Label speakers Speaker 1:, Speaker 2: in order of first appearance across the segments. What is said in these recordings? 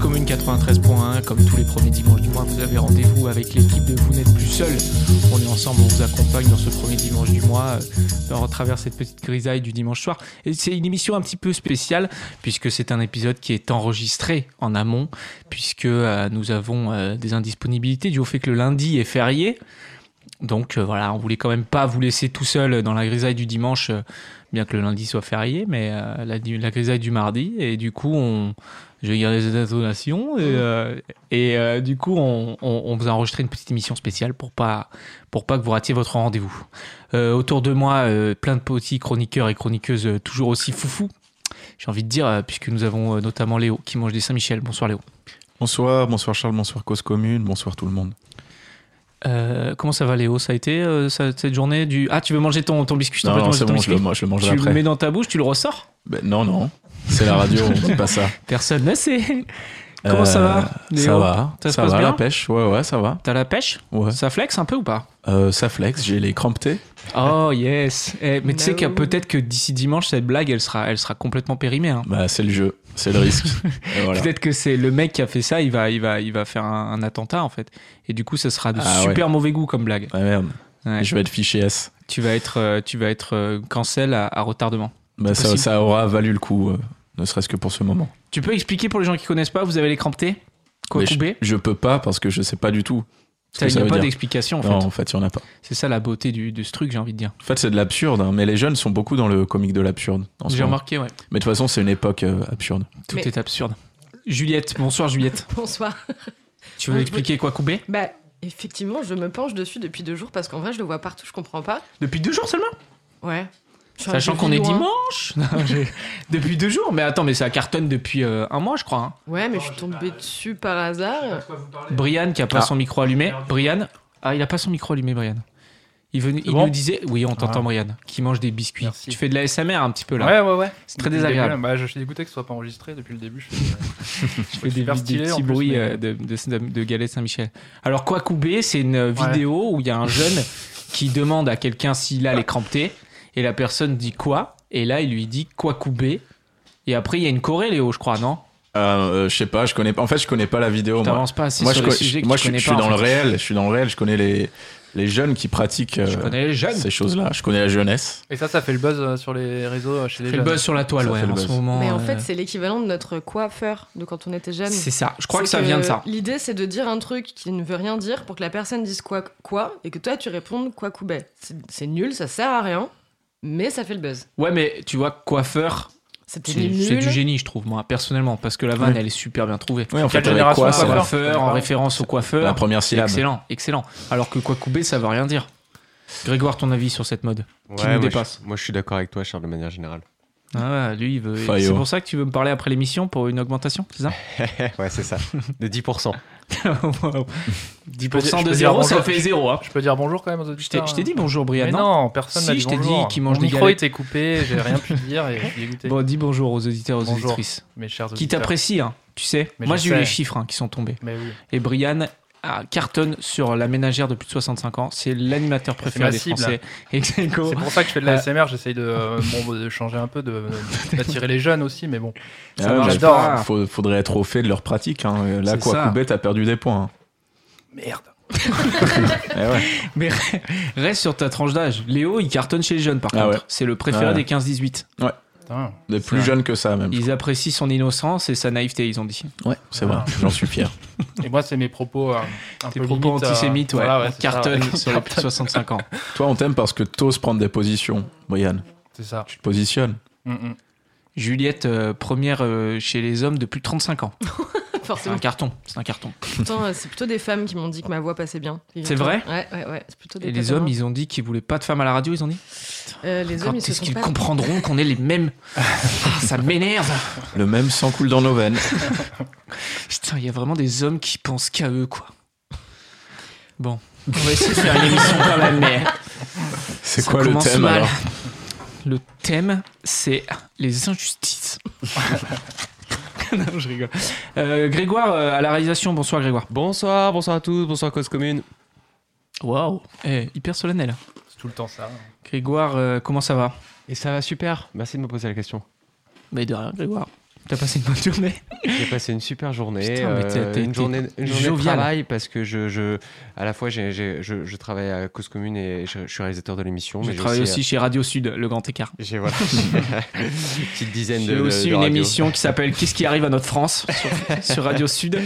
Speaker 1: Prune 93.1, comme tous les premiers dimanches du mois, vous avez rendez-vous avec l'équipe de Vous n'êtes plus seul. On est ensemble, on vous accompagne dans ce premier dimanche du mois, euh, à travers cette petite grisaille du dimanche soir. Et c'est une émission un petit peu spéciale, puisque c'est un épisode qui est enregistré en amont, puisque euh, nous avons euh, des indisponibilités du au fait que le lundi est férié. Donc euh, voilà, on voulait quand même pas vous laisser tout seul dans la grisaille du dimanche, euh, bien que le lundi soit férié, mais euh, la, di- la grisaille du mardi. Et du coup, on, j'ai gardé les intonations et, euh, et, euh, du coup, on, on- on vous a enregistré une petite émission spéciale pour pas pour pas que vous ratiez votre rendez-vous. Euh, autour de moi, euh, plein de petits chroniqueurs et chroniqueuses euh, toujours aussi foufou. J'ai envie de dire, euh, puisque nous avons euh, notamment Léo qui mange des Saint-Michel. Bonsoir Léo.
Speaker 2: Bonsoir, bonsoir Charles, bonsoir Cause Commune, bonsoir tout le monde.
Speaker 1: Euh, comment ça va Léo Ça a été euh, ça- cette journée du... Ah, tu veux manger ton, ton biscuit je t'en prie,
Speaker 2: Non,
Speaker 1: ton-
Speaker 2: non, c'est
Speaker 1: ton
Speaker 2: bon, je
Speaker 1: biscuit.
Speaker 2: le, mange- je le mangerai
Speaker 1: Tu le
Speaker 2: après.
Speaker 1: mets dans ta bouche, tu le ressors
Speaker 2: Ben, non, non, c'est la radio, on dit pas ça.
Speaker 1: Personne ne sait. Comment ça
Speaker 2: Euh,
Speaker 1: va Léo
Speaker 2: Ça va,
Speaker 1: Ça se
Speaker 2: ça
Speaker 1: passe
Speaker 2: va
Speaker 1: bien
Speaker 2: la pêche, ouais, ouais, ça va.
Speaker 1: T'as la pêche
Speaker 2: Ouais.
Speaker 1: Ça flex un peu ou pas
Speaker 2: Euh, ça flex, j'ai les crampes
Speaker 1: Oh yes Eh, Mais tu sais
Speaker 3: No.
Speaker 1: que peut-être que d'ici dimanche, cette blague, elle sera, elle sera complètement périmée. hein.
Speaker 2: Bah, c'est le jeu, c'est le risque. Et voilà.
Speaker 1: Peut-être que c'est le mec qui a fait ça, il va, il va, il va faire un, un attentat en fait. Et du coup, ça sera de
Speaker 2: Ah,
Speaker 1: super mauvais goût comme blague.
Speaker 2: Ah merde,
Speaker 1: Ouais.
Speaker 2: je vais être fiché S.
Speaker 1: Tu vas être, euh, tu vas être euh, cancel à, à retardement.
Speaker 2: Bah, ça,
Speaker 1: possible.
Speaker 2: ça aura valu le coup, euh, ne serait-ce que pour ce moment.
Speaker 1: Tu peux expliquer pour les gens qui connaissent pas Vous avez les crampetés Quoi
Speaker 2: Mais je,
Speaker 1: couper
Speaker 2: je peux pas parce que je sais pas du tout. ce
Speaker 1: Ça,
Speaker 2: que
Speaker 1: Il n'y
Speaker 2: ça
Speaker 1: a
Speaker 2: veut
Speaker 1: pas
Speaker 2: dire.
Speaker 1: d'explication en
Speaker 2: non,
Speaker 1: fait.
Speaker 2: en fait, il y en a pas.
Speaker 1: C'est ça la beauté du, de ce truc, j'ai envie de dire.
Speaker 2: En fait, c'est de l'absurde, hein, mais les jeunes sont beaucoup dans le comique de l'absurde. en ce
Speaker 1: J'ai
Speaker 2: moment.
Speaker 1: remarqué, ouais.
Speaker 2: Mais de toute façon, c'est une époque euh, absurde.
Speaker 1: Tout
Speaker 3: Mais-
Speaker 1: est absurde. Juliette, bonsoir Juliette.
Speaker 3: Bonsoir.
Speaker 1: Tu veux
Speaker 3: Oui.
Speaker 1: expliquer quoi couper
Speaker 3: Bah, effectivement, je me penche dessus depuis deux jours parce qu'en vrai, je le vois partout, je comprends pas.
Speaker 1: Depuis deux jours seulement
Speaker 3: Ouais. Je suis un
Speaker 1: Sachant
Speaker 3: peu
Speaker 1: qu'on est
Speaker 3: loin.
Speaker 1: dimanche hein. Non, j'ai- Depuis deux jours Mais attends, mais ça cartonne depuis euh, un mois, je crois. hein.
Speaker 3: Ouais, mais je suis tombée dessus par hasard.
Speaker 1: Brian qui a pas
Speaker 2: Ah.
Speaker 1: son micro allumé. Brian Ah, il a pas son micro allumé, Brian. Il, venait- il
Speaker 4: bon
Speaker 1: nous disait Oui, on t'entend,
Speaker 4: Ah.
Speaker 1: Brian, qui mange des biscuits.
Speaker 4: Merci.
Speaker 1: Tu fais de la SMR un petit peu là.
Speaker 4: Ouais, ouais, ouais.
Speaker 1: C'est très
Speaker 4: Depuis le
Speaker 1: désagréable.
Speaker 4: début, bah, je suis dégoûté que ce soit pas enregistré depuis le début. Je
Speaker 1: Je
Speaker 4: fais-
Speaker 1: fais des,
Speaker 4: super
Speaker 1: des
Speaker 4: stylé, en
Speaker 1: petits
Speaker 4: plus,
Speaker 1: bruits
Speaker 4: mais-
Speaker 1: euh, de, de, de Galette Saint-Michel. Alors, quoi couper, c'est une euh,
Speaker 4: Ouais.
Speaker 1: vidéo où il y a un jeune qui demande à quelqu'un s'il a les crampetés. Et la personne dit quoi Et là, il lui dit quoi couper. Et après, il y a une Corée, Léo, je crois, non
Speaker 2: Euh, euh, je sais pas, je connais pas. En fait, je connais pas la vidéo. Moi,
Speaker 1: T'avances pas assez
Speaker 2: moi, je,
Speaker 1: sur les
Speaker 2: co-
Speaker 1: sujets que
Speaker 2: moi,
Speaker 1: tu
Speaker 2: je,
Speaker 1: connais
Speaker 2: je
Speaker 1: pas,
Speaker 2: suis dans
Speaker 1: en
Speaker 2: le
Speaker 1: fait.
Speaker 2: réel. Je suis dans le réel. Je connais les, les jeunes qui pratiquent euh,
Speaker 1: Je connais les jeunes.
Speaker 2: ces choses-là. Je connais la jeunesse.
Speaker 4: Et ça, ça fait le buzz euh, sur les réseaux euh, chez les
Speaker 1: Fait le
Speaker 4: jeunes.
Speaker 1: buzz sur la toile,
Speaker 2: Ça
Speaker 1: ouais,
Speaker 2: fait le
Speaker 1: en ce
Speaker 2: buzz.
Speaker 1: moment.
Speaker 3: Mais en
Speaker 1: euh,
Speaker 3: fait, c'est l'équivalent de notre coiffeur de quand on était jeune.
Speaker 1: c'est ça. Je crois
Speaker 3: C'est
Speaker 1: que ça vient de ça.
Speaker 3: L'idée, c'est de dire un truc qui ne veut rien dire pour que la personne dise quoi, quoi, et que toi, tu répondes quoi, coubet. C'est c'est nul, ça sert à rien, mais ça fait le buzz.
Speaker 1: Ouais, mais tu vois, coiffeur,
Speaker 3: C'était
Speaker 1: c'est c'est
Speaker 3: nul.
Speaker 1: du génie, je trouve, moi, personnellement, parce que la vanne,
Speaker 2: Oui.
Speaker 1: elle est super bien trouvée.
Speaker 2: Oui, en fait,
Speaker 4: Quelle
Speaker 2: avec
Speaker 4: génération
Speaker 2: quoi
Speaker 4: coiffeur
Speaker 2: ça va
Speaker 1: Coiffeur, en référence au coiffeur.
Speaker 2: La première syllabe.
Speaker 1: Excellent, excellent. Alors que quoi couper, ça veut rien dire. Grégoire, ton avis sur cette mode qui nous
Speaker 5: moi,
Speaker 1: dépasse.
Speaker 5: Je, moi, je suis d'accord avec toi, Charles, de manière générale.
Speaker 1: Ah, ouais, lui, il veut.
Speaker 2: Faillot.
Speaker 1: C'est pour ça que tu veux me parler après l'émission pour une augmentation, Eh, c'est ça
Speaker 5: ouais, c'est ça. De 10%.
Speaker 1: Wow.
Speaker 4: peux
Speaker 1: 10% de
Speaker 4: dire- je peux dire
Speaker 1: zéro,
Speaker 4: bonjour.
Speaker 1: ça fait zéro. Hein.
Speaker 4: Je peux dire bonjour quand même aux
Speaker 1: Je t'ai
Speaker 4: auditeurs.
Speaker 1: je t'ai
Speaker 4: hein.
Speaker 1: dit bonjour, Brian.
Speaker 4: Mais non, personne
Speaker 1: Si,
Speaker 4: n'a dit
Speaker 1: je t'ai
Speaker 4: bonjour.
Speaker 1: dit qu'il mange
Speaker 4: Mon
Speaker 1: des
Speaker 4: micro
Speaker 1: galettes.
Speaker 4: était coupé, j'ai rien pu dire et je suis dégoûté.
Speaker 1: Bon, dis bonjour aux auditeurs, aux
Speaker 4: Bonjour.
Speaker 1: auditrices.
Speaker 4: Mes chers
Speaker 1: Qui
Speaker 4: auditeurs.
Speaker 1: t'apprécient, hein, tu sais.
Speaker 4: Mais
Speaker 1: Moi,
Speaker 4: je
Speaker 1: j'ai eu
Speaker 4: sais.
Speaker 1: les chiffres hein, qui sont tombés.
Speaker 4: Mais oui,
Speaker 1: Et Brian ah, cartonne sur la ménagère de plus de 65 ans. C'est l'animateur préféré
Speaker 4: ma
Speaker 1: des
Speaker 4: cible.
Speaker 1: Français. Et Grégo,
Speaker 4: c'est pour ça que je fais de
Speaker 1: Euh,
Speaker 4: l'ASMR, j'essaye de, euh, bon, de changer un peu, de- d'attirer les jeunes aussi, mais bon.
Speaker 1: ça
Speaker 2: Ah ouais,
Speaker 1: marche
Speaker 2: mais
Speaker 4: j'adore.
Speaker 1: pas.
Speaker 2: faut- faudrait être au fait de leur pratique. Hein. Là,
Speaker 1: C'est ça.
Speaker 2: quoi couper, t'as perdu des points.
Speaker 4: Merde.
Speaker 2: hein. Eh ouais.
Speaker 1: Mais re- reste sur ta tranche d'âge. Léo, il cartonne chez les jeunes, par
Speaker 2: Ah
Speaker 1: contre.
Speaker 2: ouais.
Speaker 1: C'est le préféré
Speaker 2: Ouais.
Speaker 1: des 15-18.
Speaker 4: Putain.
Speaker 2: Des plus
Speaker 1: vrai.
Speaker 2: jeunes que ça, même.
Speaker 1: Ils apprécient son innocence et sa naïveté, ils ont dit.
Speaker 2: Ouais, c'est vrai.
Speaker 4: Ah.
Speaker 2: J'en suis fier.
Speaker 4: Et moi, c'est mes propos euh, un
Speaker 1: Tes
Speaker 4: peu
Speaker 1: propos
Speaker 4: limite, euh,
Speaker 1: antisémites, ouais.
Speaker 4: voilà,
Speaker 1: on
Speaker 4: c'est ça,
Speaker 1: cartonne
Speaker 4: ouais.
Speaker 1: sur les plus de 65 ans.
Speaker 2: Toi, on t'aime parce que t'oses prendre des positions, Brian.
Speaker 4: C'est ça.
Speaker 2: Tu te positionnes.
Speaker 4: Mm, mm.
Speaker 1: Juliette, euh, première euh, chez les hommes de plus de 35 ans. C'est
Speaker 3: Forcément.
Speaker 1: un carton, c'est un carton.
Speaker 3: Pourtant, euh, c'est plutôt des femmes qui m'ont dit que ma voix passait bien.
Speaker 1: C'est vrai
Speaker 3: Ouais, ouais, ouais. C'est plutôt des
Speaker 1: Et les hommes, ils ont dit qu'ils voulaient pas de femmes à la radio, ils ont dit
Speaker 3: Euh, les hommes,
Speaker 1: Quand
Speaker 3: ils se
Speaker 1: est-ce
Speaker 3: sont
Speaker 1: qu'ils
Speaker 3: pas-
Speaker 1: comprendront qu'on est les mêmes Ah, Ça m'énerve
Speaker 2: Le même sang coule dans nos veines.
Speaker 1: Putain, il y a vraiment des hommes qui pensent qu'à eux, quoi. Bon, on va essayer de faire une émission quand même, mais
Speaker 2: C'est
Speaker 1: ça
Speaker 2: quoi le
Speaker 1: commence
Speaker 2: thème
Speaker 1: mal.
Speaker 2: alors
Speaker 1: Le thème, c'est les injustices. non, je rigole. Euh, Grégoire, euh, à la réalisation, bonsoir Grégoire.
Speaker 5: Bonsoir, bonsoir à tous, bonsoir Cause Commune.
Speaker 1: Waouh, Eh, hyper solennel.
Speaker 4: C'est tout le temps ça.
Speaker 1: Grégoire, euh, comment ça va
Speaker 5: Et ça va super Merci de me poser la question.
Speaker 1: Mais Bah, de rien, Grégoire. T'as passé une bonne journée
Speaker 5: J'ai passé une super journée.
Speaker 1: Putain, mais t'es-
Speaker 5: euh,
Speaker 1: t'es-
Speaker 5: une
Speaker 1: t'es
Speaker 5: journée, une journée de
Speaker 1: jovial.
Speaker 5: travail parce que je, je à la fois j'ai, j'ai- je, je travaille à Cause Commune et je, je suis réalisateur de
Speaker 2: Oh,
Speaker 5: l'émission. mais
Speaker 1: Je
Speaker 5: j'ai
Speaker 1: travaille
Speaker 2: hein.
Speaker 1: aussi chez Radio Sud, le grand écart.
Speaker 5: euh, J'ai voilà, une petite dizaine de.
Speaker 1: J'ai
Speaker 5: de-
Speaker 1: aussi
Speaker 5: de
Speaker 1: une
Speaker 5: radios.
Speaker 1: émission qui s'appelle Qu'est-ce qui arrive à notre France sur, sur Radio Sud.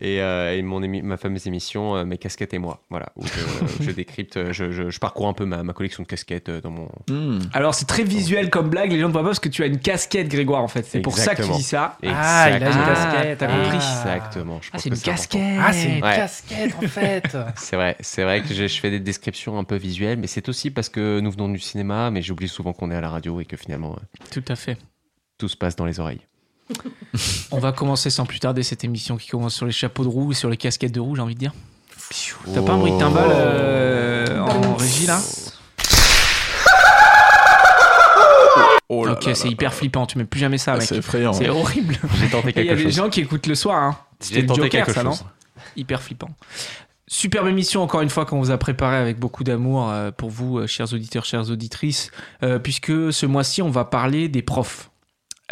Speaker 5: Et, euh, et mon émi- ma fameuse émission euh, Mes casquettes et moi. Voilà, où je, je décrypte, euh, je, je- je parcours un peu ma, ma collection de casquettes euh, dans mon.
Speaker 2: Hmm.
Speaker 1: Alors c'est très visuel comme blague, les gens ne voient pas parce que tu as une casquette Grégoire en fait. C'est pour ça que tu
Speaker 5: Exactement.
Speaker 1: dis ça.
Speaker 4: Ah, il a une
Speaker 5: Exactement.
Speaker 4: casquette, t'as compris.
Speaker 5: Exactement. je
Speaker 1: Ah
Speaker 5: pense
Speaker 1: c'est
Speaker 5: que
Speaker 1: une
Speaker 5: important.
Speaker 1: casquette.
Speaker 4: Ah, c'est une
Speaker 5: Ouais.
Speaker 4: casquette en fait.
Speaker 5: C'est vrai, c'est vrai que je, je fais des descriptions un peu visuelles, mais c'est aussi parce que nous venons du cinéma, mais j'oublie souvent qu'on est à la radio et que finalement euh,
Speaker 1: Tout à fait.
Speaker 5: tout se passe dans les oreilles.
Speaker 1: On va commencer sans plus tarder cette émission qui commence sur les chapeaux de roue et sur les casquettes de roue, j'ai envie de dire. Piou. T'as pas un bruit de timbal euh, en régie là
Speaker 2: Oh là
Speaker 1: Ok,
Speaker 2: là
Speaker 1: c'est
Speaker 2: là.
Speaker 1: hyper flippant, tu mets plus jamais ça
Speaker 2: Ah,
Speaker 1: mec.
Speaker 2: c'est effrayant.
Speaker 1: C'est horrible.
Speaker 5: J'ai tenté
Speaker 1: Et Il y a
Speaker 5: quelque
Speaker 1: des
Speaker 5: chose.
Speaker 1: gens qui écoutent le soir. Hein. C'était
Speaker 5: J'ai
Speaker 1: le
Speaker 5: tenté
Speaker 1: Joker,
Speaker 5: quelque
Speaker 1: ça,
Speaker 5: chose.
Speaker 1: non Hyper flippant. Superbe émission, encore une fois, qu'on vous a préparée avec beaucoup d'amour euh, pour vous, euh, chers auditeurs, chères auditrices, euh, puisque ce mois-ci, on va parler des profs,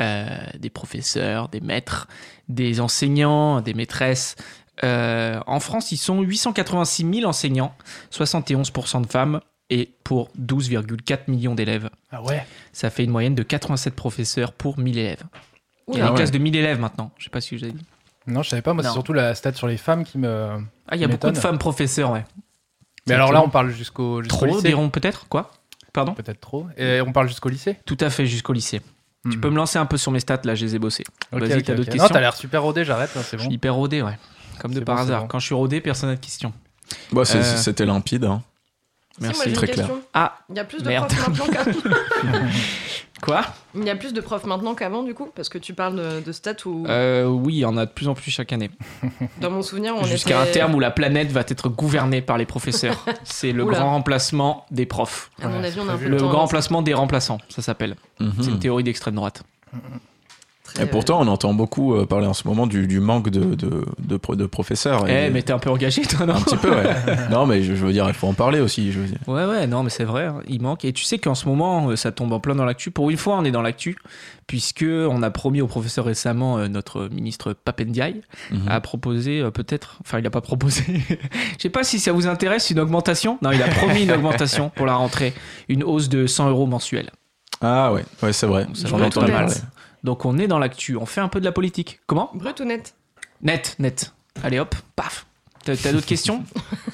Speaker 1: euh, des professeurs, des maîtres, des enseignants, des maîtresses. Euh, en France, ils sont 886 000 enseignants, 71% de femmes, et pour 12,4 millions d'élèves.
Speaker 4: Ah ouais.
Speaker 1: Ça fait une moyenne de 87 professeurs pour 1000 élèves. Il y a
Speaker 2: Ah
Speaker 1: des
Speaker 2: ouais.
Speaker 1: classes de 1000 élèves maintenant, je sais pas si vous avez dit.
Speaker 4: Non, je savais pas. Moi, c'est
Speaker 1: Non.
Speaker 4: surtout la stat sur les femmes qui me.
Speaker 1: Ah, il y a
Speaker 4: Tu
Speaker 1: beaucoup de
Speaker 4: m'étonnes.
Speaker 1: femmes professeurs, ouais.
Speaker 4: Mais alors là, on parle jusqu'au jusqu'au
Speaker 1: Trop,
Speaker 4: lycée.
Speaker 1: diront peut-être Quoi Pardon
Speaker 4: Peut-être trop. Et on parle jusqu'au lycée.
Speaker 1: Tout à fait, jusqu'au lycée. Tu
Speaker 4: Hmm.
Speaker 1: peux me lancer un peu sur mes stats, là, je les ai bossés.
Speaker 4: Ok,
Speaker 1: Vas-y,
Speaker 4: ok,
Speaker 1: t'as
Speaker 4: ok.
Speaker 1: d'autres
Speaker 4: Non,
Speaker 1: questions
Speaker 4: t'as l'air super rodé, j'arrête, hein, c'est
Speaker 1: Je
Speaker 4: bon.
Speaker 1: suis hyper rodé, ouais. Comme de
Speaker 4: C'est
Speaker 1: par
Speaker 4: bon, c'est
Speaker 1: hasard.
Speaker 4: bon.
Speaker 1: Quand je suis rodé, personne n'a de questions.
Speaker 2: Bah, c'est-
Speaker 1: Euh,
Speaker 2: C'était limpide. hein.
Speaker 1: Merci.
Speaker 3: Si, moi, j'ai une
Speaker 2: Très clair.
Speaker 3: question.
Speaker 1: Ah,
Speaker 3: Il y a plus de
Speaker 1: Merde.
Speaker 3: profs maintenant qu'avant.
Speaker 1: quoi
Speaker 3: Il y a plus de profs maintenant qu'avant, du coup, parce que tu parles de, de stats où,
Speaker 1: euh, Oui, il y en a de plus en plus chaque année.
Speaker 3: dans mon souvenir, on
Speaker 1: Jusqu'à un
Speaker 3: était-
Speaker 1: terme où la planète va être gouvernée par les professeurs. C'est le
Speaker 3: Oula.
Speaker 1: grand remplacement des profs.
Speaker 3: À mon
Speaker 4: Ouais,
Speaker 3: avis, on a un peu
Speaker 1: Le
Speaker 3: tendance-
Speaker 1: grand remplacement des remplaçants, ça s'appelle. C'est une
Speaker 2: Mhm.
Speaker 1: théorie d'extrême droite.
Speaker 3: très-
Speaker 1: euh,
Speaker 2: Et pourtant, on entend beaucoup euh, parler en ce moment du, du manque de, de, de, pro- de professeurs.
Speaker 1: Eh,
Speaker 2: et-
Speaker 1: mais t'es un peu engagé, toi, non
Speaker 2: Un petit peu, ouais. non, mais je, je veux dire, il faut en parler aussi. Je veux dire.
Speaker 1: Ouais, ouais, non, mais c'est vrai, hein, il manque. Et tu sais qu'en ce moment, euh, ça tombe en plein dans l'actu. Pour une fois, on est dans l'actu, puisque on a promis au professeur récemment, euh, notre ministre Papendiaï
Speaker 2: Mhm.
Speaker 1: a proposé euh, peut-être, enfin, il n'a pas proposé, je sais pas si ça vous intéresse, une augmentation. Non, il a promis une augmentation pour la rentrée, une hausse de 100 euros mensuels.
Speaker 2: Ah ouais, ouais c'est vrai.
Speaker 1: Ça
Speaker 2: J'en
Speaker 1: va
Speaker 2: ai
Speaker 1: être
Speaker 2: entendu
Speaker 1: honnête.
Speaker 2: parler.
Speaker 1: Donc on est dans l'actu, on fait un peu de la politique. Comment
Speaker 3: euh, Brut ou net
Speaker 1: Net, net. Allez hop, paf. T'as t'as d'autres questions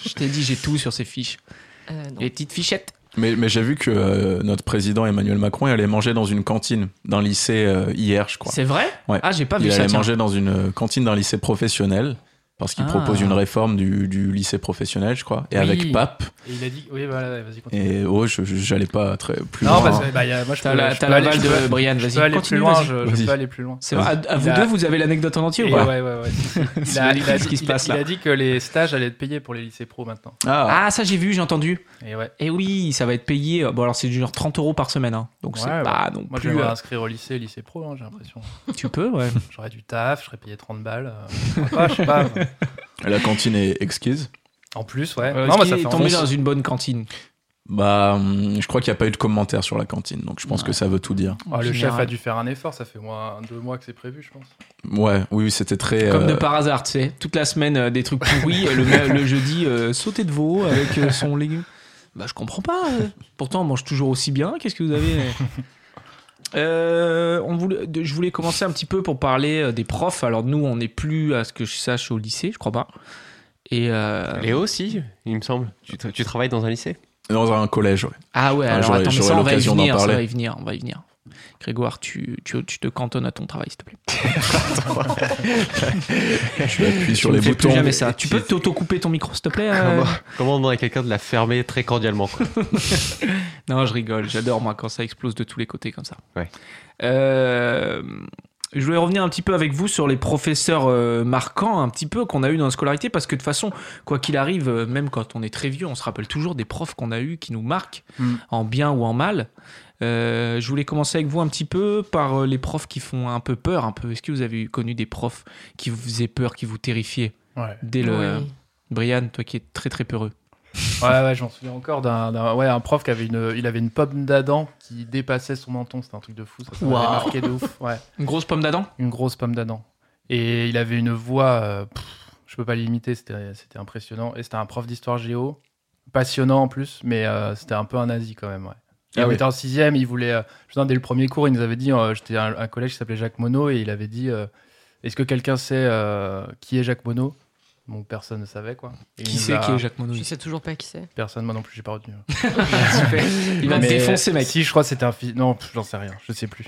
Speaker 1: Je t'ai dit, j'ai tout sur ces fiches.
Speaker 3: Euh, non.
Speaker 1: Les petites fichettes.
Speaker 2: Mais, mais j'ai vu que euh, notre président Emmanuel Macron il allait manger dans une cantine d'un lycée euh, hier, je crois.
Speaker 1: C'est vrai
Speaker 2: Ouais.
Speaker 1: Ah, j'ai pas vu
Speaker 2: il
Speaker 1: ça.
Speaker 2: allait
Speaker 1: tiens.
Speaker 2: manger dans une euh, cantine d'un lycée professionnel parce qu'il
Speaker 1: Ah.
Speaker 2: propose une réforme du, du lycée professionnel, je crois, et
Speaker 1: Oui.
Speaker 2: avec Pape.
Speaker 4: Et il a dit. Oui, voilà, ouais, vas-y, continue.
Speaker 2: Et oh, je- je- j'allais pas très plus
Speaker 4: Non,
Speaker 2: loin.
Speaker 4: parce que bah, y a- moi, je
Speaker 1: T'as
Speaker 4: peux,
Speaker 1: la,
Speaker 4: je
Speaker 1: t'as
Speaker 4: peux
Speaker 1: la
Speaker 4: aller,
Speaker 1: balle
Speaker 4: je peux-
Speaker 1: de Brian,
Speaker 4: je
Speaker 1: vas-y.
Speaker 4: peux aller plus
Speaker 1: continue,
Speaker 4: loin,
Speaker 1: vas-y.
Speaker 4: je, je
Speaker 2: Vas-y.
Speaker 4: peux aller plus loin.
Speaker 1: C'est vrai, à, à vous
Speaker 4: Euh, Il a-
Speaker 1: deux, vous avez l'anecdote en entier
Speaker 4: Et
Speaker 1: ou pas
Speaker 4: ouais, ouais, ouais, si, si.
Speaker 1: C'est
Speaker 4: Il a- il a
Speaker 1: magnifique
Speaker 4: dit-
Speaker 1: ce qui se
Speaker 4: il a-
Speaker 1: passe,
Speaker 4: il
Speaker 1: là.
Speaker 4: a dit que les stages allaient être payés pour les lycées pro maintenant.
Speaker 2: Ah,
Speaker 1: Ah, ça j'ai vu, j'ai entendu.
Speaker 4: Et ouais.
Speaker 1: Et oui, ça va être payé. Euh, Bon, alors c'est du genre 30 euros par semaine. hein. Donc c'est
Speaker 4: Ouais, ouais.
Speaker 1: pas non
Speaker 4: Moi, je
Speaker 1: plus.
Speaker 4: vais
Speaker 1: euh,
Speaker 4: m'inscrire au lycée, lycée pro, hein, j'ai l'impression.
Speaker 1: tu peux, ouais.
Speaker 4: J'aurais du taf, je serais payé 30 balles. euh, sympa, je sais pas.
Speaker 2: la cantine est exquise.
Speaker 4: En plus, ouais.
Speaker 1: Euh,
Speaker 4: non,
Speaker 1: est-ce
Speaker 4: bah,
Speaker 1: qu'il
Speaker 4: ça
Speaker 1: est
Speaker 4: fait
Speaker 1: tombé
Speaker 4: tomber
Speaker 1: dans une bonne cantine.
Speaker 2: Bah, hum, je crois qu'il n'y a pas eu de commentaire sur la cantine, donc je pense
Speaker 1: Ouais.
Speaker 2: que ça veut tout dire.
Speaker 1: en
Speaker 4: Ah, le chef
Speaker 1: général.
Speaker 4: a dû faire un effort, ça fait moins deux mois que c'est prévu, je pense.
Speaker 2: Ouais, oui, oui, c'était très.
Speaker 1: Comme de
Speaker 2: euh,
Speaker 1: par hasard, tu sais. Toute la semaine, euh, des trucs pourris. et le, le jeudi, euh, sauter de veau avec euh, son légume. Bah, je comprends pas. euh. Pourtant, on mange toujours aussi bien. Qu'est-ce que vous avez euh Euh, on voulait, de- je voulais commencer un petit peu pour parler euh, des profs. Alors nous, on n'est plus à ce que je sache au lycée, je crois pas. Et euh,
Speaker 5: Léo aussi, il me semble. Tu, tra- tu travailles dans un lycée
Speaker 2: Dans un collège, ouais.
Speaker 1: ah ouais,
Speaker 2: Ah,
Speaker 1: alors
Speaker 2: j'aurais-
Speaker 1: attends, mais
Speaker 2: j'aurais
Speaker 1: ça on va y
Speaker 2: l'occasion d'en
Speaker 1: venir, ça
Speaker 2: parler.
Speaker 1: va y venir, on va y venir. Grégoire, tu, tu, tu te cantonnes à ton travail, s'il te plaît.
Speaker 2: Tu appuies sur
Speaker 1: Tu
Speaker 2: les
Speaker 1: ne fais
Speaker 2: boutons.
Speaker 1: plus jamais ça. Tu
Speaker 5: Tu-
Speaker 1: peux t'auto-couper ton micro, s'il te plaît euh,
Speaker 5: Comment- Comment on demande à quelqu'un de la fermer très cordialement quoi.
Speaker 1: Non, je rigole. J'adore, moi, quand ça explose de tous les côtés comme ça.
Speaker 5: Ouais.
Speaker 1: Euh, je voulais revenir un petit peu avec vous sur les professeurs euh, marquants, un petit peu, qu'on a eu dans la scolarité, parce que de toute façon, quoi qu'il arrive, euh, même quand on est très vieux, on se rappelle toujours des profs qu'on a eus qui nous marquent,
Speaker 4: Mm.
Speaker 1: en bien ou en mal. Euh, je voulais commencer avec vous un petit peu par euh, les profs qui font un peu peur, un peu. Est-ce que vous avez eu- connu des profs qui vous faisaient peur, qui vous terrifiaient
Speaker 4: Ouais.
Speaker 1: dès le...
Speaker 3: Oui.
Speaker 1: Brian, toi qui es très très peureux.
Speaker 4: Ouais, ouais, je m'en souviens encore d'un, d'un- ouais, un prof qui avait une, il avait une pomme d'Adam qui dépassait son menton. C'était un truc de fou, ça, ça m'avait
Speaker 1: Waouh.
Speaker 4: marqué de ouf. Ouais,
Speaker 1: Une grosse pomme d'Adam
Speaker 4: une grosse pomme d'Adam. Et il avait une voix, euh, pff, je peux pas l'imiter, c'était, c'était impressionnant. Et c'était un prof d'histoire géo, passionnant en plus, mais euh, c'était un peu un nazi quand même, ouais. Et
Speaker 2: Ah
Speaker 4: on
Speaker 2: oui.
Speaker 4: était en sixième, il voulait, euh, je me souviens, dès le premier cours, il nous avait dit, euh, j'étais à un, un collège qui s'appelait Jacques Monod, et il avait dit, euh, est-ce que quelqu'un sait euh, qui est Jacques Monod Bon, personne ne savait quoi. Et il
Speaker 1: Qui
Speaker 4: nous
Speaker 1: c'est
Speaker 4: a-
Speaker 1: qui est Jacques Monod
Speaker 3: Je sais toujours pas qui c'est.
Speaker 4: Personne, moi non plus, j'ai pas retenu.
Speaker 1: Il va me
Speaker 4: Mais
Speaker 1: défoncer, mec.
Speaker 4: Si, je crois que c'était un fils. Non, pff, j'en sais rien, je sais plus.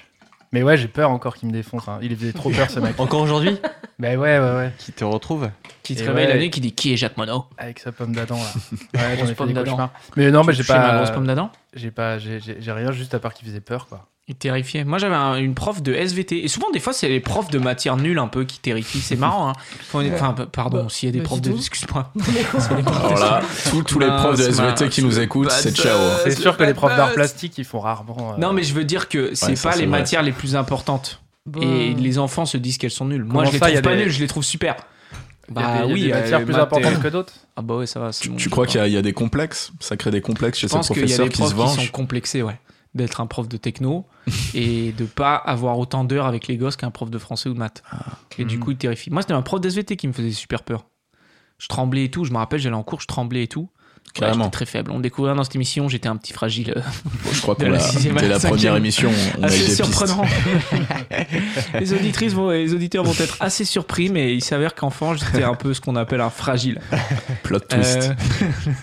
Speaker 4: Mais ouais, j'ai peur encore qu'il me défonce. hein. Il faisait trop peur ce mec.
Speaker 5: Encore aujourd'hui
Speaker 4: Mais ouais, ouais, ouais.
Speaker 5: Qui te retrouve
Speaker 1: Qui se
Speaker 4: Et
Speaker 1: réveille la
Speaker 4: ouais.
Speaker 1: nuit, qui dit Qui est Jacques Monod
Speaker 4: Avec sa pomme d'Adam là. Ouais, j'en ai fait
Speaker 1: pomme
Speaker 4: des
Speaker 1: d'Adam.
Speaker 4: cauchemars. Mais non, mais j'ai
Speaker 1: Tu touches ma
Speaker 4: pas.
Speaker 1: grosse pomme d'Adam
Speaker 4: J'ai pas. J'ai j'ai- j'ai rien juste à part qu'il faisait peur quoi.
Speaker 1: Il terrifiait. Moi, j'avais un- une prof de SVT. Et souvent, des fois, c'est les profs de matière nulle un peu qui terrifient. C'est marrant. Hein. Enfin, enfin, p- pardon,
Speaker 3: Bah,
Speaker 1: s'il y a des
Speaker 3: bah,
Speaker 1: profs
Speaker 3: dis
Speaker 1: de.
Speaker 3: donc.
Speaker 1: Excuse-moi. C'est les profs de-
Speaker 2: Alors Oh là, tous- tous les
Speaker 1: Mince,
Speaker 2: profs de SVT
Speaker 1: mince,
Speaker 2: qui nous écoutent, c'est
Speaker 1: bad
Speaker 2: ciao. hein.
Speaker 1: buzz.
Speaker 4: C'est
Speaker 1: c'est
Speaker 4: sûr que
Speaker 1: la
Speaker 4: les profs d'art
Speaker 1: base.
Speaker 4: plastique ils font rarement. euh,
Speaker 1: Non, mais je veux dire que c'est
Speaker 2: Ouais, ça,
Speaker 1: pas
Speaker 2: c'est
Speaker 1: les
Speaker 2: vrai.
Speaker 1: matières les plus importantes. Et les enfants se disent qu'elles sont nulles. Moi,
Speaker 4: Comment
Speaker 1: je les
Speaker 4: ça, y
Speaker 1: trouve
Speaker 4: a
Speaker 1: pas
Speaker 4: des-
Speaker 1: nulles, je les trouve super.
Speaker 4: il y a
Speaker 1: Bah
Speaker 4: des- il y a
Speaker 1: oui,
Speaker 4: des matières
Speaker 1: euh,
Speaker 4: plus
Speaker 1: maths,
Speaker 4: importantes
Speaker 1: euh,
Speaker 4: que d'autres.
Speaker 1: Ah bah ouais, ça va.
Speaker 2: Tu, tu crois qu'il y, a- il y a des complexes Ça crée des complexes chez
Speaker 1: Je
Speaker 2: ces
Speaker 1: pense qu'il y a
Speaker 2: professeurs
Speaker 1: des
Speaker 2: qui se
Speaker 1: profs qui,
Speaker 2: vengent
Speaker 1: sont complexés, ouais, d'être un prof de techno et de pas avoir autant d'heures avec les gosses qu'un prof de français ou de maths.
Speaker 2: Ah.
Speaker 1: Et du
Speaker 2: Hmm.
Speaker 4: Mhm.
Speaker 1: coup, il terrifie. Moi, c'était un prof d'SVT qui me faisait super peur. Je tremblais et tout. Je me rappelle, j'allais en cours, je tremblais et tout. Ouais,
Speaker 2: Carrément.
Speaker 1: j'étais très faible. On le découvrait dans cette émission, j'étais un petit fragile. euh,
Speaker 2: Je crois
Speaker 1: de
Speaker 2: qu'on
Speaker 1: la
Speaker 2: l'a.
Speaker 1: sixième à
Speaker 2: Dès
Speaker 1: la
Speaker 2: la
Speaker 1: cinquième.
Speaker 2: première émission, on a eu des
Speaker 1: assez
Speaker 2: pistes.
Speaker 1: surprenant. les auditrices vont, et les auditeurs vont être assez surpris, mais il s'avère qu'enfant, j'étais un peu ce qu'on appelle un fragile.
Speaker 2: Plot twist.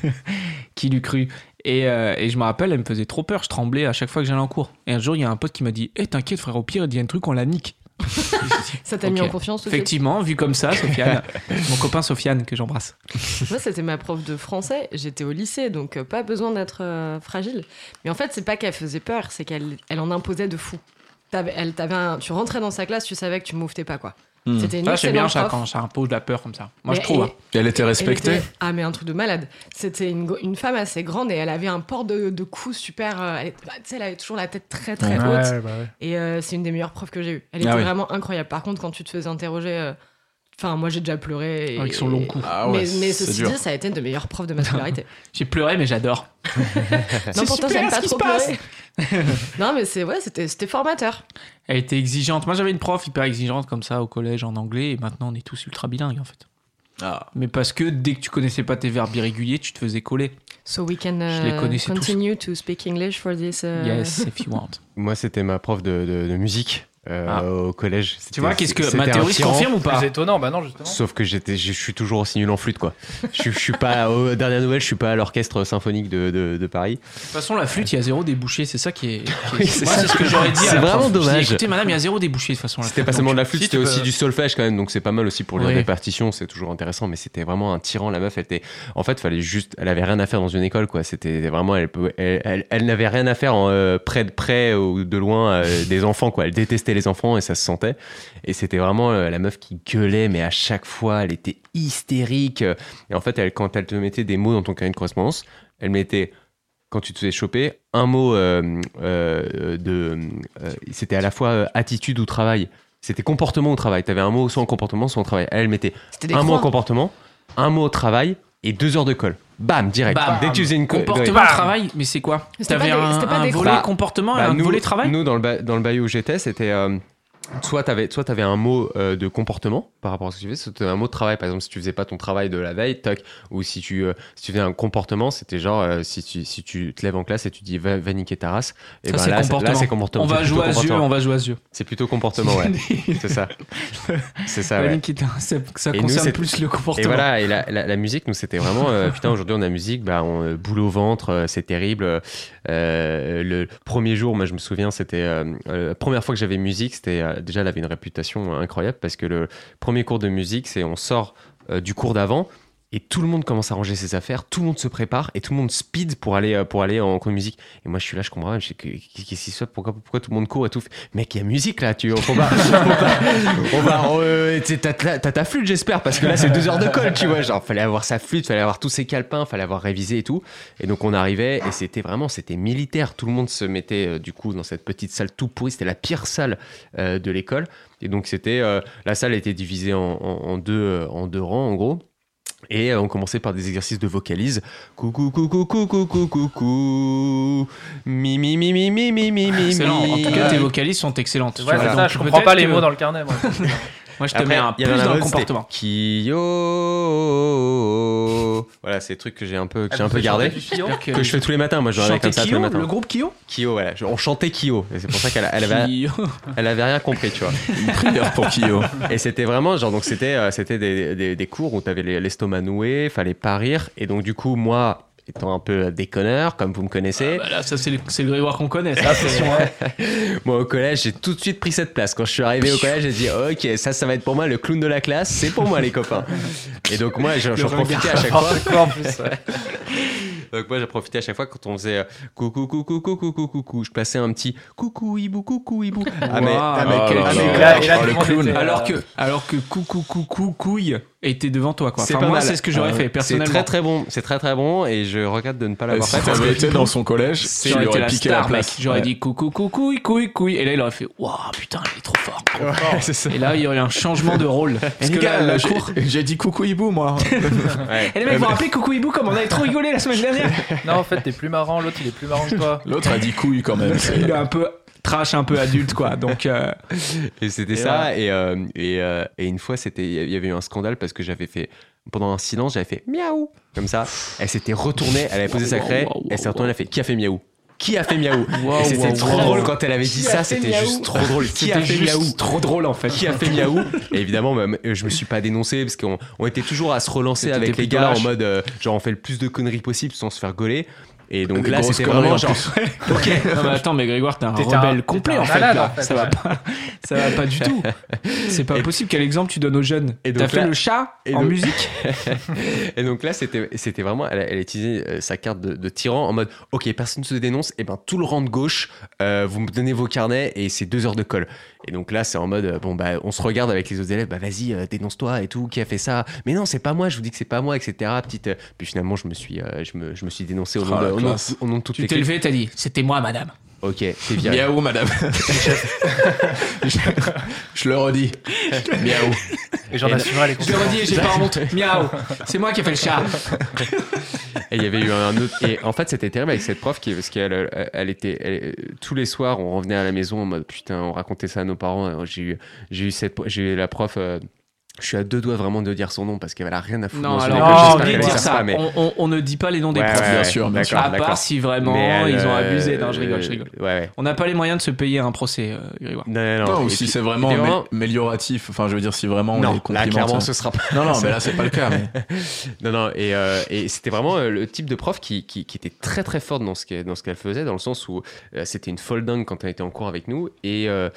Speaker 1: Euh, qui l'eût cru et, euh, et je me rappelle, elle me faisait trop peur, je tremblais à chaque fois que j'allais en cours. Et un jour, il y a un pote qui m'a dit Eh, T'inquiète, frère, au pire, il y a un truc, on la nique.
Speaker 3: Ça t'a
Speaker 1: Ok.
Speaker 3: mis en confiance aussi
Speaker 1: Effectivement, vu comme ça, Sofiane, mon copain Sofiane, que j'embrasse.
Speaker 3: Moi, c'était ma prof de français. J'étais au lycée, donc euh, pas besoin d'être euh, fragile. Mais en fait, c'est pas qu'elle faisait peur, c'est qu'elle elle en imposait de fou. T'avais- elle, t'avais un- tu rentrais dans sa classe, tu savais que tu mouvetais pas, quoi.
Speaker 2: Hmm.
Speaker 3: C'était une
Speaker 1: Ça, j'aime bien
Speaker 3: excellente
Speaker 1: ça
Speaker 3: prof.
Speaker 1: quand ça impose de la peur comme ça. Moi, je
Speaker 3: Mais-
Speaker 1: trouve.
Speaker 3: et-
Speaker 1: hein.
Speaker 2: Et Elle était
Speaker 3: Elle était-
Speaker 2: respectée.
Speaker 3: Ah, mais un truc de malade. C'était une, go- une femme assez grande et elle avait un port de, de cou super. euh, elle, est- bah, tu sais, elle avait toujours la tête très très
Speaker 4: Ouais,
Speaker 3: haute.
Speaker 4: ouais, bah ouais.
Speaker 3: Et euh, c'est une des meilleures preuves que j'ai eues. Elle
Speaker 2: Ah
Speaker 3: était
Speaker 2: oui.
Speaker 3: vraiment incroyable. Par contre, quand tu te faisais interroger. euh, Enfin, moi j'ai déjà pleuré. et-
Speaker 1: Avec son long cou.
Speaker 2: Ah
Speaker 3: mais,
Speaker 2: ouais,
Speaker 3: mais
Speaker 2: c'est
Speaker 3: ceci
Speaker 2: dur.
Speaker 3: dit, ça a été une des meilleures preuves de ma scolarité.
Speaker 1: J'ai pleuré, mais j'adore.
Speaker 3: non,
Speaker 1: C'est
Speaker 3: pourtant,
Speaker 1: super
Speaker 3: j'aime
Speaker 1: ce
Speaker 3: pas
Speaker 1: qui
Speaker 3: trop
Speaker 1: se passe.
Speaker 3: pleurer. non, mais c'est ouais, c'était c'était formateur.
Speaker 1: Elle était exigeante. Moi, j'avais une prof hyper exigeante comme ça au collège en anglais, et maintenant, on est tous ultra bilingues en fait.
Speaker 2: Ah.
Speaker 1: Mais parce que dès que tu connaissais pas tes verbes irréguliers, tu te faisais coller.
Speaker 3: So we can
Speaker 1: Je les
Speaker 3: uh,
Speaker 1: connaissais tous.
Speaker 3: continue to speak English for this. uh,
Speaker 1: Yes, if you want.
Speaker 5: Moi, c'était ma prof de, de- de musique euh,
Speaker 1: Ah.
Speaker 5: au collège. C'était-
Speaker 1: Tu vois, qu'est-ce que
Speaker 5: c'était
Speaker 1: ma
Speaker 5: un
Speaker 1: théorie se
Speaker 5: tyran,
Speaker 1: confirme ou pas
Speaker 4: Plus étonnant, bah non justement.
Speaker 5: Sauf que j'étais, je suis toujours aussi nul en flûte, quoi. Je, je suis pas, aux dernières nouvelles, je suis pas à l'orchestre symphonique de, de- de Paris.
Speaker 1: De toute façon, la flûte, il y a zéro débouché, c'est ça qui est. qui est-
Speaker 5: Oui, c'est
Speaker 1: Moi,
Speaker 5: ça.
Speaker 1: c'est ce que j'aurais dit. à
Speaker 5: C'est
Speaker 1: la prof.
Speaker 5: vraiment
Speaker 1: Je dis,
Speaker 5: dommage.
Speaker 1: Écoutez, madame, il y a zéro débouché de toute façon. la
Speaker 5: C'était
Speaker 1: flûte.
Speaker 5: pas seulement de la flûte,
Speaker 4: si,
Speaker 5: c'était
Speaker 4: tu
Speaker 5: aussi
Speaker 4: peux-
Speaker 5: du solfège quand même, donc c'est pas mal aussi pour lire
Speaker 1: Oui.
Speaker 5: des partitions, c'est toujours intéressant, mais c'était vraiment un tyran, la meuf, elle était, en fait, fallait juste, elle avait rien à faire dans une école, quoi. C'était vraiment, elle, pouvait- elle, elle- elle n'avait rien à faire en, euh, près de près ou de loin euh, des enfants, quoi. Elle détestait les enfants et ça se sentait. Et c'était vraiment euh, la meuf qui gueulait, mais à chaque fois, elle était hystérique. Et en fait, elle, quand elle te mettait des mots dans ton carnet de correspondance, elle mettait, quand tu te faisais choper, un mot euh, euh, de. euh, c'était à la fois euh, attitude ou travail. C'était comportement ou travail. Tu avais un mot soit en comportement, soit en travail. Elle, elle mettait
Speaker 3: C'était des
Speaker 5: un mot en
Speaker 3: croix.
Speaker 5: comportement, un mot au travail et deux heures de colle. Bam, direct.
Speaker 1: Bam.
Speaker 5: Dès que tu faisais une colle.
Speaker 1: Comportement, travail, mais c'est quoi
Speaker 3: C'était
Speaker 1: T'avais
Speaker 3: pas des-
Speaker 1: un,
Speaker 3: c'était pas
Speaker 1: un
Speaker 3: des
Speaker 1: volet
Speaker 5: Bah,
Speaker 1: comportement et
Speaker 5: Bah,
Speaker 1: euh, un
Speaker 5: nous,
Speaker 1: volet travail
Speaker 5: Nous, dans le, ba- dans le bail où j'étais, c'était. euh, Soit t'avais, soit t'avais un mot euh, de comportement par rapport à ce que tu faisais, soit t'avais un mot de travail. Par exemple, si tu faisais pas ton travail de la veille, toc, ou si tu, euh, si tu faisais un comportement, c'était genre euh, si, tu, si tu te lèves en classe et tu dis va, va niquer ta race, et
Speaker 1: Ça,
Speaker 5: ben
Speaker 1: c'est
Speaker 5: là, là,
Speaker 1: comportement.
Speaker 5: c'est comportement.
Speaker 1: On
Speaker 5: C'est
Speaker 1: va
Speaker 5: plutôt
Speaker 1: jouer à yeux,
Speaker 5: comportement.
Speaker 1: on va jouer à yeux.
Speaker 5: C'est plutôt comportement, ouais. c'est ça. C'est ça, ouais.
Speaker 1: Ça, ça
Speaker 5: Et nous,
Speaker 1: concerne
Speaker 5: c'est-
Speaker 1: plus le comportement.
Speaker 5: Et voilà, et la, la- la musique, nous, c'était vraiment, euh, putain, aujourd'hui, on a musique, bah, on euh, boule au ventre, euh, c'est terrible. Euh, euh, le premier jour, moi, je me souviens, c'était euh, euh, la première fois que j'avais musique, c'était euh, déjà, elle avait une réputation euh, incroyable parce que le premier cours de musique, c'est on sort euh, du cours d'avant. Et tout le monde commence à ranger ses affaires, tout le monde se prépare et tout le monde speed pour aller, euh, pour aller en cours de musique. Et moi, je suis là, je comprends rien. je sais que- Qu'est-ce qui se passe pourquoi, pourquoi tout le monde court et tout Mec, il y a musique là, tu, faut pas, faut pas- on va, on- euh, t'sais, t'as t'as- t'as ta flûte, j'espère, parce que là, c'est deux heures de colle, tu vois. Genre, fallait avoir sa flûte, fallait avoir tous ses calepins, fallait avoir révisé et tout. Et donc, on arrivait, et c'était vraiment, c'était militaire. Tout le monde se mettait, euh, du coup, dans cette petite salle tout pourrie. C'était la pire salle euh, de l'école. Et donc, c'était, euh, la salle était divisée en, en- en deux, euh, en deux rangs, en gros. Et euh, on commençait par des exercices de vocalise. Coucou, coucou, coucou, coucou, coucou. Mi, mi, mi, mi, mi, mi, mi, mi.
Speaker 1: Excellent. En tout cas,
Speaker 4: Ouais.
Speaker 1: tes vocalises sont excellentes. tu
Speaker 4: Ouais,
Speaker 1: vois,
Speaker 4: c'est
Speaker 1: donc
Speaker 4: ça, je comprends
Speaker 1: peut-être
Speaker 4: pas les
Speaker 1: que-
Speaker 4: mots dans le carnet. Moi.
Speaker 1: Moi, je te
Speaker 5: Après,
Speaker 1: mets un
Speaker 5: il
Speaker 1: plus
Speaker 5: y avait un
Speaker 1: dans le
Speaker 5: autre, c'était
Speaker 1: comportement.
Speaker 5: Kyo. Voilà, c'est des trucs que j'ai un
Speaker 1: Ah,
Speaker 5: peu, que j'ai un peu gardé.
Speaker 1: C'est-à-dire
Speaker 5: Que je fais tous les matins, moi je regardais
Speaker 1: Chanter
Speaker 5: comme ça tous les
Speaker 1: Kyo,
Speaker 5: matins.
Speaker 1: le groupe Kyo
Speaker 5: Kyo, voilà. Je- On chantait Kyo. Et c'est pour ça qu'elle elle avait,
Speaker 1: Kyo.
Speaker 5: elle avait rien compris, tu vois.
Speaker 2: Une prière pour Kyo.
Speaker 1: Bah,
Speaker 5: Et c'était vraiment genre donc c'était euh, c'était des, des, des cours où t'avais les- l'estomac noué, fallait pas rire et donc du coup moi étant un peu déconneur comme vous me connaissez,
Speaker 1: Voilà, ça, c'est le, c'est le Grégoire qu'on connaît. Ça,
Speaker 4: Là, Ah, c'est ouais.
Speaker 5: moi au collège j'ai tout de suite pris cette place. Quand je suis arrivé au collège j'ai dit ok ça ça va être pour moi le clown de la classe, c'est pour moi les copains. Et donc moi j'en j'en
Speaker 1: regard.
Speaker 5: profitais à chaque fois.
Speaker 4: N'importe quoi Oh, en plus. ouais.
Speaker 5: Donc moi j'ai profité à chaque fois quand on faisait euh, coucou coucou coucou coucou coucou, je passais un petit coucou hibou coucou hibou. Ah mais
Speaker 1: Waouh.
Speaker 5: ah, mais quel-
Speaker 2: Ah,
Speaker 5: ah,
Speaker 2: là,
Speaker 5: mais-
Speaker 2: là.
Speaker 4: là, et
Speaker 2: Oh,
Speaker 4: là, tout
Speaker 2: le
Speaker 4: le monde
Speaker 2: clown.
Speaker 4: était-
Speaker 1: Alors que, alors que coucou coucou couille était devant toi quoi.
Speaker 5: C'est
Speaker 1: Enfin,
Speaker 5: pas
Speaker 1: moi
Speaker 5: mal.
Speaker 1: c'est ce que j'aurais
Speaker 2: Ah,
Speaker 1: fait
Speaker 5: C'est
Speaker 1: personnellement.
Speaker 5: très très bon, c'est très très bon et je regrette de ne pas
Speaker 2: Euh,
Speaker 5: l'avoir
Speaker 1: bah,
Speaker 2: Si
Speaker 5: fait. parce
Speaker 2: t'avais
Speaker 5: que-
Speaker 2: été dans son collège, tu
Speaker 1: J'aurais
Speaker 2: lui
Speaker 1: été
Speaker 2: aurais
Speaker 1: la
Speaker 2: piqué la
Speaker 1: star, mec.
Speaker 2: place.
Speaker 1: J'aurais
Speaker 2: Ouais.
Speaker 1: dit coucou, coucou, couille, couille, couille. Et là, il aurait fait Waouh, putain, il est trop fort.
Speaker 2: Oh,
Speaker 5: c'est ça.
Speaker 1: Et là, il y aurait un changement de rôle. Parce
Speaker 2: Eh,
Speaker 1: que
Speaker 2: les gars,
Speaker 1: là, la
Speaker 2: j'ai-
Speaker 1: cour.
Speaker 2: J'ai dit coucou hibou, moi.
Speaker 5: Ouais.
Speaker 1: Et les mecs, vous rappelez Coucou Hibou comme on avait trop rigolé la semaine dernière
Speaker 4: Non, en fait, t'es plus marrant, l'autre il est plus marrant que toi.
Speaker 2: L'autre a dit couille quand même. C'est-
Speaker 1: Il est un peu trash, un peu adulte, quoi. Donc, euh,
Speaker 5: Et c'était ça. Et, euh, et, euh, et une fois, c'était, il y avait eu un scandale parce que j'avais fait, pendant un silence, j'avais fait miaou, comme ça. Elle s'était retournée, elle avait posé sa craie,
Speaker 1: Wow, wow, wow,
Speaker 5: elle s'est retournée, elle a fait qui a fait miaou Qui a fait miaou
Speaker 1: Wow,
Speaker 5: Et c'était
Speaker 1: wow,
Speaker 5: trop
Speaker 1: wow.
Speaker 5: drôle quand elle avait dit
Speaker 1: Qui a
Speaker 5: ça,
Speaker 1: fait
Speaker 5: c'était
Speaker 1: miaou
Speaker 5: juste trop drôle. Qui a
Speaker 1: c'était
Speaker 5: fait miaou
Speaker 1: juste trop drôle en fait.
Speaker 5: qui a fait miaou Et évidemment, même, euh, je me suis pas dénoncé parce qu'on on était toujours à se relancer
Speaker 1: C'était
Speaker 5: avec
Speaker 1: des
Speaker 5: les gars en
Speaker 1: pitolaches.
Speaker 5: mode euh, genre on fait le plus de conneries possible sans se faire gauler. Et donc
Speaker 2: Des
Speaker 5: là,
Speaker 2: grosses
Speaker 5: c'était
Speaker 2: conneries
Speaker 5: vraiment
Speaker 2: en
Speaker 5: genre
Speaker 1: Ok. Non, mais attends, mais Grégoire, t'es un
Speaker 4: T'étais un-
Speaker 1: rebelle
Speaker 4: t'étais
Speaker 1: complet
Speaker 4: un
Speaker 1: en fait,
Speaker 4: malade,
Speaker 1: là.
Speaker 4: en fait,
Speaker 1: ça, va
Speaker 4: ouais.
Speaker 1: pas, ça va pas du tout. C'est pas
Speaker 5: Et-
Speaker 1: possible. Quel exemple tu donnes aux jeunes
Speaker 5: Et donc
Speaker 1: T'as fait
Speaker 5: là-
Speaker 1: le chat
Speaker 5: et
Speaker 1: en
Speaker 5: donc-
Speaker 1: musique
Speaker 5: Et donc là, c'était c'était vraiment, elle, elle utilisait euh, sa carte de, de tyran en mode, ok, personne ne se dénonce, et ben tout le rang de gauche, euh, vous me donnez vos carnets et c'est deux heures de colle. Et donc là, c'est en mode, euh, bon bah, on se regarde avec les autres élèves, bah vas-y, euh, dénonce-toi et tout, qui a fait ça Mais non, c'est pas moi, je vous dis que c'est pas moi, etc. Petite. euh, Puis finalement, je me suis, euh, je me, je me suis dénoncé au nom,
Speaker 2: Ah,
Speaker 5: de,
Speaker 2: la
Speaker 5: au nom-
Speaker 2: classe.
Speaker 5: au nom de toutes
Speaker 1: Tu
Speaker 5: les
Speaker 1: t'es levé, t'as dit C'était moi, madame.
Speaker 5: Ok, t'es viré.
Speaker 2: Miaou, madame. je, je le redis. Miaou.
Speaker 4: Et j'en assumerai les
Speaker 1: Je le
Speaker 4: conséquences.
Speaker 1: redis et j'ai pas honte. Miaou. C'est moi qui ai fait le chat.
Speaker 5: Et il y avait eu un autre. Et en fait, c'était terrible avec cette prof qui, parce qu'elle, euh, elle était elle- tous les soirs, on revenait à la maison en mode putain, on racontait ça à nos parents. Alors, J'ai eu, j'ai eu cette, j'ai eu la prof. euh, je suis à deux doigts vraiment de dire son nom parce qu'elle a rien à foutre.
Speaker 1: Non,
Speaker 5: dans
Speaker 1: alors,
Speaker 4: non,
Speaker 1: on
Speaker 5: école. J'espère
Speaker 1: oublie
Speaker 5: qu'elle
Speaker 1: de
Speaker 5: les
Speaker 1: dire
Speaker 5: sert
Speaker 1: ça.
Speaker 5: pas, mais-
Speaker 1: On, on- on ne dit pas les noms des
Speaker 5: Ouais,
Speaker 1: profs.
Speaker 5: ouais,
Speaker 2: bien
Speaker 5: ouais,
Speaker 2: sûr, bien sûr.
Speaker 5: d'accord,
Speaker 1: à part
Speaker 5: d'accord.
Speaker 1: si vraiment
Speaker 5: Mais elle,
Speaker 1: ils ont
Speaker 5: euh,
Speaker 1: abusé. Non, je rigole, je
Speaker 5: euh,
Speaker 1: rigole.
Speaker 5: Ouais, ouais.
Speaker 1: On n'a pas les moyens de se payer un procès, euh, Grégoire.
Speaker 5: Non, non, non.
Speaker 2: Non,
Speaker 5: Et
Speaker 2: ou si
Speaker 5: puis-
Speaker 2: c'est vraiment
Speaker 5: et puis
Speaker 2: amé- amélioratif. Enfin, je veux dire, si vraiment on les
Speaker 5: Non, là,
Speaker 2: complimente.
Speaker 5: clairement, ce sera pas.
Speaker 2: Non, non, mais là, c'est pas le cas. mais-
Speaker 5: Non, non, et, euh, et c'était vraiment euh, le type de prof qui, qui, qui était très très forte dans ce qu'elle dans ce qu'elle faisait, dans le sens où euh, c'était une folle dingue quand elle était en cours avec nous. Et, euh,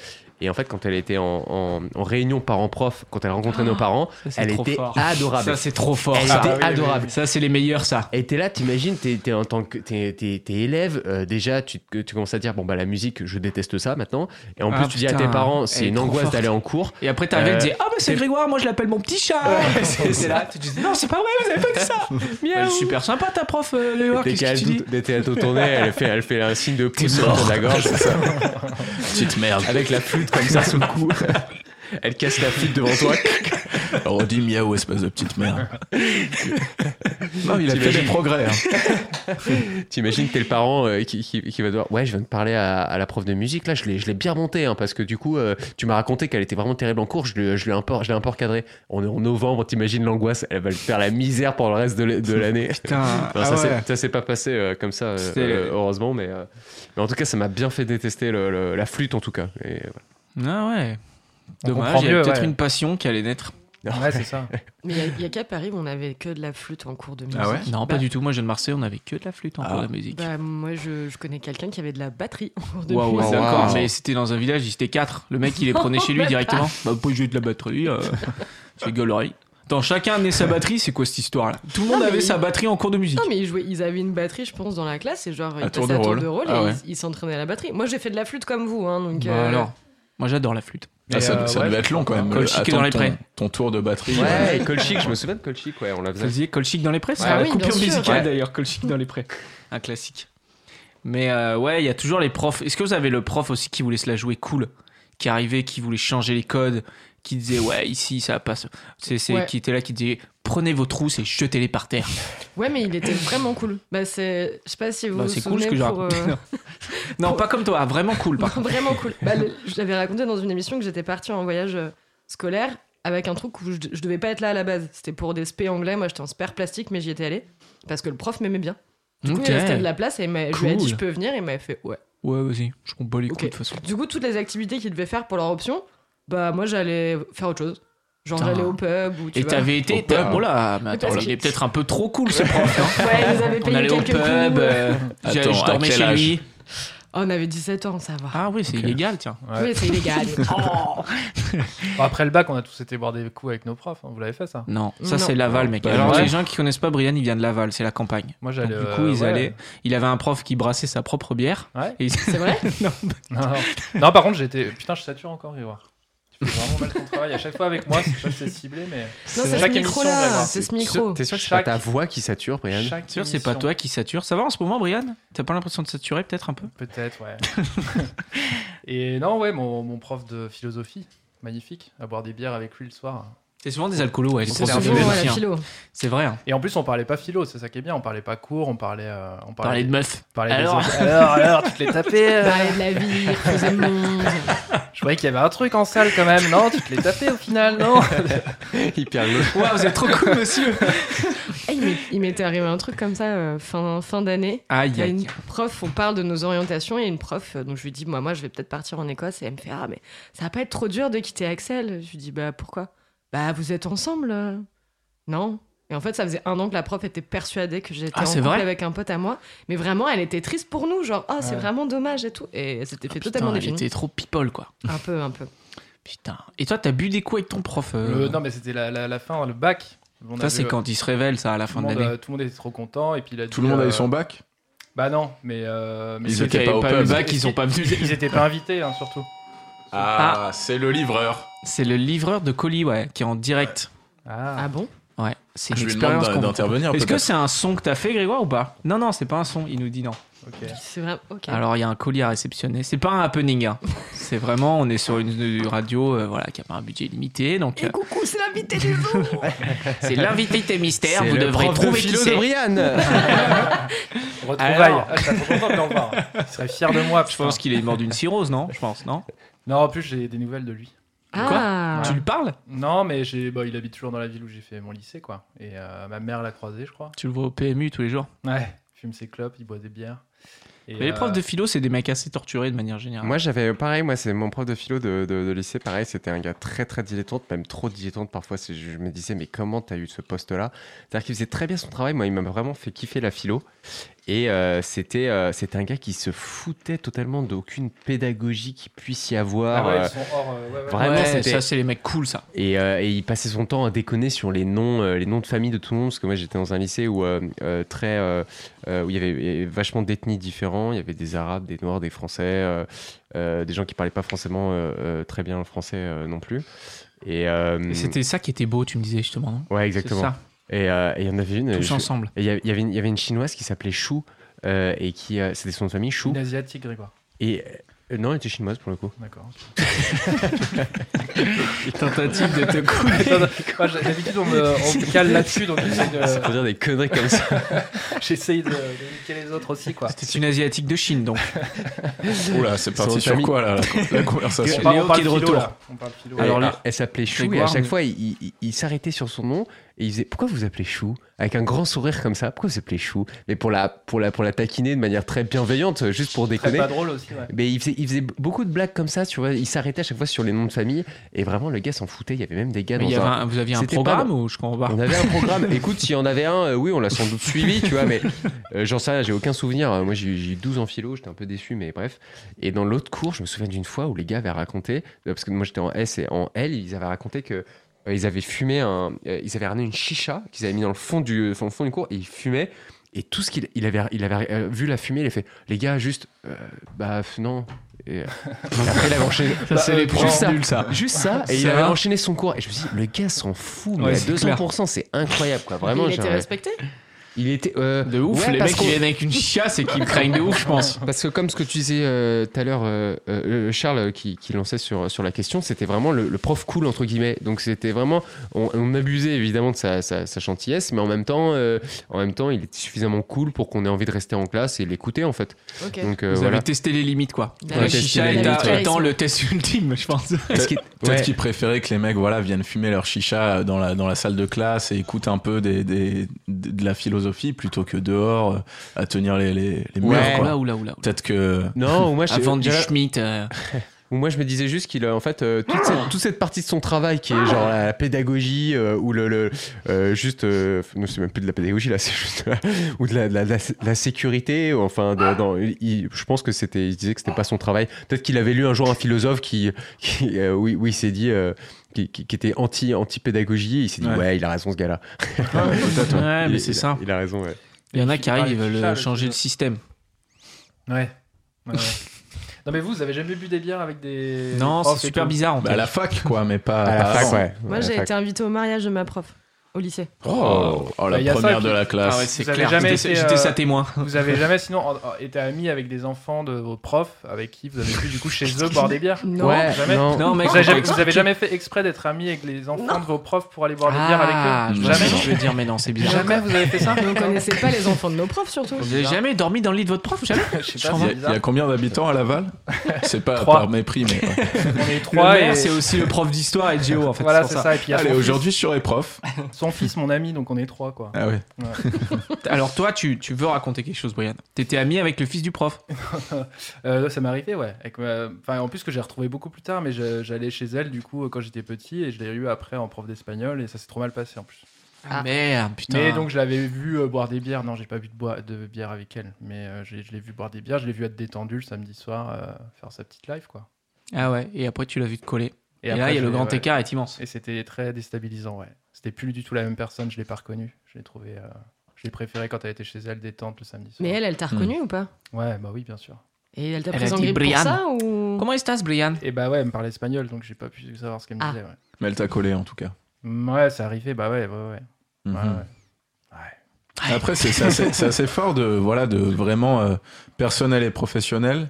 Speaker 5: et en fait, quand elle était en, en, en réunion parents-prof, quand elle rencontrait nos parents,
Speaker 1: Ah, Ça, c'est
Speaker 5: elle
Speaker 1: trop
Speaker 5: était
Speaker 1: fort.
Speaker 5: adorable.
Speaker 1: Ça, c'est trop fort. Ah
Speaker 5: elle
Speaker 1: ça.
Speaker 5: était
Speaker 4: oui, oui,
Speaker 5: adorable.
Speaker 1: Ça, c'est les meilleurs, ça.
Speaker 5: Et t'es là, t'imagines, t'es t'es en tant que t'es t'es- t'es élève, euh, déjà tu, que tu commences à dire bon bah la musique, je déteste ça maintenant. Et en
Speaker 1: Ah,
Speaker 5: plus tu dis à
Speaker 1: putain,
Speaker 5: tes parents,
Speaker 1: elle
Speaker 5: c'est
Speaker 1: est
Speaker 5: une
Speaker 1: trop
Speaker 5: angoisse
Speaker 1: forte.
Speaker 5: d'aller en cours.
Speaker 1: Et après, t'arrives et
Speaker 5: Euh,
Speaker 1: tu dis Ah, mais c'est Grégoire, moi je l'appelle mon petit chat. c'est là, tu te dis Non, c'est pas vrai, vous avez pas dit ça. Elle est super sympa, ta prof, euh, Léo.
Speaker 5: Dès
Speaker 1: Qu'est-ce que
Speaker 5: qu'elle
Speaker 1: tu dis
Speaker 5: doute- dès qu'elle te tournait, elle fait, elle fait un signe de pouce
Speaker 1: mort.
Speaker 5: autour de la gorge.
Speaker 2: Petite merde.
Speaker 5: avec la flûte comme ça sous le cou. Elle casse la flûte devant toi.
Speaker 2: Redis miaou, espèce de petite merde. non, il a fait des progrès. hein.
Speaker 5: T'imagines, t'es le parent euh, qui, qui, qui va devoir. Ouais, je viens de parler à, à la prof de musique. Là, je l'ai, je l'ai bien monté hein, parce que du coup, euh, tu m'as raconté qu'elle était vraiment terrible en cours. Je l'ai, je l'ai un peu, je l'ai un peu recadré. On est en novembre, t'imagines l'angoisse. Elle va lui faire la misère pour le reste de, l'a- de l'année.
Speaker 1: Putain,
Speaker 5: Non,
Speaker 1: ah
Speaker 5: ça,
Speaker 1: ouais.
Speaker 5: s'est, ça s'est pas passé euh, comme ça, euh,
Speaker 1: C'était-
Speaker 5: euh, heureusement, mais, euh, mais en tout cas, ça m'a bien fait détester le- le- la flûte en tout cas. Et,
Speaker 1: Ah ouais.
Speaker 4: On
Speaker 1: Dommage,
Speaker 4: comprend
Speaker 1: il y avait
Speaker 4: mieux,
Speaker 1: peut-être
Speaker 4: ouais.
Speaker 1: une passion qui allait naître.
Speaker 4: Ouais, c'est ça.
Speaker 3: Mais il n'y a, qu'à Paris où on avait que de la flûte en cours de musique.
Speaker 2: Ah ouais
Speaker 1: Non,
Speaker 3: Bah-
Speaker 1: pas du tout. Moi, je viens de Marseille, on avait que de la flûte en
Speaker 2: Ah.
Speaker 1: cours de musique.
Speaker 3: Bah, moi, je, je connais quelqu'un qui avait de la batterie en cours de
Speaker 1: Waouh,
Speaker 3: musique.
Speaker 1: ouais, d'accord,
Speaker 2: Waouh.
Speaker 1: mais c'était dans un village, ils étaient quatre. Le mec, il les prenait chez lui directement. Bah, pas jouer de la batterie, euh, c'est gaulerie. Attends, chacun amenait sa batterie, c'est quoi cette histoire là Tout le monde
Speaker 3: Non, mais
Speaker 1: avait
Speaker 3: il-
Speaker 1: sa batterie en cours de musique.
Speaker 3: Non, mais ils, jouaient, ils avaient une batterie, je pense, dans la classe et genre, ils
Speaker 2: tour de
Speaker 3: passaient à tour
Speaker 2: rôle.
Speaker 3: de rôle
Speaker 2: Ah
Speaker 3: et
Speaker 2: ouais.
Speaker 3: ils- ils s'entraînaient à la batterie. Moi, j'ai fait de la flûte comme vous, hein, donc.
Speaker 1: Bah
Speaker 3: euh,
Speaker 1: alors, moi j'adore la flûte.
Speaker 2: Ah, ça
Speaker 4: Mais, euh,
Speaker 2: ça
Speaker 4: ouais.
Speaker 2: devait être long quand même.
Speaker 1: Colchic est dans les
Speaker 2: ton-
Speaker 1: prés.
Speaker 2: Ton tour de batterie. euh,
Speaker 5: ouais, et Colchic, je me souviens de Colchic, ouais, on la
Speaker 1: Vous
Speaker 5: faisait.
Speaker 1: faisiez Colchic dans les prés C'est
Speaker 3: Ouais,
Speaker 1: la
Speaker 3: oui,
Speaker 1: coupure
Speaker 3: bien sûr.
Speaker 1: musicale
Speaker 5: Ouais.
Speaker 1: d'ailleurs, Colchic dans les prés. Un classique. Mais euh, ouais, il y a toujours les profs. Est-ce que vous avez le prof aussi qui vous laisse la jouer cool qui arrivait, qui voulait changer les codes, qui disait ouais ici ça passe. C'est c'est-
Speaker 3: Ouais.
Speaker 1: qui était là, qui disait prenez vos trousses et jetez-les par terre.
Speaker 3: Ouais, mais il était vraiment cool. Bah, c'est. Je sais pas si vous.
Speaker 1: Bah,
Speaker 3: vous
Speaker 1: c'est cool ce
Speaker 3: souvenez
Speaker 1: que j'ai
Speaker 3: pour,
Speaker 1: raconté.
Speaker 3: euh,
Speaker 1: Non, Non, pas comme toi, vraiment cool par contre.
Speaker 3: vraiment cool. Bah, le- J'avais raconté dans une émission que j'étais partie en voyage euh, scolaire avec un truc où je, je devais pas être là à la base. C'était pour des spé anglais. Moi, j'étais en spare plastique, mais j'y étais allée parce que le prof m'aimait bien. Du coup,
Speaker 1: Ok.
Speaker 3: il restait de la place et il m'a- je lui ai dit
Speaker 1: Cool.
Speaker 3: je peux venir et il m'avait fait ouais.
Speaker 1: Ouais, vas-y, je comprends pas les
Speaker 3: Ok.
Speaker 1: couilles de toute façon.
Speaker 3: Du coup, toutes les activités qu'il devait faire pour leur option, bah moi j'allais faire autre chose. Genre
Speaker 1: Putain.
Speaker 3: j'allais au pub ou tu
Speaker 1: Et
Speaker 3: vois.
Speaker 1: t'avais été.
Speaker 2: Au
Speaker 1: t'as-
Speaker 2: pub.
Speaker 1: Oh là, mais attends,
Speaker 3: Parce
Speaker 1: là,
Speaker 3: que-
Speaker 1: il est peut-être un peu trop cool ce prof. non
Speaker 3: Ouais, ils nous avaient
Speaker 1: On
Speaker 3: payé
Speaker 1: allait au
Speaker 3: quelques
Speaker 1: pub,
Speaker 3: coups.
Speaker 1: euh,
Speaker 2: Attends,
Speaker 1: j'ai- je
Speaker 2: à
Speaker 1: dormais
Speaker 2: quel
Speaker 1: chez
Speaker 2: âge
Speaker 1: lui.
Speaker 3: Oh, on avait 17 ans, ça va.
Speaker 1: Ah oui, c'est
Speaker 2: Ok.
Speaker 1: illégal, tiens.
Speaker 4: Ouais.
Speaker 3: Oui, c'est illégal. Oh.
Speaker 4: Bon, après le bac, on a tous été boire des coups avec nos profs. hein. Vous l'avez fait ça
Speaker 1: Non, ça
Speaker 3: Non.
Speaker 1: c'est Laval, mec.
Speaker 2: Bah,
Speaker 1: Alors
Speaker 4: ouais.
Speaker 1: les gens qui connaissent pas Brian, il vient de Laval, c'est la campagne.
Speaker 4: Moi,
Speaker 1: Donc,
Speaker 4: j'allais.
Speaker 1: du
Speaker 4: euh,
Speaker 1: coup, ils
Speaker 4: ouais.
Speaker 1: allaient. Il avait un prof qui brassait sa propre bière.
Speaker 4: Ouais.
Speaker 1: Et
Speaker 3: C'est vrai
Speaker 4: Non, non. Non, par contre, j'étais. Putain, je sature encore, Grégoire. Tu fais vraiment mal ton travail. À chaque fois avec moi, je sais pas si c'est ciblé, mais.
Speaker 3: Non, c'est ce
Speaker 4: Chaque
Speaker 3: micro
Speaker 4: émission,
Speaker 3: là.
Speaker 4: Grégoire.
Speaker 3: C'est ce micro.
Speaker 5: hein. T'es sûr que c'est
Speaker 4: Chaque-
Speaker 5: pas ta voix qui sature, Brian
Speaker 4: Chaque
Speaker 1: sûr, c'est pas
Speaker 4: émission.
Speaker 1: toi qui sature. Ça va en ce moment, Brian T'as pas l'impression de saturer peut-être un peu
Speaker 4: Peut-être, ouais. Et non, ouais, mon, mon prof de philosophie, magnifique, à boire des bières avec lui le soir.
Speaker 1: C'est souvent des alcoolos, ouais. les
Speaker 4: C'est
Speaker 1: profs
Speaker 4: un
Speaker 1: de
Speaker 4: peu
Speaker 1: philo,
Speaker 3: Souvent, à la
Speaker 1: tiens.
Speaker 3: philo.
Speaker 1: C'est vrai. hein.
Speaker 4: Et en plus, on parlait pas philo, c'est ça qui est bien. On parlait pas cours, on parlait. euh, on
Speaker 1: Parler de meufs.
Speaker 4: parlait des
Speaker 1: Alors
Speaker 4: autres. alors, alors, tu te l'es tapé. euh.
Speaker 3: Parler Bah, de la vie, creuser le monde.
Speaker 4: Je croyais qu'il y avait un truc en salle quand même, non Tu te l'es tapé au final, non
Speaker 5: Hyper lourd.
Speaker 1: Waouh, vous êtes trop cool, monsieur.
Speaker 3: Eh, il m'est- il m'était arrivé un truc comme ça euh, fin, fin d'année. Il
Speaker 1: Aïe,
Speaker 3: y a
Speaker 1: aïe.
Speaker 3: une prof, on parle de nos orientations, et une prof, euh, donc je lui dis, moi, moi, je vais peut-être partir en Écosse, et elle me fait, ah, mais ça va pas être trop dur de quitter Axel. Je lui dis, bah, pourquoi Bah, vous êtes ensemble euh. Non. Et en fait, ça faisait un an que la prof était persuadée que j'étais
Speaker 1: Ah,
Speaker 3: en
Speaker 1: c'est
Speaker 3: couple
Speaker 1: vrai
Speaker 3: avec un pote à moi, mais vraiment, elle était triste pour nous, genre, oh, c'est
Speaker 4: Ouais.
Speaker 3: vraiment dommage et tout. Et elle s'était
Speaker 1: Ah, Oh,
Speaker 3: fait
Speaker 1: Putain,
Speaker 3: totalement
Speaker 1: elle
Speaker 3: définir.
Speaker 1: était trop people, quoi.
Speaker 3: Un peu, un peu.
Speaker 1: Putain. Et toi, t'as bu des coups avec ton prof euh,
Speaker 4: Le- Non, mais c'était la, la- la fin, le bac. On
Speaker 1: Ça,
Speaker 4: avait,
Speaker 1: c'est
Speaker 4: euh,
Speaker 1: quand il se révèle, ça, à la
Speaker 4: Tout
Speaker 1: fin
Speaker 4: le,
Speaker 1: de
Speaker 4: monde,
Speaker 1: l'année.
Speaker 4: euh, tout le monde était trop content et puis il a dit,
Speaker 2: Tout le monde a
Speaker 4: euh,
Speaker 2: eu son bac
Speaker 4: Bah non, mais, euh, mais
Speaker 2: Ils
Speaker 4: c'est-
Speaker 2: étaient
Speaker 1: T'avais
Speaker 2: pas au
Speaker 1: pas le
Speaker 2: pub.
Speaker 1: bac, ils ont pas venu.
Speaker 4: ils étaient pas invités hein, surtout.
Speaker 1: Ah,
Speaker 2: c'est le livreur.
Speaker 1: C'est le livreur de colis, ouais, qui est en direct.
Speaker 3: Ah, bon
Speaker 1: Ouais, c'est
Speaker 2: Je
Speaker 1: une
Speaker 2: lui demande
Speaker 1: expérience
Speaker 2: d'in-
Speaker 1: qu'on
Speaker 2: d'intervenir.
Speaker 1: Est-ce que
Speaker 2: peut-être.
Speaker 1: c'est un son que t'as fait, Grégoire, ou pas Non, non, c'est pas un son. Il nous dit non.
Speaker 4: ok.
Speaker 3: C'est vraiment. Ok.
Speaker 1: Alors, il y a un colis à réceptionner. C'est pas un happening. hein. C'est vraiment, on est sur une, une radio euh, voilà, qui a pas un budget limité. Donc, euh,
Speaker 3: Et coucou, c'est l'invité du jour
Speaker 1: c'est l'invité mystère.
Speaker 5: C'est
Speaker 1: Vous
Speaker 5: le
Speaker 1: devrez
Speaker 5: prof de
Speaker 1: trouver qui
Speaker 5: philo de
Speaker 1: c'est.
Speaker 5: Brian.
Speaker 4: Retrouvailles. Ah, je serais trop content de le revoir. Il serait hein. fier de moi.
Speaker 1: Je
Speaker 4: putain.
Speaker 1: pense qu'il est mort d'une cirrhose, non Je pense, non
Speaker 4: Non, en plus, j'ai des nouvelles de lui.
Speaker 3: Ah
Speaker 1: Tu lui parles
Speaker 4: Non, mais j'ai, bah, il habite toujours dans la ville où j'ai fait mon lycée, quoi. Et euh, ma mère l'a croisé, je crois.
Speaker 1: Tu le vois au PMU tous les jours.
Speaker 4: Ouais. Il fume ses clopes, il boit des bières. Et,
Speaker 1: Mais les
Speaker 4: euh,
Speaker 1: profs de philo, c'est des mecs assez torturés de manière générale.
Speaker 5: Moi, j'avais pareil. Moi, c'est mon prof de philo de, de- de lycée. Pareil, c'était un gars très très dilettante, même trop dilettante parfois. c'est- Je me disais, mais comment t'as eu ce poste-là C'est-à-dire qu'il faisait très bien son travail. Moi, il m'a vraiment fait kiffer la philo. Et euh, c'était euh, c'était un gars qui se foutait totalement d'aucune pédagogie qui puisse y
Speaker 4: Ah
Speaker 5: avoir.
Speaker 4: ouais,
Speaker 5: euh,
Speaker 4: ils sont hors. euh, ouais, ouais.
Speaker 5: vraiment,
Speaker 1: Ouais,
Speaker 5: c'était-
Speaker 1: ça, c'est les mecs cool, ça.
Speaker 5: et, euh, et il passait son temps à déconner sur les noms, euh, les noms de famille de tout le monde, parce que moi j'étais dans un lycée où euh, euh, très, euh, euh, où il y avait euh, vachement d'ethnies différentes. Il y avait des Arabes, des Noirs, des Français, euh, euh, des gens qui parlaient pas forcément euh, euh, très bien le français euh, non plus. Et, euh,
Speaker 1: Et C'était ça qui était beau, tu me disais justement. non
Speaker 5: ouais,
Speaker 1: C'est
Speaker 5: exactement.
Speaker 1: ça,
Speaker 5: Et euh, et il y en avait une.
Speaker 1: tous
Speaker 5: je-
Speaker 1: ensemble.
Speaker 5: et Il y, avait- il y avait une- il y avait une chinoise qui s'appelait Chou euh, et qui euh, c'était son nom de famille Chou.
Speaker 4: Une asiatique, Grégoire.
Speaker 5: Et euh, non, elle était chinoise pour le coup.
Speaker 4: D'accord.
Speaker 1: Tentative de te couper.
Speaker 4: Attends, moi, j'ai- D'habitude, on me, on me cale là-dessus, donc j'essaye
Speaker 5: C'est pour
Speaker 4: de,
Speaker 5: dire des conneries comme ça.
Speaker 4: j'essaye de, de niquer les autres aussi, quoi.
Speaker 1: C'était une asiatique de Chine, donc.
Speaker 2: Oula, c'est
Speaker 5: Son
Speaker 2: parti sur
Speaker 5: famille.
Speaker 2: quoi là, la, la conversation
Speaker 1: Léo qui est de retour.
Speaker 4: là. On parle philo.
Speaker 1: Alors,
Speaker 5: Alors
Speaker 1: les-
Speaker 5: elle s'appelait Chou et à
Speaker 1: Grégoire,
Speaker 5: chaque
Speaker 1: mais-
Speaker 5: fois il, il- il s'arrêtait sur son nom et il disait pourquoi vous appelez Chou avec un grand sourire comme ça pourquoi vous appelez Chou mais pour la pour la pour la taquiner de manière très bienveillante euh, juste pour
Speaker 4: Très
Speaker 5: déconner
Speaker 4: pas drôle aussi, ouais.
Speaker 5: mais il faisait, il faisait beaucoup de blagues comme ça tu vois il s'arrêtait à chaque fois sur les noms de famille et vraiment le gars s'en foutait il y avait même des gars
Speaker 1: Mais
Speaker 5: dans
Speaker 1: il y avait
Speaker 5: un-
Speaker 1: un- vous aviez un
Speaker 5: C'était
Speaker 1: programme
Speaker 5: pas-
Speaker 1: ou je comprends pas
Speaker 5: on avait un programme. Écoute, s'il y en avait un, euh, oui, on l'a sans doute suivi, tu vois, mais euh, j'en sais rien, j'ai aucun souvenir. Euh, Moi, j'ai j'ai eu 12 en philo, j'étais un peu déçu, mais bref. Et dans l'autre cours, je me souviens d'une fois où les gars avaient raconté, euh, parce que moi j'étais en S et en L, ils avaient raconté que. euh, Ils avaient fumé un, euh, ils avaient ramené une chicha qu'ils avaient mis dans le fond du, enfin, le fond du cours et ils fumaient et tout ce qu'il il avait, il avait euh, vu la fumée, il a fait les gars juste, euh, bah non. Et, euh, et après il avait enchaîné,
Speaker 1: Ça,
Speaker 4: Bah, euh,
Speaker 5: juste ça.
Speaker 1: nuls, ça.
Speaker 5: Juste ça,
Speaker 1: Ça
Speaker 5: et il avait
Speaker 1: va
Speaker 5: enchaîné son cours. Et je me suis dit, le gars s'en fout, mais
Speaker 1: Ouais,
Speaker 5: à
Speaker 1: c'est clair.
Speaker 5: 200%, c'est incroyable, quoi. Vraiment, euh,
Speaker 3: Il était
Speaker 5: j'aurais-
Speaker 3: respecté
Speaker 6: Il était. euh,
Speaker 1: De ouf,
Speaker 6: ouais,
Speaker 1: les
Speaker 6: parce
Speaker 1: mecs
Speaker 6: qu'on-
Speaker 1: qui viennent avec une chiasse et qui me craignent de ouf, je pense.
Speaker 5: Euh,
Speaker 6: Parce que comme ce que tu disais euh, tout à l'heure, euh, euh, euh, Charles, euh, qui, qui lançait sur, sur la question, c'était vraiment le, le prof cool, entre guillemets. Donc c'était vraiment... On, on abusait évidemment de sa, sa, sa gentillesse, mais en même, temps, euh, en même temps, il était suffisamment cool pour qu'on ait envie de rester en classe et l'écouter, en fait.
Speaker 3: Ok.
Speaker 6: Donc euh,
Speaker 1: Vous
Speaker 6: voilà.
Speaker 1: avez testé les limites, quoi.
Speaker 3: Ouais,
Speaker 1: La
Speaker 6: testé
Speaker 1: chicha
Speaker 6: les
Speaker 1: est
Speaker 6: limites,
Speaker 1: à-
Speaker 3: ouais.
Speaker 1: étant le test ultime, je pense.
Speaker 6: Parce qu'il-
Speaker 2: Peut-être
Speaker 6: ouais.
Speaker 2: qu'ils préféraient que les mecs voilà, viennent fumer leur chicha dans la, dans la salle de classe et écoutent un peu des, des- de la philosophie plutôt que dehors euh, à tenir les, les, les murs.
Speaker 6: Ouais.
Speaker 2: quoi.
Speaker 1: Oula, oula, oula.
Speaker 2: Peut-être que.
Speaker 5: Non, ou moi,
Speaker 1: Avant du
Speaker 5: déjà-
Speaker 1: Schmitt. euh,
Speaker 5: Ou moi, je me disais juste qu'il a en fait euh, toute, cette, toute cette partie de son travail qui est genre la, la pédagogie euh, ou le, le, euh, juste euh, non c'est même plus de la pédagogie là c'est juste de la- ou de la, de la- de la- de la sécurité ou enfin de- dans- il- il- je pense que c'était il disait que c'était pas son travail peut-être qu'il avait lu un jour un philosophe qui, qui euh, oui oui s'est dit euh, qui, qui- qui était anti anti pédagogie il s'est dit ouais.
Speaker 2: Ouais.
Speaker 5: il a raison ce gars là
Speaker 1: Ouais, mais c'est ça.
Speaker 5: il a raison ouais.
Speaker 1: Il y en a qui arrivent, ils
Speaker 4: Ah, les
Speaker 1: veulent
Speaker 4: chichas,
Speaker 1: changer
Speaker 4: le- Oh,
Speaker 1: le système.
Speaker 4: Ouais. Ouais, ouais. non, mais vous, vous avez jamais bu des bières avec des.
Speaker 1: Non,
Speaker 4: des profs
Speaker 1: c'est
Speaker 4: et
Speaker 1: super
Speaker 4: tout
Speaker 1: bizarre. En
Speaker 2: Bah, à la fac, quoi, mais pas.
Speaker 5: à la
Speaker 2: pas
Speaker 5: fac
Speaker 2: avant.
Speaker 5: ouais
Speaker 3: Moi,
Speaker 5: À la
Speaker 3: j'ai
Speaker 5: fac.
Speaker 3: été invitée au mariage de ma prof au lycée.
Speaker 2: Oh, oh, la
Speaker 4: Bah, y a ça
Speaker 2: première
Speaker 4: qui-
Speaker 2: de la classe.
Speaker 1: Ah ouais, c'est
Speaker 4: Vous avez
Speaker 1: clair.
Speaker 4: jamais
Speaker 1: J'étais
Speaker 4: été,
Speaker 1: j'étais
Speaker 4: euh,
Speaker 1: sa témoin.
Speaker 4: Vous avez jamais, sinon, en- en- été ami avec des enfants de vos profs avec qui vous avez pu, du coup, chez eux, boire des bières
Speaker 3: Non.
Speaker 6: Ouais,
Speaker 4: jamais.
Speaker 6: non.
Speaker 1: Non, mec,
Speaker 4: vous avez,
Speaker 1: faut
Speaker 4: jamais,
Speaker 1: pas-
Speaker 4: vous avez jamais fait exprès d'être ami avec les enfants de vos profs pour aller boire des bières
Speaker 1: Ah,
Speaker 4: avec
Speaker 1: je
Speaker 4: eux
Speaker 1: vois ce que
Speaker 4: Jamais
Speaker 1: je veux dire, mais non, c'est bizarre.
Speaker 4: Jamais vous avez fait ça
Speaker 3: Mais on connaissait pas les enfants de nos profs, surtout.
Speaker 1: Vous avez jamais dormi dans le lit de votre prof Jamais
Speaker 4: Je sais
Speaker 1: Je
Speaker 4: pas,
Speaker 2: Il y, a-
Speaker 4: c'est
Speaker 2: il y a
Speaker 4: bizarre.
Speaker 2: combien d'habitants à Laval C'est pas
Speaker 4: Trois.
Speaker 2: par mépris, mais. ouais.
Speaker 4: On est
Speaker 1: Le
Speaker 4: trois
Speaker 1: maire,
Speaker 4: et.
Speaker 1: c'est aussi le prof d'histoire et de géo, en fait.
Speaker 4: Voilà,
Speaker 1: c'est
Speaker 4: c'est
Speaker 1: pour
Speaker 4: ça. Et puis il y a
Speaker 2: Allez,
Speaker 4: son,
Speaker 2: aujourd'hui, je suis prof.
Speaker 4: fils, son fils, mon ami, donc on est trois, quoi.
Speaker 2: Ah ouais.
Speaker 1: ça. Alors, toi, tu, tu veux raconter quelque chose, Brian T'étais ami avec le fils du prof.
Speaker 4: Euh, ça m'est arrivé, ouais. Avec ma- enfin, en plus que j'ai retrouvé beaucoup plus tard, mais je- j'allais chez elle du coup euh, quand j'étais petit et je l'ai eu après en prof d'espagnol et ça s'est trop mal passé en plus.
Speaker 1: Ah, merde, putain.
Speaker 4: Mais donc je l'avais vu euh, boire des bières. Non, j'ai pas bu de, boi- de bière avec elle, mais euh, j'ai- je l'ai vu boire des bières. Je l'ai vu être détendu le samedi soir, euh, faire sa petite live quoi.
Speaker 1: Ah ouais, et après, tu l'as vu te coller. Et,
Speaker 4: après,
Speaker 1: là, il y a
Speaker 4: je
Speaker 1: le
Speaker 4: l'ai-
Speaker 1: grand
Speaker 4: ouais.
Speaker 1: écart est immense.
Speaker 4: Et c'était très déstabilisant, ouais. C'était plus du tout la même personne. Je l'ai pas reconnue. Je l'ai trouvé. euh, Je l'ai préféré quand elle était chez elle détente le samedi soir.
Speaker 3: Mais elle, elle t'a reconnue ou pas
Speaker 4: Ouais, bah oui, bien sûr.
Speaker 3: Et elle t'a
Speaker 1: Hmm. Elle a
Speaker 3: prise en
Speaker 1: dit
Speaker 3: grippe pour
Speaker 1: Brianne.
Speaker 3: ça ou
Speaker 1: Comment est-ce, Brian
Speaker 4: Et bah ouais, elle me parlait espagnol, donc j'ai pas pu savoir ce qu'elle me
Speaker 3: Ah.
Speaker 4: disait. Ouais.
Speaker 2: Mais elle t'a collé, en tout cas.
Speaker 4: Ouais, ça arrivait, bah ouais, ouais, ouais.
Speaker 2: Mhm.
Speaker 4: Ouais, ouais.
Speaker 2: Après, c'est c'est assez, c'est assez fort de, voilà, de vraiment euh, personnel et professionnel,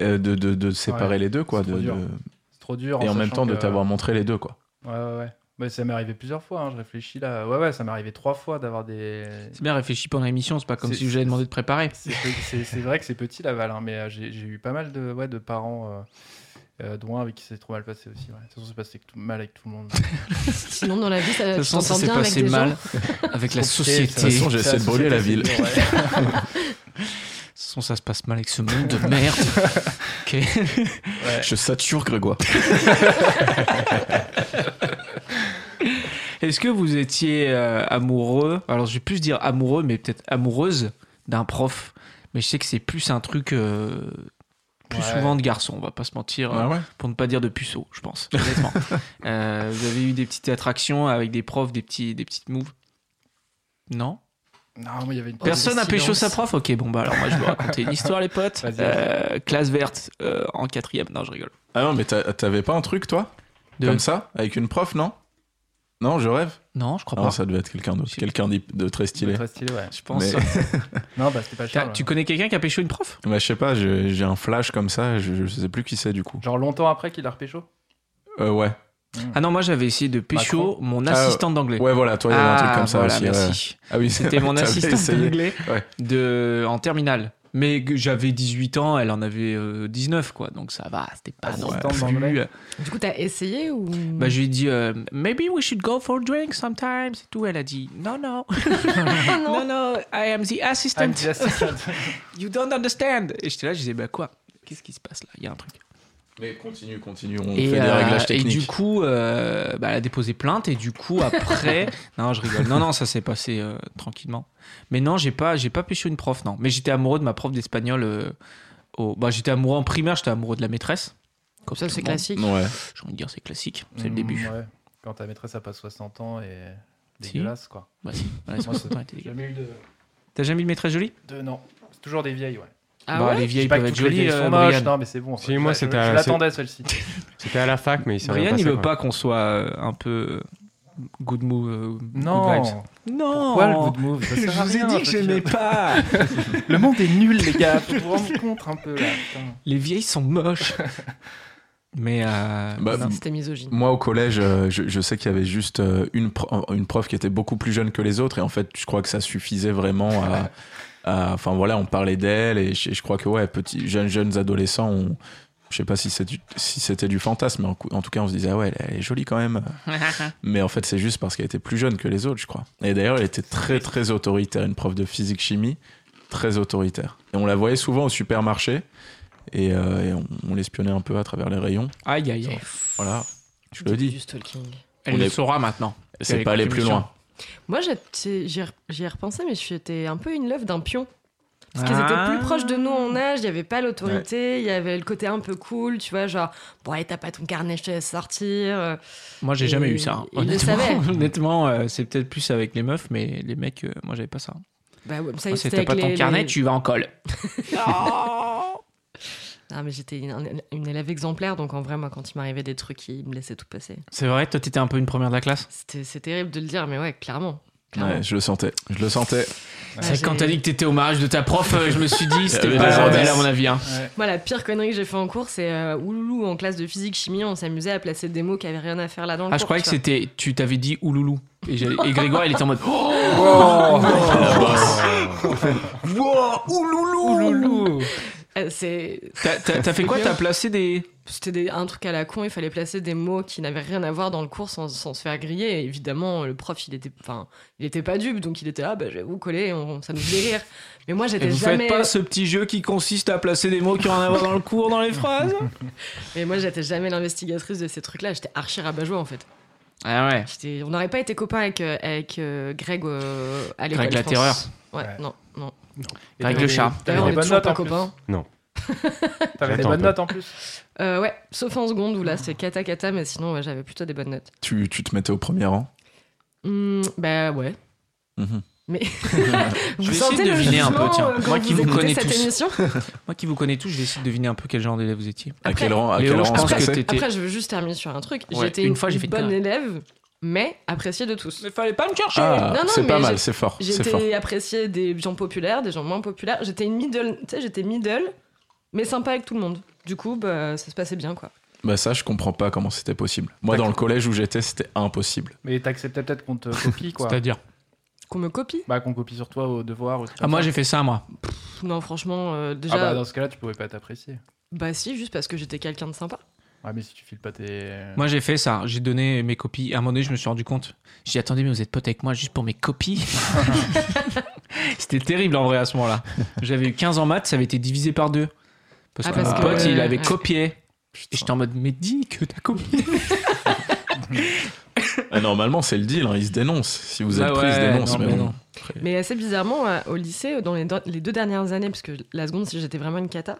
Speaker 2: euh, de, de, de séparer
Speaker 4: Ouais,
Speaker 2: les deux, quoi.
Speaker 4: c'est
Speaker 2: de-
Speaker 4: trop dur.
Speaker 2: de-
Speaker 4: C'est trop dur. hein,
Speaker 2: Et en même
Speaker 4: sachant
Speaker 2: temps, de
Speaker 4: que-
Speaker 2: t'avoir montré les deux, quoi.
Speaker 4: Ouais, ouais, ouais. Bah, ça m'est arrivé plusieurs fois, hein, je réfléchis là. Ouais, ouais, ça m'est arrivé trois fois d'avoir des.
Speaker 1: C'est bien réfléchi pendant l'émission, c'est pas comme
Speaker 4: C'est-
Speaker 1: si je vous avais demandé de préparer.
Speaker 3: Euh,
Speaker 4: C'est pe- C'est c'est vrai que c'est petit Laval, hein, mais euh, j'ai j'ai eu pas mal de, ouais, de parents. Euh... euh, dont un avec qui c'est trop mal passé aussi. Ouais. De toute façon, c'est passé que tout- mal avec tout le monde.
Speaker 3: Sinon, dans la vie, ça,
Speaker 1: De toute
Speaker 3: tu
Speaker 1: façon, ça
Speaker 3: t'entends
Speaker 1: s'est
Speaker 3: bien avec
Speaker 1: passé
Speaker 3: des
Speaker 1: mal
Speaker 3: gens.
Speaker 1: avec la
Speaker 4: Trop compliqué,
Speaker 1: société.
Speaker 4: ça.
Speaker 2: De toute façon, j'ai
Speaker 4: Ça,
Speaker 2: essayé de brûler la ville.
Speaker 4: société, c'est dur, ouais.
Speaker 1: De toute façon, ça se passe mal avec ce monde de merde. Ok.
Speaker 4: Ouais.
Speaker 2: Je sature Grégoire.
Speaker 1: Est-ce que vous étiez euh, amoureux Alors, je vais plus dire amoureux, mais peut-être amoureuse d'un prof. Mais je sais que c'est plus un truc euh, plus
Speaker 4: Ouais.
Speaker 1: souvent de garçon, on va pas se mentir, euh,
Speaker 2: Ah ouais
Speaker 1: pour ne pas dire de puceau, je pense, honnêtement. Euh, vous avez eu des petites attractions avec des profs, des, petits, des petites moves Non
Speaker 4: Non, moi, il y avait une
Speaker 1: Personne n'a pécho
Speaker 3: silence.
Speaker 1: sa prof Ok, bon, bah alors moi je vais vous raconter une histoire, les potes.
Speaker 4: Vas-y.
Speaker 1: Euh, classe verte euh, en quatrième. Non, je rigole.
Speaker 2: Ah non, mais t'a- t'avais pas un truc, toi
Speaker 1: De-
Speaker 2: Comme ça Avec une prof, non Non, je rêve
Speaker 1: Non, je crois
Speaker 2: Non,
Speaker 1: pas.
Speaker 2: ça devait être quelqu'un d'autre.
Speaker 1: Je-
Speaker 2: Quelqu'un d'hyp- de très stylé.
Speaker 4: Très stylé, ouais.
Speaker 1: Je pense.
Speaker 2: Mais-
Speaker 4: Non, bah c'était pas
Speaker 1: T'as-
Speaker 4: Charles.
Speaker 1: Tu connais quelqu'un qui a pécho une prof
Speaker 2: Bah, je sais pas, je- j'ai un flash comme ça, je, je sais plus qui c'est du coup.
Speaker 4: Genre longtemps après qu'il a repécho
Speaker 2: Euh, ouais.
Speaker 1: Ah non, moi j'avais essayé de pécho mon assistante d'anglais.
Speaker 2: Ah, Ouais, Ah, voilà, toi, il y avait un truc comme ça
Speaker 1: voilà,
Speaker 2: aussi. ouais.
Speaker 1: merci.
Speaker 2: Ah oui,
Speaker 1: C'était mon
Speaker 2: t'avais
Speaker 1: assistante
Speaker 2: essayé.
Speaker 1: d'anglais
Speaker 2: Ouais.
Speaker 1: de, en terminale. Mais que j'avais 18 ans, elle en avait euh, 19, quoi. Donc ça va, c'était pas non
Speaker 4: Assistante
Speaker 1: plus. euh,
Speaker 4: d'anglais.
Speaker 3: Du coup, t'as essayé ou
Speaker 1: Bah, je lui ai dit, euh, maybe we should go for a drink sometimes. Et tout, elle a dit, no, no,
Speaker 3: Ah
Speaker 1: no,
Speaker 3: non.
Speaker 1: no, I am the
Speaker 4: Ah,
Speaker 1: assistant.
Speaker 4: il dit assistante.
Speaker 1: You don't understand. Et j'étais là, je disais, bah quoi Qu'est-ce qui se passe là Il y a un truc.
Speaker 2: Mais continue, continue, on
Speaker 1: et,
Speaker 2: fait des
Speaker 1: euh,
Speaker 2: réglages
Speaker 1: et
Speaker 2: techniques.
Speaker 1: du coup, euh, bah, elle a déposé plainte et du coup après, non, je rigole. Non, non, ça s'est passé euh, tranquillement. Mais non, j'ai pas, j'ai pas péché une prof, non. Mais j'étais amoureux de ma prof d'espagnol. euh, au... bah, j'étais amoureux en primaire, j'étais amoureux de la maîtresse. Comme
Speaker 3: Ça,
Speaker 1: tout
Speaker 3: c'est
Speaker 1: le monde.
Speaker 3: classique.
Speaker 2: Ouais.
Speaker 1: J'ai envie de dire, c'est classique. C'est le début.
Speaker 4: Mm, ouais. Quand ta maîtresse a pas 60 ans et
Speaker 1: Si.
Speaker 4: dégueulasse quoi.
Speaker 1: Bah, si. Ouais, c'est
Speaker 4: Moi,
Speaker 1: pour ça, t'as été dégueu.
Speaker 4: Jamais eu de
Speaker 1: T'as jamais eu de maîtresse jolie
Speaker 4: deux non. C'est toujours des vieilles ouais.
Speaker 3: Ah
Speaker 1: Bah,
Speaker 3: ouais
Speaker 1: les
Speaker 4: Je
Speaker 1: vieilles
Speaker 4: dis pas
Speaker 1: peuvent
Speaker 4: que
Speaker 1: être
Speaker 4: toutes les
Speaker 1: jolies.
Speaker 4: vieilles
Speaker 1: euh,
Speaker 4: sont moches,
Speaker 1: Brian,
Speaker 4: non mais c'est bon.
Speaker 5: Si, moi,
Speaker 4: Je-
Speaker 5: c'était
Speaker 4: je
Speaker 5: à-
Speaker 4: l'attendais celle-ci.
Speaker 5: c'était à la fac mais il s'est rien
Speaker 1: Brian,
Speaker 5: passé,
Speaker 1: il veut
Speaker 5: quoi.
Speaker 1: pas qu'on soit euh, un peu Good Move. euh, good
Speaker 4: Non.
Speaker 1: Vibes. Non.
Speaker 4: Pourquoi le good move Ça
Speaker 1: Je
Speaker 4: sert à
Speaker 1: vous ai
Speaker 4: rien,
Speaker 1: dit que
Speaker 4: ce
Speaker 1: je
Speaker 4: film.
Speaker 1: n'aimais pas.
Speaker 4: Le monde est nul, les gars. Faut vous rendre compte un peu là. putain.
Speaker 1: Les vieilles sont moches. Mais euh,
Speaker 2: Bah,
Speaker 1: non.
Speaker 3: Ah, C'était misogyne.
Speaker 2: Moi, au collège, euh, je, je sais qu'il y avait juste euh, une, pro- une prof qui était beaucoup plus jeune que les autres, et en fait, je crois que ça suffisait vraiment à. à- Enfin, voilà, on parlait d'elle, et je, je crois que, ouais, petits, jeunes, jeunes adolescents, on- je sais pas si c'était si c'était du fantasme, mais en, cou- en tout cas, on se disait, ah ouais, elle, elle est jolie quand même. mais en fait, c'est juste parce qu'elle était plus jeune que les autres, je crois. Et d'ailleurs, elle était très, très autoritaire, une prof de physique-chimie, très autoritaire. Et on la voyait souvent au supermarché, et, euh, et on, on l'espionnait un peu à travers les rayons.
Speaker 1: aïe aïe. aïe.
Speaker 2: Voilà, je le dis.
Speaker 3: Du stalking.
Speaker 1: Elle
Speaker 2: On
Speaker 1: le
Speaker 2: est-
Speaker 1: saura maintenant.
Speaker 2: C'est pas aller plus loin.
Speaker 3: Moi, j'étais- j'y ai rep- j'y ai repensé, mais j'étais un peu une love d'un pion. Parce qu'ils étaient
Speaker 1: Ah.
Speaker 3: plus proches de nous en âge, il n'y avait pas l'autorité, il y avait le côté un peu cool, tu vois, genre, bon, allez, t'as pas ton carnet, je te laisse sortir. euh,
Speaker 1: Moi, j'ai
Speaker 3: Et
Speaker 1: jamais eu ça. hein.
Speaker 3: il le savait.
Speaker 1: Honnêtement, honnêtement, euh, c'est peut-être plus avec les meufs, mais les mecs, euh, moi, j'avais pas ça.
Speaker 3: Bah, ouais, ça,
Speaker 1: Moi,
Speaker 3: c'était
Speaker 1: C'était
Speaker 3: avec
Speaker 1: pas ton
Speaker 3: les-
Speaker 1: carnet,
Speaker 3: les-
Speaker 1: tu vas en colle.
Speaker 3: Ah, mais j'étais une, une élève exemplaire, donc en vrai, moi, quand il m'arrivait des trucs, il me laissait tout passer.
Speaker 1: C'est vrai, toi, t'étais un peu une première de la classe.
Speaker 3: C'était- C'est terrible de le dire, mais ouais, clairement. clairement.
Speaker 2: Ouais, je le sentais. Je le sentais.
Speaker 4: Ouais,
Speaker 1: C'est vrai que quand
Speaker 3: j'ai-
Speaker 1: t'as dit que t'étais au mariage de ta prof, euh, je me suis dit,
Speaker 2: Il y
Speaker 1: c'était
Speaker 2: avait
Speaker 1: pas
Speaker 2: des
Speaker 1: la
Speaker 2: indices.
Speaker 1: bordel, à mon avis. hein.
Speaker 4: Ouais.
Speaker 3: Moi, la pire connerie que j'ai fait en cours, c'est euh, ouloulou, en classe de physique chimie, on s'amusait à placer des mots qui avaient rien à faire là dans le
Speaker 1: Ah, je
Speaker 3: cours,
Speaker 1: croyais que
Speaker 3: tu vois.
Speaker 1: c'était. Tu t'avais dit ouloulou. Et, j'ai- et Grégoire, il était en mode. Oh, wow, ouloulou
Speaker 3: Euh, c'est-
Speaker 1: T'as- T'as t'as fait quoi T'as placé des.
Speaker 3: C'était des- un truc à la con, il fallait placer des mots qui n'avaient rien à voir dans le cours sans, sans se faire griller. Et évidemment, le prof, il était, enfin, il était pas dupe, donc il était là, bah, je vais vous coller, on- ça nous fait rire. Mais moi,
Speaker 1: Et
Speaker 3: j'étais
Speaker 1: vous
Speaker 3: jamais.
Speaker 1: faites pas ce petit jeu qui consiste à placer des mots qui ont rien à voir dans le cours, dans les phrases
Speaker 3: Mais moi, j'étais jamais l'investigatrice de ces trucs-là. J'étais archi rabat-joie, en fait.
Speaker 1: Ah ouais.
Speaker 3: J'étais- On n'aurait pas été copains avec, euh, avec euh, Greg euh, à l'école.
Speaker 1: Greg la
Speaker 3: je pense.
Speaker 1: terreur.
Speaker 3: Ouais,
Speaker 4: Ouais.
Speaker 3: non, non.
Speaker 4: Et
Speaker 1: Avec
Speaker 4: t'avais
Speaker 1: le
Speaker 4: des-
Speaker 1: chat.
Speaker 4: T'avais
Speaker 3: D'ailleurs, on
Speaker 4: des
Speaker 3: est
Speaker 4: bonnes
Speaker 3: toujours
Speaker 4: notes
Speaker 3: pas
Speaker 4: en plus.
Speaker 3: copains.
Speaker 4: T'avais des
Speaker 5: J'attends un
Speaker 4: bonnes
Speaker 5: peu.
Speaker 4: notes en plus.
Speaker 3: Euh, ouais, sauf en seconde où là, c'était cata-cata, mais sinon, ouais, j'avais plutôt des bonnes notes.
Speaker 2: Tu, tu te mettais au premier rang.
Speaker 3: Hmm, bah ouais.
Speaker 2: Mhm.
Speaker 1: Je
Speaker 3: Vous
Speaker 1: vais essayer
Speaker 3: sentez
Speaker 1: de
Speaker 3: le
Speaker 1: deviner un peu,
Speaker 3: jugement,
Speaker 1: tiens.
Speaker 3: euh, quand
Speaker 1: Moi qui vous
Speaker 3: écoutez
Speaker 1: connais
Speaker 3: cette
Speaker 1: tous.
Speaker 3: émission
Speaker 1: Moi qui vous connais tous, je vais essayer de deviner un peu quel genre d'élève vous étiez.
Speaker 2: à
Speaker 3: Après-
Speaker 2: quel rang, à
Speaker 1: Léo,
Speaker 2: Ah, quel
Speaker 1: je
Speaker 2: rang
Speaker 1: pense
Speaker 2: ça
Speaker 1: que
Speaker 2: passait
Speaker 1: t'étais.
Speaker 3: Après, je veux juste terminer sur un truc.
Speaker 1: Ouais,
Speaker 3: J'étais
Speaker 1: une
Speaker 3: une,
Speaker 1: fois, j'ai fait une
Speaker 3: bonne
Speaker 1: connerie.
Speaker 3: élève, mais appréciée de tous.
Speaker 1: Mais fallait pas me chercher
Speaker 2: Ah,
Speaker 3: Non, non,
Speaker 2: c'est
Speaker 3: mais
Speaker 2: pas
Speaker 3: j'ai-
Speaker 2: mal, c'est fort. C'est fort.
Speaker 3: J'étais appréciée des gens populaires, des gens moins populaires. J'étais une middle, tu sais, j'étais middle, mais sympa avec tout le monde. Du coup, bah, ça se passait bien, quoi.
Speaker 2: Bah, ça, je comprends pas comment c'était possible. Moi, dans le collège où j'étais, c'était impossible.
Speaker 4: Mais t'acceptais peut-être qu'on te copie, quoi.
Speaker 1: C'est-à-dire
Speaker 3: Qu'on me copie
Speaker 4: Bah, qu'on copie sur toi au devoir. Ou
Speaker 1: Ah, moi j'ai fait ça, moi.
Speaker 3: Pff, Non, franchement, euh, déjà,
Speaker 4: Ah, bah,
Speaker 3: bah,
Speaker 4: dans ce cas-là, tu pouvais pas t'apprécier.
Speaker 3: si, juste parce que j'étais quelqu'un de sympa.
Speaker 4: Ouais, mais si tu files pas tes.
Speaker 1: Moi j'ai fait ça. J'ai donné mes copies. À un moment donné, je me suis rendu compte. J'ai dit, attendez, mais vous êtes potes avec moi juste pour mes copies C'était terrible en vrai à ce moment-là. J'avais eu 15 en maths, ça avait été divisé par deux. Parce
Speaker 3: Ah,
Speaker 1: que
Speaker 3: parce
Speaker 1: mon
Speaker 2: que-
Speaker 1: pote, il avait
Speaker 3: ouais.
Speaker 1: copié. Et j'étais en mode, mais dis que t'as copié.
Speaker 2: Ah, normalement, c'est le deal, hein, ils se dénoncent. Si vous êtes
Speaker 1: Bah
Speaker 2: pris, ils se
Speaker 1: ouais,
Speaker 2: dénoncent.
Speaker 1: non,
Speaker 2: mais
Speaker 1: mais
Speaker 2: bon.
Speaker 1: non.
Speaker 3: Mais assez bizarrement, euh, au lycée, dans les, do- les deux dernières années, parce que la seconde, si j'étais vraiment une cata,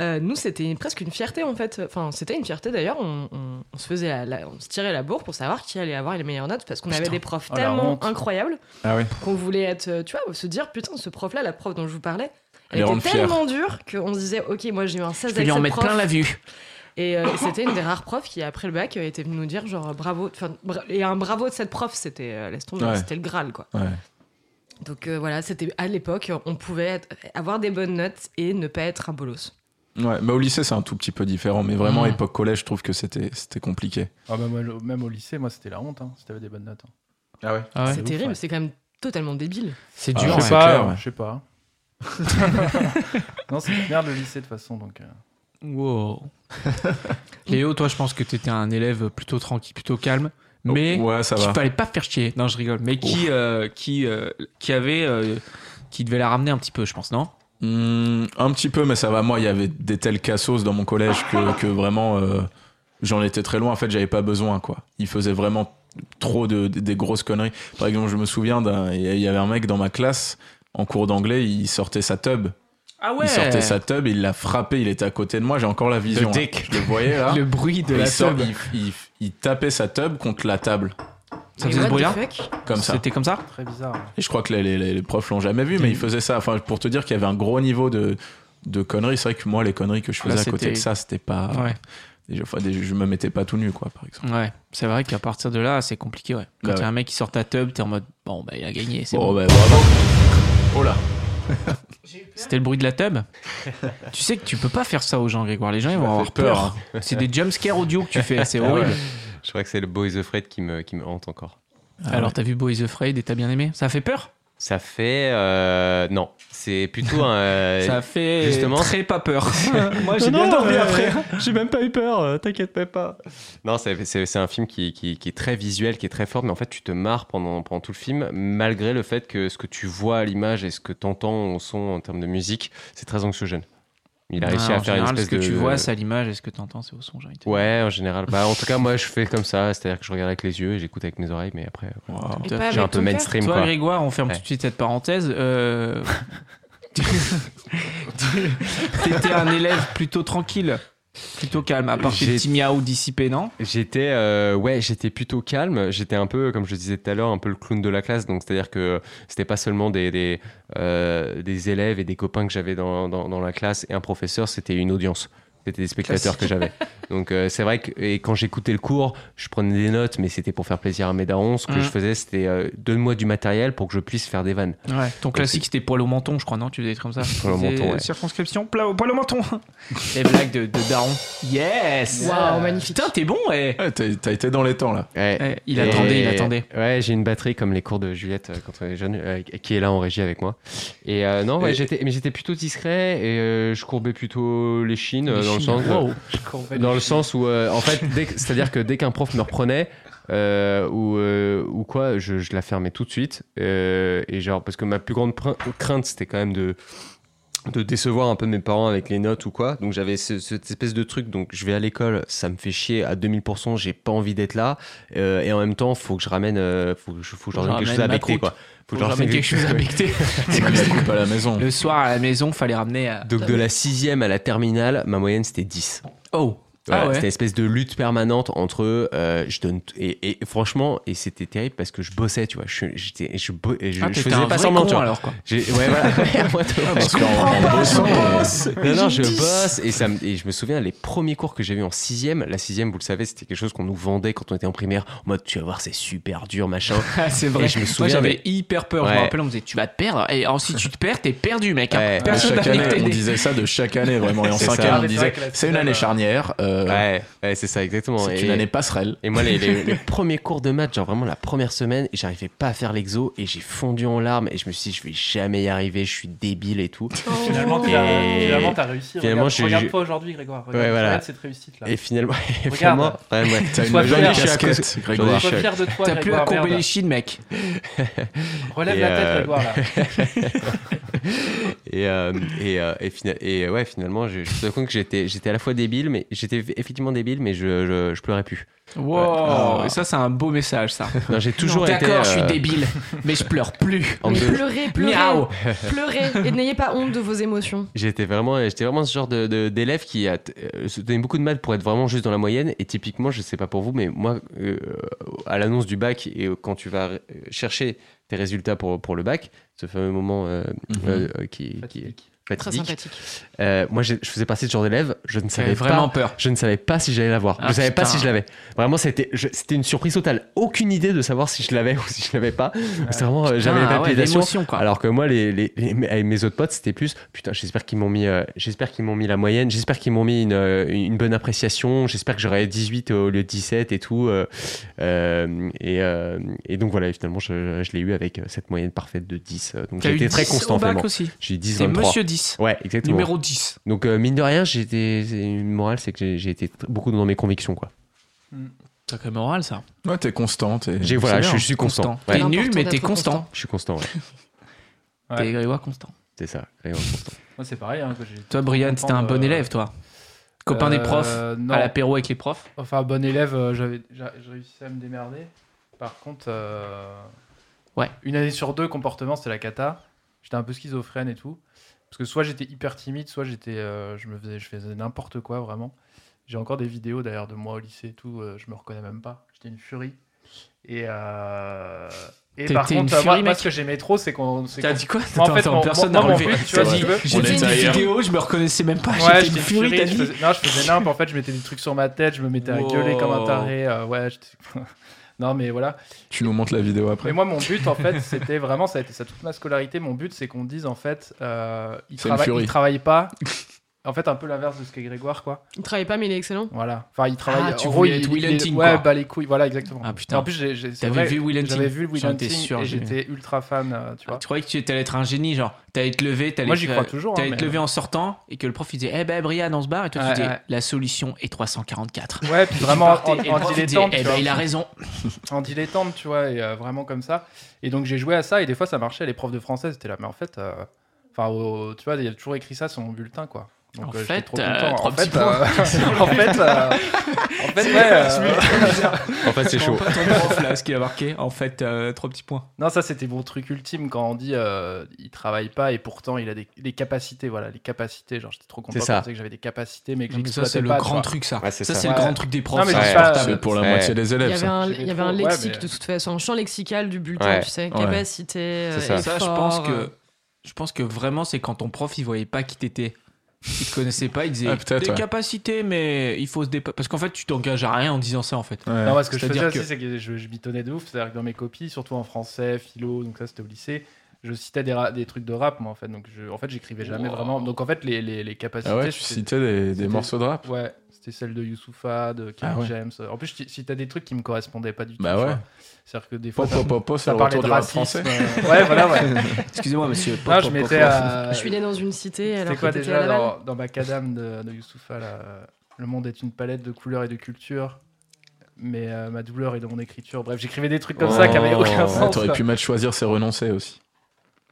Speaker 3: euh, nous, c'était presque une fierté, en fait. Enfin, c'était une fierté, d'ailleurs. On, on- on se faisait la- la- on se tirait la bourre pour savoir qui allait avoir les meilleures notes, parce qu'on avait des profs
Speaker 4: Oh, la
Speaker 3: tellement
Speaker 4: honte.
Speaker 3: incroyables
Speaker 2: Ah oui.
Speaker 3: qu'on voulait être, euh, tu vois, se dire, putain, ce prof-là, la prof dont je vous parlais,
Speaker 2: Les
Speaker 3: elle
Speaker 2: rendre
Speaker 3: était
Speaker 2: fiers.
Speaker 3: tellement dure qu'on se disait, ok, moi, j'ai eu un 16
Speaker 1: Je vais
Speaker 3: avec
Speaker 1: lui en
Speaker 3: cette
Speaker 1: mettre
Speaker 3: prof.
Speaker 1: plein la vue.
Speaker 3: Et euh, c'était une des rares profs qui, après le bac, euh, était venue nous dire, genre, bravo. Enfin, bra- et un bravo de cette prof, c'était, euh, laisse tomber,
Speaker 2: Ouais.
Speaker 3: c'était le Graal, quoi.
Speaker 2: Ouais.
Speaker 3: Donc euh, voilà, c'était à l'époque, on pouvait être- avoir des bonnes notes et ne pas être un bolos.
Speaker 2: Ouais, bah, au lycée, c'est un tout petit peu différent. Mais vraiment,
Speaker 1: Mm.
Speaker 2: époque collège, je trouve que c'était c'était compliqué.
Speaker 4: Ah, bah, moi, le- même au lycée, moi, c'était la honte hein, si t'avais des bonnes notes. hein.
Speaker 2: Ah ouais
Speaker 1: Ah ouais.
Speaker 3: c'est
Speaker 4: ouf,
Speaker 3: terrible,
Speaker 4: ouais.
Speaker 3: c'est quand même totalement débile.
Speaker 1: C'est
Speaker 2: Ah,
Speaker 1: dur.
Speaker 2: je
Speaker 4: je
Speaker 1: ouais.
Speaker 4: sais
Speaker 2: c'est
Speaker 4: pas.
Speaker 2: clair, ouais.
Speaker 4: Je sais pas. non, c'est une merde le lycée de toute façon. Donc, euh.
Speaker 1: Wow. Léo, toi, je pense que t'étais un élève plutôt tranquille, plutôt calme, mais
Speaker 2: Oh, Ouais, ça
Speaker 1: qui
Speaker 2: va.
Speaker 1: fallait pas faire chier. Non, je rigole. Mais qui, euh, qui, euh, qui avait, euh, qui devait la ramener un petit peu, je pense, non
Speaker 2: Hmm, un petit peu, mais ça va. Moi, il y avait des tels cassos dans mon collège que, que vraiment, euh, j'en étais très loin. En fait, j'avais pas besoin, quoi. Il faisait vraiment trop de, de- des grosses conneries. Par exemple, je me souviens, d'un- il y avait un mec dans ma classe, en cours d'anglais, il sortait sa tub.
Speaker 1: Ah
Speaker 2: Il sortait sa tub, il l'a frappé, il était à côté de moi, j'ai encore la vision. hein.
Speaker 1: dick.
Speaker 2: Je le voyais, là.
Speaker 1: Le bruit de
Speaker 2: il,
Speaker 1: la
Speaker 2: sort-
Speaker 1: sub.
Speaker 2: il- il- il tapait sa tub contre la table,
Speaker 1: Ça
Speaker 3: Mais
Speaker 1: faisait ce
Speaker 3: what the
Speaker 1: bruit-là
Speaker 3: fuck
Speaker 2: comme ça.
Speaker 1: C'était comme ça
Speaker 4: très bizarre. hein.
Speaker 2: Et je crois que les, les- les profs l'ont jamais vu, mais ils faisaient ça. Enfin, pour te dire qu'il y avait un gros niveau de, de conneries. C'est vrai que moi, les conneries que je faisais
Speaker 1: Là,
Speaker 2: à côté
Speaker 1: c'était-
Speaker 2: de ça, c'était pas.
Speaker 1: Ouais.
Speaker 2: Des jeux- enfin, des jeux- je me mettais pas tout nu, quoi, par exemple.
Speaker 1: Ouais, c'est vrai qu'à partir de là, c'est compliqué, ouais. Quand
Speaker 2: Bah
Speaker 1: il y
Speaker 2: ouais.
Speaker 1: a un mec qui sort ta tub, t'es en mode, bon, bah, il a gagné, c'est
Speaker 2: Bon,
Speaker 1: bon.
Speaker 2: bah, bravo. Oh là.
Speaker 1: C'était le bruit de la tub Tu sais que tu peux pas faire ça aux gens, Grégoire. Les gens, ils
Speaker 2: Tu
Speaker 1: vont
Speaker 2: m'as
Speaker 1: avoir
Speaker 2: fait peur, hein. Ah
Speaker 1: peur. C'est des jumpscares audio que tu fais, c'est horrible.
Speaker 5: Je crois que c'est le Boys Afraid qui me, qui me hante encore.
Speaker 2: Ah
Speaker 1: Alors, t'as vu Boys Afraid et t'as bien aimé Ça fait peur
Speaker 5: Ça fait. euh, non, c'est plutôt un. euh,
Speaker 1: Ça fait
Speaker 5: justement-
Speaker 1: très pas peur. Moi, j'ai bien
Speaker 4: Euh,
Speaker 1: dormi après.
Speaker 5: J'ai même pas eu peur, t'inquiète même pas. Non, c'est c'est- c'est un film qui, qui- qui est très visuel, qui est très fort, mais en fait, tu te marres pendant, pendant tout le film, malgré le fait que ce que tu vois à l'image et ce que t'entends au son en termes de musique, c'est très anxiogène. Il a réussi
Speaker 1: Ouais,
Speaker 5: à
Speaker 1: en
Speaker 5: faire
Speaker 1: général,
Speaker 5: une
Speaker 1: ce
Speaker 5: espèce
Speaker 1: que
Speaker 5: de.
Speaker 1: tu vois, c'est à l'image et ce que t'entends, c'est au son, j'ai envie de te dire.
Speaker 5: Ouais, en général. Bah, en tout cas, moi, je fais comme ça, c'est-à-dire que je regarde avec les yeux et j'écoute avec mes oreilles, mais après,
Speaker 1: Ah,
Speaker 2: Wow.
Speaker 1: J'ai
Speaker 5: j'ai un peu mainstream,
Speaker 1: Toi,
Speaker 5: quoi.
Speaker 1: Grégoire, on ferme
Speaker 5: Ouais.
Speaker 1: tout de suite cette parenthèse. Euh... tu- tu- T'étais un élève plutôt tranquille, plutôt calme, à part tes
Speaker 5: J'ai-
Speaker 1: petits miaou dissipés, non
Speaker 5: J'étais euh, ouais, j'étais plutôt calme. J'étais un peu, comme je disais tout à l'heure, un peu le clown de la classe. Donc c'est-à-dire que c'était pas seulement des des, euh, des élèves et des copains que j'avais dans, dans, dans la classe et un professeur. C'était une audience. C'était des spectateurs que j'avais. Donc euh, c'est vrai que et quand j'écoutais le cours, je prenais des notes, mais c'était pour faire plaisir à mes darons. Ce que
Speaker 1: Mhm.
Speaker 5: je faisais, c'était euh, donne-moi du matériel pour que je puisse faire des vannes.
Speaker 1: Ouais. Ton classique, c'était poil au menton, je crois, non Tu faisais des trucs comme ça
Speaker 5: Poil au
Speaker 1: Tu faisais,
Speaker 5: menton, ouais.
Speaker 1: euh, Circonscription, pla- poil au menton Les blagues de, de Daron. Yes
Speaker 3: Waouh, magnifique.
Speaker 1: Putain, t'es bon, ouais.
Speaker 2: Ouais, t'as t'as été dans les temps, là.
Speaker 5: Ouais.
Speaker 1: Ouais, Il
Speaker 5: Et-
Speaker 1: attendait, il attendait.
Speaker 5: Ouais, j'ai une batterie comme les cours de Juliette euh, quand on est jeune, euh, qui est là en régie avec moi. Et euh, non, ouais,
Speaker 2: Et-
Speaker 5: j'étais, mais j'étais plutôt discret et euh, je courbais plutôt les chines euh,
Speaker 1: Les
Speaker 5: dans le
Speaker 1: chines.
Speaker 5: sens,
Speaker 1: Wow.
Speaker 5: dans le sens où, euh, en fait, dès que- c'est-à-dire que dès qu'un prof me reprenait euh, ou euh, ou quoi, je, je la fermais tout de suite. euh, et genre parce que ma plus grande prin- crainte, c'était quand même de de décevoir un peu mes parents avec les notes ou quoi. Donc j'avais ce- cette espèce de truc, donc je vais à l'école, ça me fait chier à 2000%, j'ai pas envie d'être là, euh, et en même temps, faut que je ramène, euh, faut que je, faut que je
Speaker 1: Faut que
Speaker 5: ramène
Speaker 1: je
Speaker 5: quelque chose à
Speaker 1: ramène ma
Speaker 5: becter,
Speaker 1: croûte.
Speaker 5: quoi.
Speaker 1: Faut que je ramène quelque chose à becter.
Speaker 2: C'est comme la coupe à la maison.
Speaker 1: Le soir, à la maison, fallait ramener euh, à...
Speaker 5: Donc de la sixième à la terminale, ma moyenne c'était 10.
Speaker 1: Oh
Speaker 5: Voilà,
Speaker 1: Ah ouais.
Speaker 5: C'était une espèce de lutte permanente entre euh, je donne t- et, et franchement et c'était terrible parce que je bossais tu vois je suis- j'étais je, bo- et je,
Speaker 1: Ah,
Speaker 5: je
Speaker 1: t'étais un
Speaker 5: faisais pas
Speaker 1: vrai
Speaker 5: seulement
Speaker 1: con,
Speaker 5: tu vois
Speaker 1: alors, quoi.
Speaker 5: J'ai- ouais, voilà.
Speaker 2: Parce qu'en en bossant, euh,
Speaker 5: Non, non, je bosse et, ça me- et je me souviens les premiers cours que j'ai eu en sixième. La sixième, vous le savez, c'était quelque chose qu'on nous vendait quand on était en primaire. En mode, tu vas voir, c'est super dur, machin.
Speaker 1: Ah, c'est vrai.
Speaker 5: Et je me
Speaker 1: Moi,
Speaker 5: souviens,
Speaker 1: j'avais hyper peur. Je
Speaker 5: Ouais.
Speaker 1: me rappelle, on me disait, tu vas te perdre. Et alors, si tu te perds, t'es perdu, mec. hein.
Speaker 5: Ouais.
Speaker 2: de
Speaker 1: Personne
Speaker 2: chaque
Speaker 1: n'a
Speaker 2: année,
Speaker 1: envie de
Speaker 2: on
Speaker 1: t'aider.
Speaker 2: disait ça de chaque année, vraiment. Et en
Speaker 5: C'est ça.
Speaker 2: cinquième,
Speaker 4: Ah,
Speaker 2: on
Speaker 4: mais c'est vrai
Speaker 2: disait
Speaker 4: que la
Speaker 2: c'est une
Speaker 4: sixième,
Speaker 2: année
Speaker 4: euh,
Speaker 2: charnière, euh,
Speaker 5: Ouais, ouais, c'est ça, exactement.
Speaker 2: c'est
Speaker 5: et,
Speaker 2: une année passerelle.
Speaker 5: et moi, les, les- les premiers cours de maths, genre vraiment la première semaine, j'arrivais pas à faire l'exo et j'ai fondu en larmes et je me suis dit, je vais jamais y arriver, je suis débile et tout.
Speaker 4: Finalement,
Speaker 5: Et-
Speaker 4: t'as finalement, t'as réussi.
Speaker 5: Finalement,
Speaker 4: regarde,
Speaker 5: je-
Speaker 4: regarde
Speaker 5: je-
Speaker 4: pas aujourd'hui, Grégoire. Regarde,
Speaker 5: Ouais, voilà.
Speaker 4: regarde cette réussite là.
Speaker 5: Et finalement, et
Speaker 4: Regarde.
Speaker 5: vraiment, ouais, ouais.
Speaker 2: T'as
Speaker 4: Sois
Speaker 2: une jolie
Speaker 4: fier.
Speaker 2: casquette, Grégoire.
Speaker 4: Sois fier de
Speaker 1: T'as
Speaker 4: toi,
Speaker 1: plus à
Speaker 4: Grégoire.
Speaker 1: courber
Speaker 4: merde.
Speaker 1: les chines, mec.
Speaker 4: Relève
Speaker 5: Et,
Speaker 4: la tête,
Speaker 5: euh,
Speaker 4: Grégoire. Là.
Speaker 5: et, euh, et, euh, et, fina- et euh, ouais, finalement, je, je me suis rendu compte que j'étais, j'étais à la fois débile, mais j'étais effectivement débile, mais je, je, je pleurais plus.
Speaker 1: Wow. Et ça, c'est un beau message, ça.
Speaker 5: Non, j'ai Ah. toujours été.
Speaker 1: D'accord, je suis
Speaker 5: euh,
Speaker 1: débile, mais je pleure plus.
Speaker 5: en
Speaker 3: Mais
Speaker 5: deux-
Speaker 3: pleurez, pleurez,
Speaker 1: Miaou.
Speaker 3: pleurez et n'ayez pas honte de vos émotions.
Speaker 5: J'étais vraiment, euh, j'étais vraiment ce genre de, de- d'élève qui a t- euh, se donnait beaucoup de mal pour être vraiment juste dans la moyenne. Et typiquement, je sais pas pour vous, mais moi, euh, à l'annonce du bac et euh, quand tu vas euh, chercher tes résultats pour, pour le bac, ce fameux moment euh,
Speaker 2: Mhm.
Speaker 5: euh, euh, qui, qui est
Speaker 4: Fatidique.
Speaker 3: Très
Speaker 5: fatidique,
Speaker 3: sympathique.
Speaker 5: euh, moi, j'ai- je faisais partie de ce genre d'élève. Je ne savais
Speaker 1: J'avais vraiment
Speaker 5: pas.
Speaker 1: peur.
Speaker 5: Je ne savais pas si j'allais l'avoir.
Speaker 1: Ah,
Speaker 5: je savais pas
Speaker 1: putain.
Speaker 5: si je l'avais. Vraiment, c'était je- c'était une surprise totale. Aucune idée de savoir si je l'avais ou si je l'avais pas. C'était vraiment, euh, j'avais
Speaker 1: Ah, ouais,
Speaker 5: l'application.
Speaker 1: l'émotion, quoi.
Speaker 5: Alors que moi, les, les- les- mes- avec mes autres potes, c'était plus putain. J'espère qu'ils m'ont mis, euh, j'espère qu'ils m'ont mis la moyenne. J'espère qu'ils m'ont mis une, euh, une bonne appréciation. J'espère que j'aurai 18 au lieu de 17 et tout. euh, euh, et, euh, et donc voilà. et finalement, je, je l'ai eu avec euh, cette moyenne parfaite de 10. euh, Donc
Speaker 1: T'as
Speaker 5: j'ai
Speaker 1: eu
Speaker 5: été très
Speaker 1: 10
Speaker 5: constant
Speaker 1: au bac
Speaker 5: finalement.
Speaker 1: aussi.
Speaker 5: J'ai eu 10,
Speaker 1: T'es
Speaker 5: 23.
Speaker 1: monsieur 10.
Speaker 5: Ouais, exactement.
Speaker 1: Numéro 10.
Speaker 5: Donc euh, mine de rien, j'étais une morale, c'est que j'ai- j'ai été tr- beaucoup dans mes convictions quoi.
Speaker 1: Sacré moral, ça.
Speaker 2: Ouais, t'es constante. et-
Speaker 5: J'ai voilà,
Speaker 1: C'est
Speaker 5: je,
Speaker 1: bien,
Speaker 5: je suis constant. Ouais,
Speaker 1: T'es
Speaker 3: C'est
Speaker 1: nul,
Speaker 3: important
Speaker 1: mais t'es
Speaker 3: d'être
Speaker 1: constant.
Speaker 3: constant.
Speaker 5: je suis constant. ouais.
Speaker 4: Ouais.
Speaker 1: T'es Grégoire constant.
Speaker 5: C'est ça. Ouais, ouais, constant.
Speaker 4: Moi, c'est pareil. Hein, que j'ai-
Speaker 1: Toi, Brian, t'étais un bon
Speaker 4: Euh,
Speaker 1: élève, toi. Copain des profs,
Speaker 4: Euh, non.
Speaker 1: à l'apéro avec les profs.
Speaker 4: Enfin, bon élève, euh, j'avais, j'a- j'ai réussi à me démerder. Par contre, euh,
Speaker 1: Ouais.
Speaker 4: une année sur deux, comportement, c'était la cata. J'étais un peu schizophrène et tout. Parce que soit j'étais hyper timide, soit j'étais, euh, je, me faisais, je faisais n'importe quoi, vraiment. J'ai encore des vidéos d'ailleurs de moi au lycée et tout, euh, je me reconnais même pas. J'étais une furie. Et, euh, et
Speaker 1: T'es-
Speaker 4: par
Speaker 1: t'es une
Speaker 4: contre, moi,
Speaker 1: furie,
Speaker 4: moi,
Speaker 1: mec.
Speaker 4: ce que j'aimais trop, c'est qu'on. c'est
Speaker 1: T'as
Speaker 4: qu'on-
Speaker 1: dit quoi
Speaker 4: Moi, en fait,
Speaker 1: Attends,
Speaker 4: mon-
Speaker 1: personne
Speaker 4: moi,
Speaker 1: n'a
Speaker 4: mon
Speaker 1: relevé.
Speaker 4: but, tu vois,
Speaker 2: C'est
Speaker 4: si tu veux.
Speaker 1: J'ai
Speaker 2: On
Speaker 1: fait
Speaker 2: est
Speaker 1: une
Speaker 2: ailleurs.
Speaker 1: vidéo, je me reconnaissais même pas.
Speaker 4: Ouais,
Speaker 1: ah, J'étais
Speaker 4: j'étais
Speaker 1: une furie, t'as
Speaker 4: je
Speaker 1: dit.
Speaker 4: faisais- Non, je faisais nimp. En fait, je mettais des trucs sur ma tête, je me mettais à
Speaker 1: Wow.
Speaker 4: gueuler comme un taré. euh, ouais, j'étais- non, mais voilà.
Speaker 2: Tu nous montres la vidéo
Speaker 4: Mais
Speaker 2: après.
Speaker 4: moi, mon but, en fait, c'était vraiment, ça a été ça toute ma scolarité. Mon but, c'est qu'on dise, en fait, euh, il,
Speaker 2: C'est une
Speaker 4: travaille,
Speaker 2: furie.
Speaker 4: il travaille pas. En fait, un peu l'inverse de ce qu'est Grégoire, quoi.
Speaker 3: Il travaille pas, mais il est excellent.
Speaker 4: Voilà. Enfin, il travaille.
Speaker 1: Ah, tu
Speaker 4: en
Speaker 1: voulais être Will
Speaker 4: il est-
Speaker 1: Hunting,
Speaker 4: Ouais,
Speaker 1: quoi.
Speaker 4: bah les couilles. Voilà, exactement.
Speaker 1: Ah, putain.
Speaker 4: En plus, j'ai- j'ai- c'est
Speaker 1: T'avais
Speaker 4: vrai,
Speaker 1: vu Will Hunting
Speaker 4: J'avais vu Will
Speaker 1: J'en étais
Speaker 4: Hunting
Speaker 1: sûr, Ah,
Speaker 4: et
Speaker 1: j'ai vu.
Speaker 4: j'étais ultra fan, euh, tu vois.
Speaker 1: Tu croyais que tu allais être un génie, genre, t'allais te lever, t'allais
Speaker 4: Moi, j'y
Speaker 1: te-
Speaker 4: crois toujours,
Speaker 1: t'allais
Speaker 4: hein,
Speaker 1: te
Speaker 4: mais-
Speaker 1: lever en sortant et que le prof il disait Eh ben, Brian, on se barre. Et toi,
Speaker 4: Ouais,
Speaker 1: tu disais
Speaker 4: ouais.
Speaker 1: La solution est 344.
Speaker 4: Ouais, puis
Speaker 1: Et tu
Speaker 4: vraiment
Speaker 1: partais,
Speaker 4: en,
Speaker 1: et le
Speaker 4: en
Speaker 1: prof, il disait,
Speaker 4: dilettante.
Speaker 1: Eh
Speaker 4: tu
Speaker 1: ben,
Speaker 4: vois.
Speaker 1: il a raison.
Speaker 4: en dilettante, tu vois, et euh, vraiment comme ça. Et donc j'ai joué à ça, et des fois ça marchait. Les profs de français, c'était là, mais en fait, euh, enfin, au- tu vois, il y a toujours écrit ça sur mon bulletin, quoi.
Speaker 1: En
Speaker 4: j'étais
Speaker 1: fait,
Speaker 4: trop
Speaker 1: euh,
Speaker 4: content.
Speaker 1: trois
Speaker 4: en
Speaker 1: petits
Speaker 4: fait, euh, en fait, euh, en fait, ouais, euh,
Speaker 5: En fait, c'est chaud.
Speaker 1: Pas ton prof là, ce qui a marqué. En fait, euh, trois petits points.
Speaker 4: non, ça c'était mon truc ultime quand on dit euh, il travaille pas et pourtant il a des les capacités, voilà, les capacités. Genre, j'étais trop content
Speaker 5: C'est
Speaker 4: quand
Speaker 5: ça.
Speaker 4: je sais que j'avais des capacités, mais que
Speaker 1: Non, mais ça,
Speaker 4: j'exploitais
Speaker 1: c'est le
Speaker 4: pas, tu
Speaker 1: grand
Speaker 4: vois.
Speaker 1: truc, ça.
Speaker 5: Ouais,
Speaker 1: ça,
Speaker 5: c'est
Speaker 1: c'est
Speaker 5: ça.
Speaker 1: le
Speaker 4: Ouais.
Speaker 1: grand truc des profs.
Speaker 4: Non, mais
Speaker 1: ça.
Speaker 4: je
Speaker 5: Ouais,
Speaker 4: dis pas,
Speaker 2: C'est
Speaker 4: euh,
Speaker 2: pour la
Speaker 5: Ouais.
Speaker 2: moitié des
Speaker 3: Il y
Speaker 2: élèves,
Speaker 3: avait
Speaker 2: ça.
Speaker 3: un,
Speaker 4: J'aimais
Speaker 3: il y avait un
Speaker 4: trop, ouais,
Speaker 3: lexique
Speaker 4: mais- euh,
Speaker 3: de toute façon, un champ lexical du bulletin,
Speaker 5: Ouais.
Speaker 3: tu sais,
Speaker 5: Ouais.
Speaker 3: capacité, euh,
Speaker 5: C'est ça.
Speaker 1: Ça, je
Speaker 3: effort,
Speaker 1: pense
Speaker 3: euh,
Speaker 1: que je pense que vraiment, c'est quand ton prof, il voyait pas qui t'étais. Il te connaissait pas, il disait
Speaker 2: Ah, peut-être,
Speaker 1: des
Speaker 2: ouais.
Speaker 1: capacités, mais il faut se dépasser. Parce qu'en fait, tu t'engages à rien en disant ça, en fait.
Speaker 2: Ouais.
Speaker 4: Non, moi, ce que je
Speaker 1: C'est-à-dire
Speaker 4: faisais aussi,
Speaker 1: que-
Speaker 4: c'est que je, je bitonnais de ouf. C'est-à-dire que dans mes copies, surtout en français, philo, donc ça, c'était au lycée, je citais des, ra- des trucs de rap, moi, en fait. Donc, je, en fait, j'écrivais jamais vraiment. Donc, en fait, les, les, les capacités.
Speaker 2: Ah ouais, tu
Speaker 4: c'était-
Speaker 2: citais des, des
Speaker 4: c'était-
Speaker 2: morceaux de rap
Speaker 4: Ouais, c'était celle de Youssoufa, de King
Speaker 2: Ah ouais.
Speaker 4: James. En plus, si t'as des trucs qui me correspondaient pas du tout.
Speaker 2: Bah
Speaker 4: tu
Speaker 2: ouais.
Speaker 4: vois. C'est-à-dire que des fois.
Speaker 2: Pop,
Speaker 4: ça-
Speaker 2: pop, pop, pop, c'est
Speaker 4: Ça
Speaker 2: le
Speaker 4: parlait
Speaker 2: retour
Speaker 4: de
Speaker 2: du rap
Speaker 4: racisme.
Speaker 2: français.
Speaker 4: euh, ouais, voilà, ouais.
Speaker 1: Excusez-moi, monsieur.
Speaker 4: Non, je m'étais à.
Speaker 3: Je suis né dans une cité. alors
Speaker 4: euh, C'était
Speaker 3: que
Speaker 4: quoi
Speaker 3: t'étais
Speaker 4: déjà
Speaker 3: à Laval.
Speaker 4: dans, dans ma cadame de, de Youssoufa là, euh, Le monde est une palette de couleurs et de cultures, mais euh, ma douleur est dans mon écriture. Bref, j'écrivais des trucs comme ça qui avaient
Speaker 5: Oh.
Speaker 4: aucun
Speaker 5: Ouais,
Speaker 2: Ouais,
Speaker 4: sens.
Speaker 2: Ah, T'aurais
Speaker 4: quoi.
Speaker 2: pu mettre choisir, c'est renoncer aussi.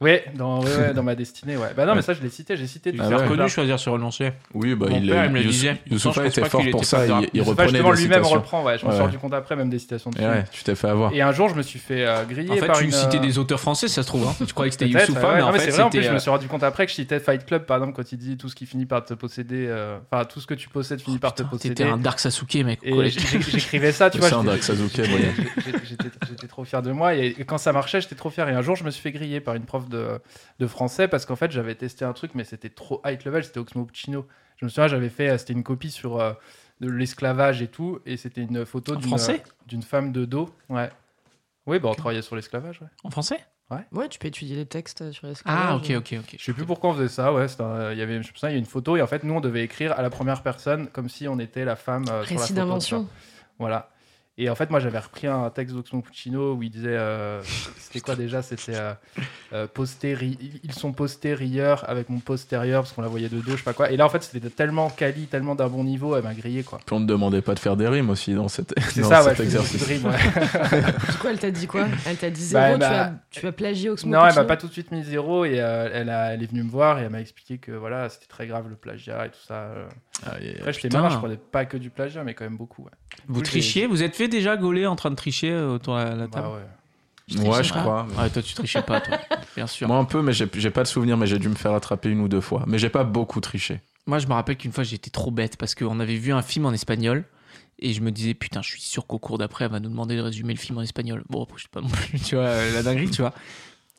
Speaker 4: Ouais, dans, ouais, ouais, dans ma destinée, ouais. Bah non, mais ça, je l'ai cité, j'ai cité.
Speaker 1: Tu
Speaker 4: tout
Speaker 2: Ah
Speaker 1: l'as
Speaker 4: ça.
Speaker 2: ouais.
Speaker 1: reconnu choisir sur renoncer.
Speaker 2: Oui, bah
Speaker 1: Mon père, il me le
Speaker 2: Yous-
Speaker 1: disait. Pourtant,
Speaker 2: Youssoufa
Speaker 1: je pense
Speaker 2: était
Speaker 1: pas
Speaker 2: fort
Speaker 1: qu'il
Speaker 2: pour
Speaker 1: était
Speaker 2: ça,
Speaker 1: pas
Speaker 2: il, il
Speaker 4: Youssoufa,
Speaker 2: reprenait
Speaker 4: justement,
Speaker 2: des
Speaker 4: lui-même
Speaker 2: citations.
Speaker 4: reprend, ouais. Je me
Speaker 2: Ouais,
Speaker 4: suis
Speaker 2: ouais.
Speaker 4: rendu compte après, même des citations de
Speaker 2: Et
Speaker 4: films.
Speaker 2: ouais, tu t'es fait avoir.
Speaker 4: Et un jour, je me suis fait euh, griller
Speaker 1: En fait,
Speaker 4: par
Speaker 1: tu
Speaker 4: une.
Speaker 1: citais
Speaker 4: euh,
Speaker 1: des auteurs français, ça se trouve. Hein. Tu croyais que c'était
Speaker 4: Peut-être,
Speaker 1: Youssoufa,
Speaker 4: ouais.
Speaker 1: mais
Speaker 4: Non,
Speaker 1: en
Speaker 4: mais
Speaker 1: fait,
Speaker 4: c'est vrai, en plus,
Speaker 1: c'était.
Speaker 4: je me
Speaker 1: euh,
Speaker 4: suis rendu compte après que citais Fight Club, par exemple, quand il dit tout ce qui finit par te posséder, euh, enfin, tout ce que tu possèdes finit par te
Speaker 1: Oh, putain,
Speaker 4: posséder.
Speaker 1: T'étais un Dark Sasuke, mec. au
Speaker 4: Et
Speaker 1: collège.
Speaker 4: j- j- j'écrivais ça, tu
Speaker 2: Le
Speaker 4: vois.
Speaker 2: sein
Speaker 4: j'étais-
Speaker 2: d'Aksazuke,
Speaker 4: j'étais-
Speaker 2: voyons.
Speaker 4: j'étais- j'étais- J'étais trop fier de moi. Et quand ça marchait, j'étais trop fier. Et un jour, je me suis fait griller par une prof de, de français parce qu'en fait, j'avais testé un truc, mais c'était trop high level. C'était Oxmo Puccino. Je me souviens, j'avais fait. euh, C'était une copie sur euh, de l'esclavage et tout. Et c'était une photo
Speaker 1: En
Speaker 4: d'une- euh,
Speaker 1: français
Speaker 4: d'une femme de dos. Ouais. Oui, bah, on travaillait sur l'esclavage. Ouais.
Speaker 1: En français
Speaker 3: Ouais, tu peux étudier les textes euh, sur les
Speaker 1: Ah, ok,
Speaker 3: scolaires,
Speaker 1: ok, ok.
Speaker 4: Je sais plus pourquoi on faisait ça. Ouais, c'était un- il y avait, je me souviens, il y a une photo. Et en fait, nous, on devait écrire à la première personne comme si on était la femme. euh, sur la
Speaker 3: Récit
Speaker 4: photo, tu vois.
Speaker 3: d'invention.
Speaker 4: Voilà. Et en fait, moi, j'avais repris un texte d'Oxmo Puccino où il disait. euh, c'était quoi déjà C'était. euh, euh, postéri- Ils sont postérieurs avec mon postérieur parce qu'on la voyait de dos, je sais pas quoi. Et là, en fait, c'était tellement quali, tellement d'un bon niveau, elle m'a grillé, quoi.
Speaker 2: Puis on ne demandait pas de faire des rimes aussi dans, cette,
Speaker 4: C'est
Speaker 2: dans
Speaker 4: ça, ouais,
Speaker 2: cet
Speaker 4: je faisais des
Speaker 2: exercice.
Speaker 4: rimes, ouais.
Speaker 3: Du coup, elle t'a dit quoi Elle t'a dit zéro,
Speaker 4: Bah,
Speaker 3: tu,
Speaker 4: bah,
Speaker 3: as, tu as plagié Oxmo
Speaker 4: Non, elle m'a
Speaker 3: Puccino.
Speaker 4: pas tout de suite mis zéro et euh, elle, a- elle est venue me voir et elle m'a expliqué que voilà, c'était très grave le plagiat et tout ça. euh.
Speaker 2: Ah, yeah.
Speaker 4: Après, j'étais
Speaker 1: putain.
Speaker 4: marre, je prenais pas que du plagiat, mais quand même beaucoup, ouais.
Speaker 1: Vous
Speaker 4: Oui, j'ai-
Speaker 1: trichiez Vous êtes fait déjà gauler en train de tricher euh, autour de la la
Speaker 4: Bah,
Speaker 1: table
Speaker 4: ouais.
Speaker 2: Ouais, je crois.
Speaker 1: Ouais, toi, tu trichais pas, toi. Bien sûr.
Speaker 2: Moi un peu, mais j'ai j'ai pas de souvenir, mais j'ai dû me faire attraper une ou deux fois. Mais j'ai pas beaucoup triché.
Speaker 1: Moi, je me rappelle qu'une fois, j'étais trop bête parce qu'on avait vu un film en espagnol et je me disais, putain, je suis sûr qu'au cours d'après, elle va nous demander de résumer le film en espagnol. Bon, après, je sais pas non plus, tu vois, euh, la dinguerie, tu vois.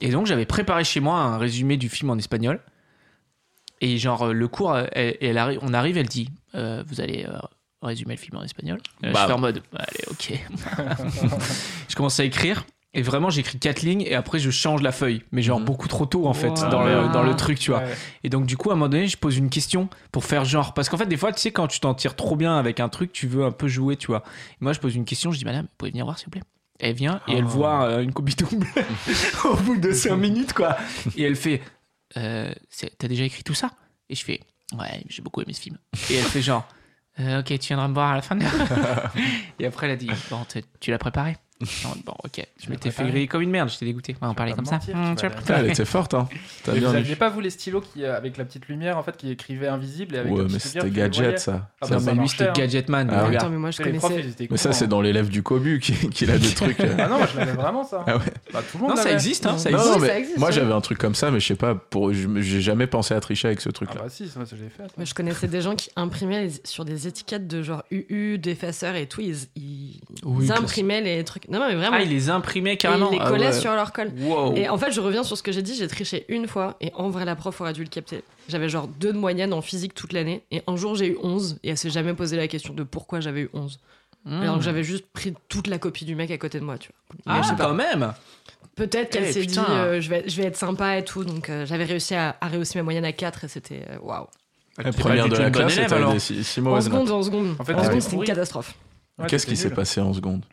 Speaker 1: Et donc, j'avais préparé chez moi un résumé du film en espagnol. Et genre, euh, le cours, euh, elle- elle arri- on arrive, elle dit, euh, vous allez euh, résumer le film en espagnol. Euh,
Speaker 2: Bah.
Speaker 1: Je fais en mode, bah, allez, ok. je commence à écrire. Et vraiment, j'écris quatre lignes et après, je change la feuille. Mais genre,
Speaker 2: Mhm. Ah,
Speaker 1: beaucoup trop tôt, en fait,
Speaker 3: Wow.
Speaker 1: dans, le, dans le truc, tu vois.
Speaker 4: Ouais.
Speaker 1: Et donc, du coup, à un moment donné, je pose une question pour faire genre. Parce qu'en fait, des fois, tu sais, quand tu t'en tires trop bien avec un truc, tu veux un peu jouer, tu vois. Et moi, je pose une question, je dis, madame, vous pouvez venir voir, s'il vous plaît Elle vient et elle
Speaker 4: Ah.
Speaker 2: Oh.
Speaker 1: voit euh, une copie double au bout de 5 minutes, quoi. Et elle fait, euh, c'est- t'as déjà écrit tout ça Et je fais, ouais, j'ai beaucoup aimé ce film. Et elle fait genre, Euh, ok, tu viendras me voir à la fin de Et après, elle a dit, bon, t'es- tu l'as préparé Non, Bon, ok, je
Speaker 4: l'as
Speaker 1: m'étais fait
Speaker 4: préparé
Speaker 1: griller comme une merde, j'étais dégoûté. Ouais, on parlait
Speaker 4: pas
Speaker 1: comme
Speaker 4: me
Speaker 1: ça.
Speaker 4: mentir,
Speaker 1: Hum,
Speaker 4: tu
Speaker 1: tu l'as
Speaker 4: vas
Speaker 1: préparé.
Speaker 2: Putain, elle était forte, hein. T'as
Speaker 4: Et vous
Speaker 2: bien
Speaker 4: aviez
Speaker 2: lu.
Speaker 4: pas vous les stylos qui euh, avec la petite lumière en fait qui écrivait invisible et avec
Speaker 2: Ouais,
Speaker 4: la
Speaker 2: mais
Speaker 4: petite lumière,
Speaker 2: c'était
Speaker 4: tu les voyais.
Speaker 2: gadget, ça.
Speaker 4: Ah
Speaker 2: Ça,
Speaker 4: bah,
Speaker 1: Non,
Speaker 4: ça
Speaker 1: mais lui, c'était
Speaker 4: marchait, hein.
Speaker 1: Gadgetman.
Speaker 2: Ah ouais.
Speaker 1: regarde.
Speaker 3: Attends, mais moi, je
Speaker 4: Les profs,
Speaker 3: connaissais.
Speaker 4: ils étaient
Speaker 2: Mais ça,
Speaker 4: contents.
Speaker 2: c'est dans l'élève du Cobu qui, qui a des trucs. euh.
Speaker 4: Ah non, moi je l'avais vraiment ça.
Speaker 2: Ah ouais.
Speaker 4: Bah, tout le monde
Speaker 1: Non, ça
Speaker 4: l'avait.
Speaker 1: existe, hein, ça
Speaker 2: Non,
Speaker 1: existe.
Speaker 2: non,
Speaker 3: Oui,
Speaker 2: mais
Speaker 3: ça existe,
Speaker 2: moi
Speaker 3: ouais.
Speaker 2: j'avais un truc comme ça, mais je sais pas, pour, je me- j'ai jamais pensé à tricher avec ce
Speaker 4: Ah
Speaker 2: truc-là.
Speaker 4: bah si, ça, ça, je l'ai fait. ça.
Speaker 3: Moi, je connaissais des gens qui imprimaient les- sur des étiquettes de genre UU, d'effaceurs et tout. Ils, ils- ils
Speaker 1: Oui, classe.
Speaker 3: imprimaient les trucs. truc. Non, non, mais vraiment.
Speaker 1: Ah, il les imprimait
Speaker 3: Et
Speaker 1: carrément.
Speaker 3: ils les
Speaker 1: Ah
Speaker 3: collaient
Speaker 1: ouais. Oh.
Speaker 3: sur leur colle.
Speaker 1: Wow.
Speaker 3: Et en fait, je reviens sur ce que j'ai dit, j'ai triché une fois, et en vrai, la prof aurait dû le capter. J'avais genre deux de moyenne en physique toute l'année, et un jour, j'ai eu 11, et elle s'est jamais posé la question de pourquoi j'avais eu 11.
Speaker 1: Mmh.
Speaker 3: Alors que j'avais juste pris toute la copie du mec à côté de moi, tu vois.
Speaker 1: Ah,
Speaker 3: Mais je sais pas.
Speaker 1: quand même
Speaker 3: Peut-être qu'elle
Speaker 1: Eh,
Speaker 3: s'est dit,
Speaker 1: putain.
Speaker 3: euh, je, vais, je vais être sympa et tout, donc euh, j'avais réussi à, à rehausser ma moyenne à 4, et c'était euh, waouh.
Speaker 2: La
Speaker 1: C'est pas
Speaker 2: première
Speaker 1: du
Speaker 2: de
Speaker 1: tout
Speaker 2: la
Speaker 1: une bonne
Speaker 2: classe,
Speaker 1: élève,
Speaker 2: et t'avais
Speaker 1: alors.
Speaker 2: des six six
Speaker 3: En
Speaker 2: mauvaises notes.
Speaker 3: secondes, en secondes.
Speaker 4: En fait,
Speaker 3: En
Speaker 4: t'as
Speaker 3: secondes,
Speaker 4: été
Speaker 3: c'était une
Speaker 4: pourri.
Speaker 3: catastrophe.
Speaker 4: Ouais,
Speaker 2: Qu'est-ce
Speaker 4: t'es
Speaker 2: qui s'est
Speaker 4: nul.
Speaker 2: passé en seconde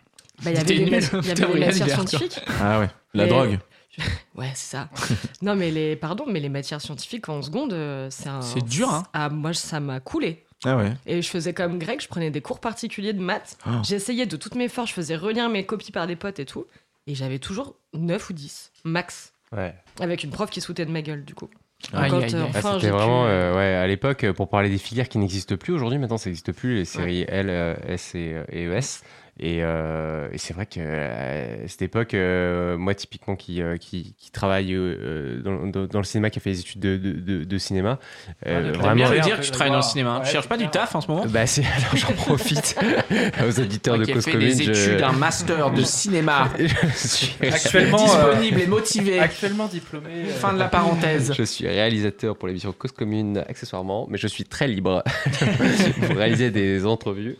Speaker 3: Bah, il y avait
Speaker 1: T'es
Speaker 3: des
Speaker 1: nul,
Speaker 3: matières- il y
Speaker 1: t'as
Speaker 3: avait des
Speaker 1: rien
Speaker 3: matières
Speaker 1: dit, Arthur.
Speaker 3: scientifiques.
Speaker 2: Ah ouais. La
Speaker 3: Et-
Speaker 2: drogue.
Speaker 3: Ouais, c'est ça. non, mais les, pardon, mais les matières scientifiques en seconde, euh, c'est un.
Speaker 1: C'est dur, hein.
Speaker 3: Ah, moi, ça m'a coulé.
Speaker 2: Ah ouais.
Speaker 3: Et je faisais comme grec, je prenais des cours particuliers de maths.
Speaker 1: Oh.
Speaker 2: Ah.
Speaker 3: J'essayais de toutes mes forces, je faisais relire mes copies par des potes et tout. Et j'avais toujours 9 ou 10, max.
Speaker 5: Ouais.
Speaker 3: Avec une prof qui se foutait de ma gueule, du coup.
Speaker 1: Aïe,
Speaker 3: Quand,
Speaker 1: aïe,
Speaker 3: euh,
Speaker 1: aïe.
Speaker 5: Ah,
Speaker 3: Enfin,
Speaker 5: c'était
Speaker 3: j'ai pu-
Speaker 5: vraiment, euh, ouais, à l'époque, euh, pour parler des filières qui n'existent plus aujourd'hui, maintenant ça n'existe plus, les séries L, euh, S et, euh, et ES. Et, euh, et c'est vrai que euh, à cette époque, euh, moi typiquement qui, euh, qui, qui travaille euh, dans, dans- dans le cinéma, qui a fait des études de, de- de- de cinéma, euh,
Speaker 4: Ouais,
Speaker 1: T'aimes bien
Speaker 5: vraiment.
Speaker 1: le
Speaker 4: Ouais,
Speaker 1: dire
Speaker 4: ouais,
Speaker 1: que tu
Speaker 4: ouais,
Speaker 1: travailles dans le
Speaker 4: ouais.
Speaker 1: cinéma. hein.
Speaker 4: Ouais,
Speaker 1: Tu cherches
Speaker 4: c'est
Speaker 1: pas du
Speaker 4: clair.
Speaker 1: taf en ce moment
Speaker 5: Bah, c'est- alors j'en profite aux auditeurs de
Speaker 1: Qui a
Speaker 5: Cause
Speaker 1: fait des
Speaker 5: Commune. je-
Speaker 1: études, hein. un master de cinéma.
Speaker 5: je suis-
Speaker 4: Actuellement, euh,
Speaker 1: disponible et motivé.
Speaker 4: actuellement diplômé. euh,
Speaker 1: Fin de la parenthèse.
Speaker 5: Je suis réalisateur pour l'émission Cause Commune, accessoirement, mais je suis très libre pour réaliser des entrevues.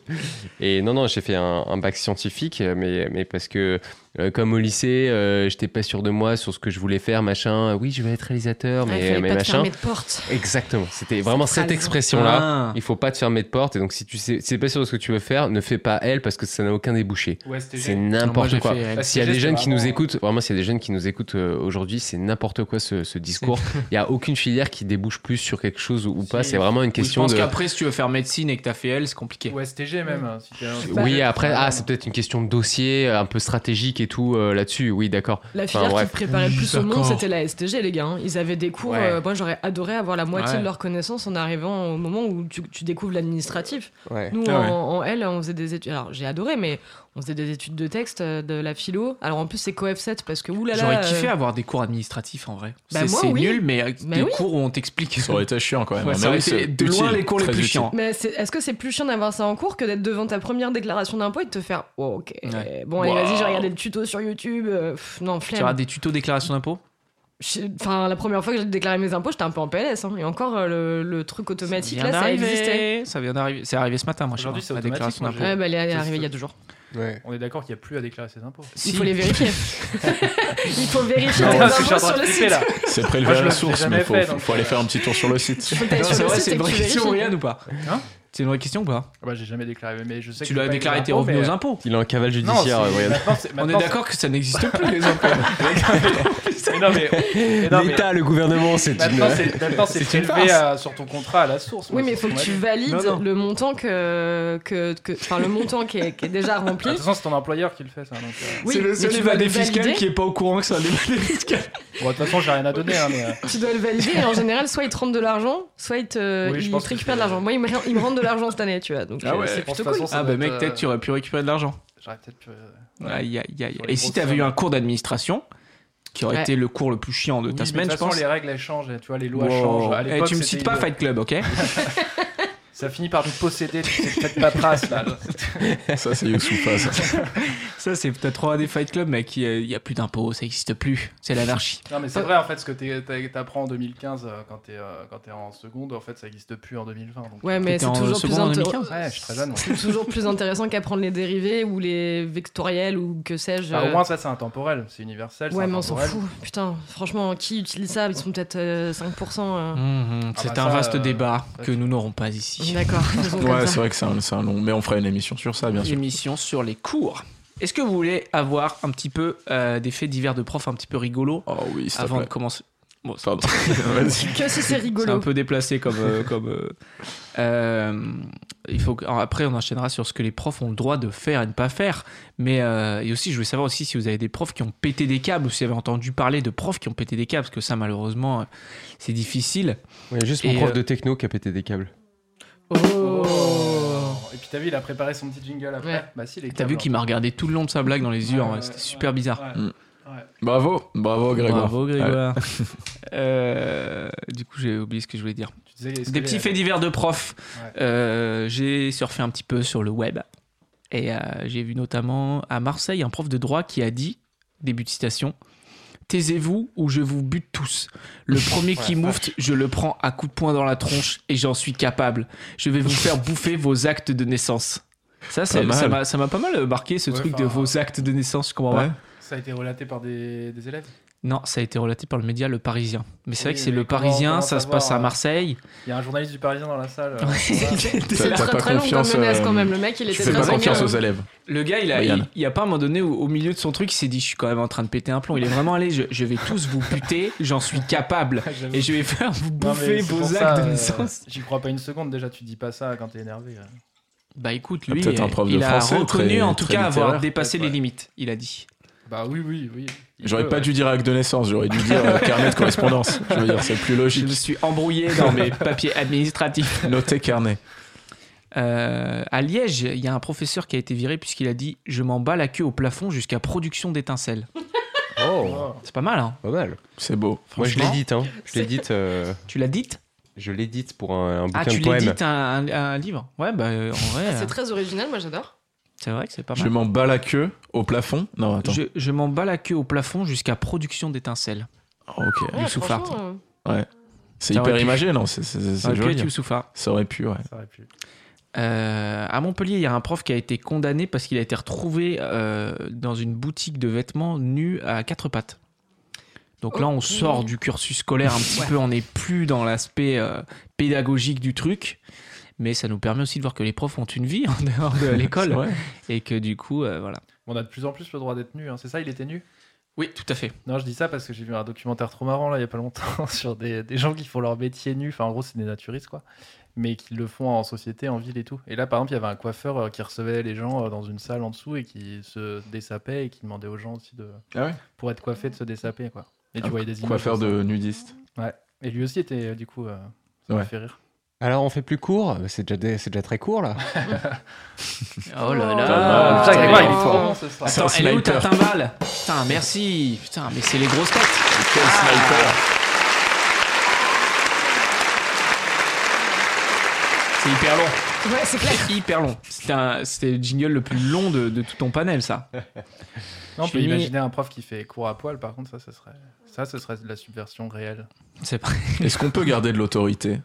Speaker 5: Et non, non, j'ai fait un, un bac scientifique, mais, mais parce que, euh, comme au lycée, euh, j'étais pas sûr de moi sur ce que je voulais faire, machin. Oui, je vais être réalisateur,
Speaker 3: Ouais, Ah, il
Speaker 5: mais,
Speaker 3: fallait
Speaker 5: mais
Speaker 3: pas te
Speaker 5: machin.
Speaker 3: fermer de porte.
Speaker 5: Exactement. C'était vraiment
Speaker 3: C'est
Speaker 5: cette
Speaker 3: crasant.
Speaker 5: expression-là.
Speaker 1: Ah.
Speaker 5: Il faut pas te fermer de porte. Et donc, si tu sais, si t'es pas sûr de ce que tu veux faire, ne fais pas elle parce que ça n'a aucun débouché.
Speaker 4: Ouais, c'était
Speaker 5: C'est
Speaker 4: génial.
Speaker 1: Moi, j'ai
Speaker 5: n'importe quoi.
Speaker 1: fait elle.
Speaker 4: Parce
Speaker 5: S'il y a
Speaker 4: que
Speaker 5: des
Speaker 4: j'ai-
Speaker 5: jeunes qui
Speaker 4: vraiment-
Speaker 5: nous
Speaker 1: euh,
Speaker 5: écoutent, vraiment, s'il y a des jeunes qui nous écoutent euh, aujourd'hui, c'est n'importe quoi ce, ce discours. Il n'y a aucune filière qui débouche plus sur quelque chose ou pas.
Speaker 1: Si.
Speaker 5: C'est vraiment une
Speaker 1: Oui, Je
Speaker 5: question
Speaker 1: pense
Speaker 5: de.
Speaker 1: qu'après, si tu veux faire médecine et que t'as fait elle, c'est compliqué.
Speaker 4: Ou STG même. hein, si t'es un-
Speaker 5: Oui, après, ah, c'est peut-être une question de dossier euh, un peu stratégique et tout euh, là-dessus. Oui, d'accord.
Speaker 3: La
Speaker 5: Enfin,
Speaker 3: filière qui
Speaker 5: bref.
Speaker 3: préparait le plus au monde,
Speaker 1: D'accord.
Speaker 3: c'était la STG, les gars. hein. Ils avaient des cours.
Speaker 5: Ouais.
Speaker 3: euh, moi, j'aurais adoré avoir la moitié
Speaker 1: Ouais.
Speaker 3: de leurs connaissances en arrivant au moment où tu, tu découvres l'administratif.
Speaker 5: Ouais.
Speaker 3: Nous,
Speaker 2: Ah ouais.
Speaker 3: en, en L, on faisait des études. Alors, j'ai adoré, mais on faisait des études de texte, euh, de la philo. Alors, en plus, c'est CoF7 parce que, oulala.
Speaker 1: J'aurais kiffé
Speaker 3: euh,
Speaker 1: avoir des cours administratifs en vrai.
Speaker 3: Bah,
Speaker 1: c'est
Speaker 3: moi,
Speaker 1: c'est
Speaker 3: oui.
Speaker 1: nul, mais euh,
Speaker 3: Bah
Speaker 1: des
Speaker 3: oui.
Speaker 1: cours où on t'explique.
Speaker 2: Ça aurait été chiant quand même.
Speaker 1: Ouais,
Speaker 2: hein,
Speaker 1: ça
Speaker 2: mais
Speaker 1: aurait
Speaker 2: oui,
Speaker 1: été
Speaker 2: c'est
Speaker 1: de loin
Speaker 2: utile,
Speaker 1: les cours les
Speaker 2: très
Speaker 1: plus
Speaker 2: utile.
Speaker 1: chiants.
Speaker 3: Mais c'est- est-ce que c'est plus chiant d'avoir ça en cours que d'être devant ta première déclaration d'impôt et de te faire oh, ok
Speaker 1: Ouais.
Speaker 3: bon allez
Speaker 1: Wow.
Speaker 3: vas-y j'ai regardé le tuto sur YouTube euh, pff, non
Speaker 1: Tu auras
Speaker 3: flemme
Speaker 1: des tutos déclaration d'impôt
Speaker 3: Je- enfin la première fois que j'ai déclaré mes impôts j'étais un peu en PLS hein. et encore euh, le, le truc automatique
Speaker 1: vient
Speaker 3: là ça
Speaker 1: d'arriver.
Speaker 3: existait
Speaker 1: Ça vient d'arriver. C'est arrivé ce matin, moi, chez
Speaker 4: Aujourd'hui,
Speaker 1: moi,
Speaker 4: c'est
Speaker 1: la déclaration
Speaker 4: automatique,
Speaker 1: d'impôt.
Speaker 4: moi,
Speaker 3: ouais bah elle est
Speaker 4: C'est-
Speaker 3: arrivée il y a deux jours
Speaker 4: On est d'accord qu'il n'y a plus à déclarer ses impôts.
Speaker 1: Si.
Speaker 3: Euh, il faut les vérifier il faut vérifier
Speaker 4: Non,
Speaker 3: tes
Speaker 4: ouais, je suis en
Speaker 3: impôts
Speaker 4: train
Speaker 3: sur
Speaker 4: de
Speaker 3: le
Speaker 4: flipper,
Speaker 3: site
Speaker 4: là.
Speaker 2: C'est prélevé
Speaker 4: Moi, je
Speaker 2: à la
Speaker 4: l'ai- je l'ai
Speaker 2: source, mais
Speaker 4: jamais
Speaker 2: faut,
Speaker 4: fait,
Speaker 2: faut-
Speaker 4: donc,
Speaker 2: faut aller
Speaker 4: euh,
Speaker 2: faire un petit tour sur le site.
Speaker 3: Faut aller
Speaker 1: Non,
Speaker 3: sur
Speaker 1: c'est
Speaker 3: le
Speaker 1: vrai,
Speaker 3: site
Speaker 1: c'est
Speaker 3: et
Speaker 1: une
Speaker 3: que
Speaker 1: vraie
Speaker 3: tu
Speaker 1: question,
Speaker 3: vérifies.
Speaker 1: Oriane, ou pas
Speaker 4: Hein
Speaker 1: C'est une vraie question ou pas
Speaker 4: Ah bah, j'ai jamais déclaré, mais je sais
Speaker 1: Tu
Speaker 4: que j'ai
Speaker 1: dois
Speaker 4: pas eu
Speaker 1: déclarer
Speaker 4: les
Speaker 1: tes
Speaker 4: impôts,
Speaker 1: revenus
Speaker 4: mais-
Speaker 1: aux impôts.
Speaker 5: Il a un cavale
Speaker 4: Non,
Speaker 5: judiciaire.
Speaker 4: c'est-
Speaker 5: euh, Brian.
Speaker 4: maintenant, c'est-
Speaker 1: On est
Speaker 4: maintenant, c'est-
Speaker 1: d'accord que ça n'existe plus, les impôts.
Speaker 4: Mais non, mais- mais non, mais-
Speaker 5: L'État, le gouvernement, c'est
Speaker 4: Maintenant,
Speaker 5: une.
Speaker 4: c'est- maintenant, c'est
Speaker 1: C'est une
Speaker 4: prélevé
Speaker 1: farce.
Speaker 4: à- sur ton contrat à la source.
Speaker 3: oui
Speaker 4: moi,
Speaker 3: mais il
Speaker 4: c'est
Speaker 3: faut que
Speaker 4: automatique.
Speaker 3: tu valides
Speaker 1: Non, non.
Speaker 3: le montant que que que- enfin le montant qui est, qui est déjà
Speaker 4: Bah, De
Speaker 3: rempli
Speaker 4: toute façon, c'est ton employeur qui le fait, ça. donc, euh,
Speaker 3: Oui,
Speaker 1: c'est le
Speaker 3: mais
Speaker 1: seul
Speaker 3: tu dois
Speaker 1: évadé
Speaker 3: le
Speaker 1: fiscal
Speaker 3: valider.
Speaker 1: qui est pas au courant que c'est un évadé fiscal.
Speaker 4: bon, de toute façon, j'ai rien à donner. hein, mais, euh,
Speaker 3: Tu dois le valider et en général, soit ils te rendent de l'argent, soit ils te,
Speaker 4: Oui, je
Speaker 3: ils
Speaker 4: pense
Speaker 3: te
Speaker 4: que
Speaker 3: récupèrent
Speaker 4: c'est-
Speaker 3: de l'argent. Moi, ils me, ils me rendent de l'argent cette année, tu vois. Donc,
Speaker 1: Ah
Speaker 3: euh,
Speaker 1: ouais.
Speaker 3: c'est
Speaker 4: je pense, de
Speaker 3: plutôt
Speaker 4: toute
Speaker 3: cool.
Speaker 4: façon,
Speaker 1: Ah
Speaker 4: ça doit
Speaker 1: bah
Speaker 4: être,
Speaker 1: mec,
Speaker 4: euh,
Speaker 1: peut-être tu aurais pu récupérer de l'argent.
Speaker 4: J'aurais peut-être pu, euh,
Speaker 1: Aïe, aïe, aïe.
Speaker 4: Sur les
Speaker 1: Et si
Speaker 4: grosses
Speaker 1: t'avais eu
Speaker 4: sommes.
Speaker 1: un cours d'administration, qui aurait
Speaker 3: Ouais.
Speaker 1: été le cours le plus chiant de
Speaker 4: Oui,
Speaker 1: ta
Speaker 4: mais
Speaker 1: semaine,
Speaker 4: de
Speaker 1: je
Speaker 4: toute façon,
Speaker 1: pense.
Speaker 4: les règles elles changent, et tu vois, les lois
Speaker 1: Wow.
Speaker 4: changent. À
Speaker 1: Eh,
Speaker 4: l'époque,
Speaker 1: tu me
Speaker 4: c'était- euh,
Speaker 1: cites pas Fight Club, ok
Speaker 4: Ça finit par nous posséder toute cette paperasse là.
Speaker 2: Ça, c'est Youssoufa, ça.
Speaker 1: Ça, c'est peut-être trop à des Fight Club, mec. Il y a- il y a plus d'impôts, ça existe plus. C'est l'anarchie.
Speaker 4: Non, mais c'est vrai en fait ce que t'es- t'as- t'apprends en 2015 euh, quand t'es euh, quand t'es en seconde, en fait, ça existe plus en 2020. donc. euh,
Speaker 3: Ouais, mais
Speaker 1: T'étais
Speaker 3: c'est
Speaker 1: en
Speaker 3: toujours, plus
Speaker 1: seconde en
Speaker 3: inté-
Speaker 1: 2015.
Speaker 4: Ouais, je suis très jeune. moi.
Speaker 3: c'est toujours plus intéressant qu'apprendre les dérivés ou les vectoriels ou que sais-je. euh,
Speaker 4: Enfin, au moins ça c'est intemporel, c'est universel. c'est
Speaker 3: ouais, mais on s'en
Speaker 4: intemporel.
Speaker 3: fout. Putain, franchement, qui utilise ça Ils sont peut-être euh, 5%.
Speaker 2: Mm.
Speaker 3: euh.
Speaker 4: Ah
Speaker 1: c'est
Speaker 4: bah
Speaker 1: un
Speaker 4: ça,
Speaker 1: vaste
Speaker 4: euh,
Speaker 1: débat
Speaker 4: ça,
Speaker 1: que nous n'aurons pas ici.
Speaker 3: D'accord, faisons comme
Speaker 2: Ouais,
Speaker 3: ça.
Speaker 2: c'est vrai que c'est un, c'est un long. Mais on fera une émission sur ça, bien sûr.
Speaker 1: Émission sur les cours. Est-ce que vous voulez avoir un petit peu euh, des faits divers de profs un petit peu rigolos
Speaker 2: Oh oui, s'il te
Speaker 1: avant de
Speaker 2: plaît.
Speaker 1: commencer Bon, c'est-
Speaker 2: Pardon. Vas-y.
Speaker 3: Que si c'est
Speaker 1: c'est
Speaker 3: rigolo.
Speaker 1: un peu déplacé comme. euh, comme euh, euh, il faut que- alors après, on enchaînera sur ce que les profs ont le droit de faire et ne pas faire. Mais euh, et aussi, je voulais savoir aussi si vous avez des profs qui ont pété des câbles ou si vous avez entendu parler de profs qui ont pété des câbles, parce que ça, malheureusement, euh, c'est difficile.
Speaker 5: Ouais, juste mon
Speaker 1: Et,
Speaker 5: prof
Speaker 1: euh,
Speaker 5: de techno qui a pété des câbles.
Speaker 3: Oh.
Speaker 4: Et puis t'as vu, il a préparé son petit jingle après.
Speaker 3: Ouais.
Speaker 4: Bah si, les
Speaker 1: T'as vu
Speaker 4: câbles,
Speaker 1: qu'il Mm. m'a regardé tout le long de sa blague dans les yeux,
Speaker 4: Ouais,
Speaker 1: en vrai,
Speaker 4: ouais,
Speaker 1: c'était
Speaker 4: ouais.
Speaker 1: super bizarre.
Speaker 4: Ouais.
Speaker 2: Bravo, bravo, Grégoire.
Speaker 1: Bravo Grégoire. Euh, du coup, j'ai oublié ce que je voulais dire.
Speaker 4: Tu disais, est-ce
Speaker 1: Des
Speaker 4: que
Speaker 1: petits
Speaker 4: les-
Speaker 1: faits divers de profs.
Speaker 4: Ouais.
Speaker 1: Euh, j'ai surfé un petit peu sur le web. Et euh, j'ai vu notamment à Marseille un prof de droit qui a dit, début de citation, Taisez-vous ou je vous bute tous. Le premier qui moufte, je le prends à coups de poing dans la tronche et j'en suis capable. Je vais vous faire bouffer vos actes de naissance. Ça, c'est-
Speaker 2: Pas mal.
Speaker 1: ça m'a- ça m'a pas mal marqué ce
Speaker 4: Ouais,
Speaker 1: truc
Speaker 4: enfin,
Speaker 1: de vos actes de naissance, je comprends
Speaker 2: Ouais.
Speaker 1: pas.
Speaker 4: Ça a été relaté par des, des élèves.
Speaker 1: Non, ça a été relaté par le média Le Parisien. Mais c'est vrai
Speaker 4: Oui,
Speaker 1: que c'est
Speaker 4: mais
Speaker 1: Le
Speaker 4: comment-
Speaker 1: Parisien,
Speaker 4: comment
Speaker 1: ça se
Speaker 4: savoir,
Speaker 1: passe à
Speaker 4: euh,
Speaker 1: Marseille.
Speaker 4: Il y a un journaliste du Parisien dans la salle. euh,
Speaker 2: T'as-
Speaker 3: C'est
Speaker 2: t'as
Speaker 1: le
Speaker 2: pas
Speaker 3: très très long comme
Speaker 2: confiance,
Speaker 3: menace
Speaker 2: euh,
Speaker 3: quand même. Le mec, il
Speaker 2: Tu
Speaker 3: était
Speaker 2: fais pas
Speaker 3: très
Speaker 2: confiance
Speaker 3: emmerdant.
Speaker 2: aux élèves.
Speaker 1: gars, il a, il,
Speaker 2: Yann.
Speaker 1: il a pas à un moment donné au, au milieu de son truc, il s'est dit Je suis quand même en train de péter un plomb. Il est vraiment allé Je, je vais tous vous buter, j'en suis capable.
Speaker 4: j'avoue.
Speaker 1: Et je vais faire vous
Speaker 4: Non,
Speaker 1: bouffer
Speaker 4: mais c'est
Speaker 1: vos
Speaker 4: pour
Speaker 1: actes
Speaker 4: ça,
Speaker 1: de
Speaker 4: euh,
Speaker 1: naissance.
Speaker 4: J'y crois pas une seconde déjà, tu dis pas ça quand t'es énervé. euh. ouais.
Speaker 1: Bah écoute,
Speaker 2: Ah,
Speaker 1: lui,
Speaker 2: peut-être un prof
Speaker 1: il
Speaker 2: de
Speaker 1: a
Speaker 2: français,
Speaker 1: reconnu
Speaker 2: très-
Speaker 1: en tout
Speaker 2: très
Speaker 1: cas avoir
Speaker 2: littéraire,
Speaker 1: dépassé
Speaker 4: peut-être,
Speaker 1: les
Speaker 4: ouais.
Speaker 1: limites, il a dit.
Speaker 4: Bah oui, oui, oui. Il
Speaker 2: J'aurais
Speaker 4: peut,
Speaker 2: pas
Speaker 4: ouais.
Speaker 2: dû dire acte de naissance, j'aurais dû dire euh, carnet de correspondance. Je veux dire, c'est plus
Speaker 1: Je me
Speaker 2: logique.
Speaker 1: suis embrouillé dans mes papiers administratifs.
Speaker 2: Noter carnet.
Speaker 1: Euh, à Liège, il y a un professeur qui a été viré puisqu'il a dit Je m'en bats la queue au plafond jusqu'à production d'étincelles.
Speaker 5: Oh,
Speaker 4: Oh.
Speaker 1: C'est pas mal, hein
Speaker 5: pas mal.
Speaker 2: C'est beau.
Speaker 5: Moi, je
Speaker 1: Franchement.
Speaker 5: l'édite, hein. Je l'édite, euh,
Speaker 1: Tu l'as dite
Speaker 5: je l'édite pour un, un bouquin
Speaker 1: Ah, tu
Speaker 5: de poèmes.
Speaker 1: l'édites un, un, un livre Ouais, bah euh, en vrai,
Speaker 3: Ah,
Speaker 1: euh,
Speaker 2: hein.
Speaker 3: C'est très original, moi j'adore.
Speaker 1: c'est vrai que c'est pas
Speaker 2: Je
Speaker 1: mal.
Speaker 2: m'en bats la queue au plafond. Non, attends.
Speaker 1: Je, je m'en bats la queue au plafond jusqu'à production d'étincelles.
Speaker 2: Oh, Ok.
Speaker 1: Ouais, Youssouf
Speaker 3: franchement,
Speaker 1: Art.
Speaker 3: euh,
Speaker 2: C'est
Speaker 1: Ça aurait
Speaker 2: hyper
Speaker 1: pu.
Speaker 2: imagé, non C'est c'est- c'est- c'est
Speaker 1: Ah, Ok,
Speaker 2: joli. hein.
Speaker 1: tu souffres.
Speaker 2: Ça aurait pu, ouais.
Speaker 4: Ça aurait pu.
Speaker 1: Euh, à Montpellier, il y a un prof qui a été condamné parce qu'il a été retrouvé euh, dans une boutique de vêtements nu à quatre pattes. Donc là, on
Speaker 3: Ok.
Speaker 1: sort du cursus scolaire un petit peu, on n'est plus dans l'aspect euh, pédagogique du truc, mais ça nous permet aussi de voir que les profs ont une vie en dehors de
Speaker 2: C'est
Speaker 1: l'école
Speaker 2: vrai.
Speaker 1: et que du coup, euh, voilà.
Speaker 4: On a de plus en plus le droit d'être nu, hein. c'est ça, il était nu
Speaker 1: Oui, tout à fait.
Speaker 4: Non, je dis ça parce que j'ai vu un documentaire trop marrant là il y a pas longtemps sur des, des gens qui font leur métier nu, enfin en gros c'est des naturistes quoi, mais qui le font en société, en ville et tout. Et là par exemple il y avait un coiffeur euh, qui recevait les gens euh, dans une salle en dessous et qui se dessapait et qui demandait aux gens aussi de,
Speaker 2: Ah ouais
Speaker 4: pour être coiffé de se dessaper quoi. Et tu
Speaker 2: Un
Speaker 4: voyais des images.
Speaker 2: Coiffeur
Speaker 4: comme ça.
Speaker 2: de nudiste.
Speaker 4: Et lui aussi était euh, du coup, euh, ça
Speaker 2: Ouais.
Speaker 4: m'a fait rire.
Speaker 5: Alors, on fait plus court C'est déjà, des- c'est déjà très court, là.
Speaker 1: Oh là là
Speaker 2: Pas mal.
Speaker 4: Putain, Grégoire,
Speaker 1: Attends,
Speaker 4: il est trop bon ce soir.
Speaker 1: Attends,
Speaker 2: C'est un
Speaker 1: elle est où ta
Speaker 2: sniper.
Speaker 1: timbale Putain, merci Putain, mais c'est les grosses têtes
Speaker 2: Quel sniper
Speaker 1: C'est hyper long
Speaker 3: Ouais, c'est clair.
Speaker 1: C'est hyper long C'était un- c'était le jingle le plus long de, de tout ton panel, ça
Speaker 4: Non, on
Speaker 1: Je
Speaker 4: peut
Speaker 1: suis-
Speaker 4: imaginer un prof qui fait cours à poil, par contre, ça, ce serait, ça, ce serait de la subversion réelle.
Speaker 1: C'est pas
Speaker 2: Est-ce qu'on peut garder de l'autorité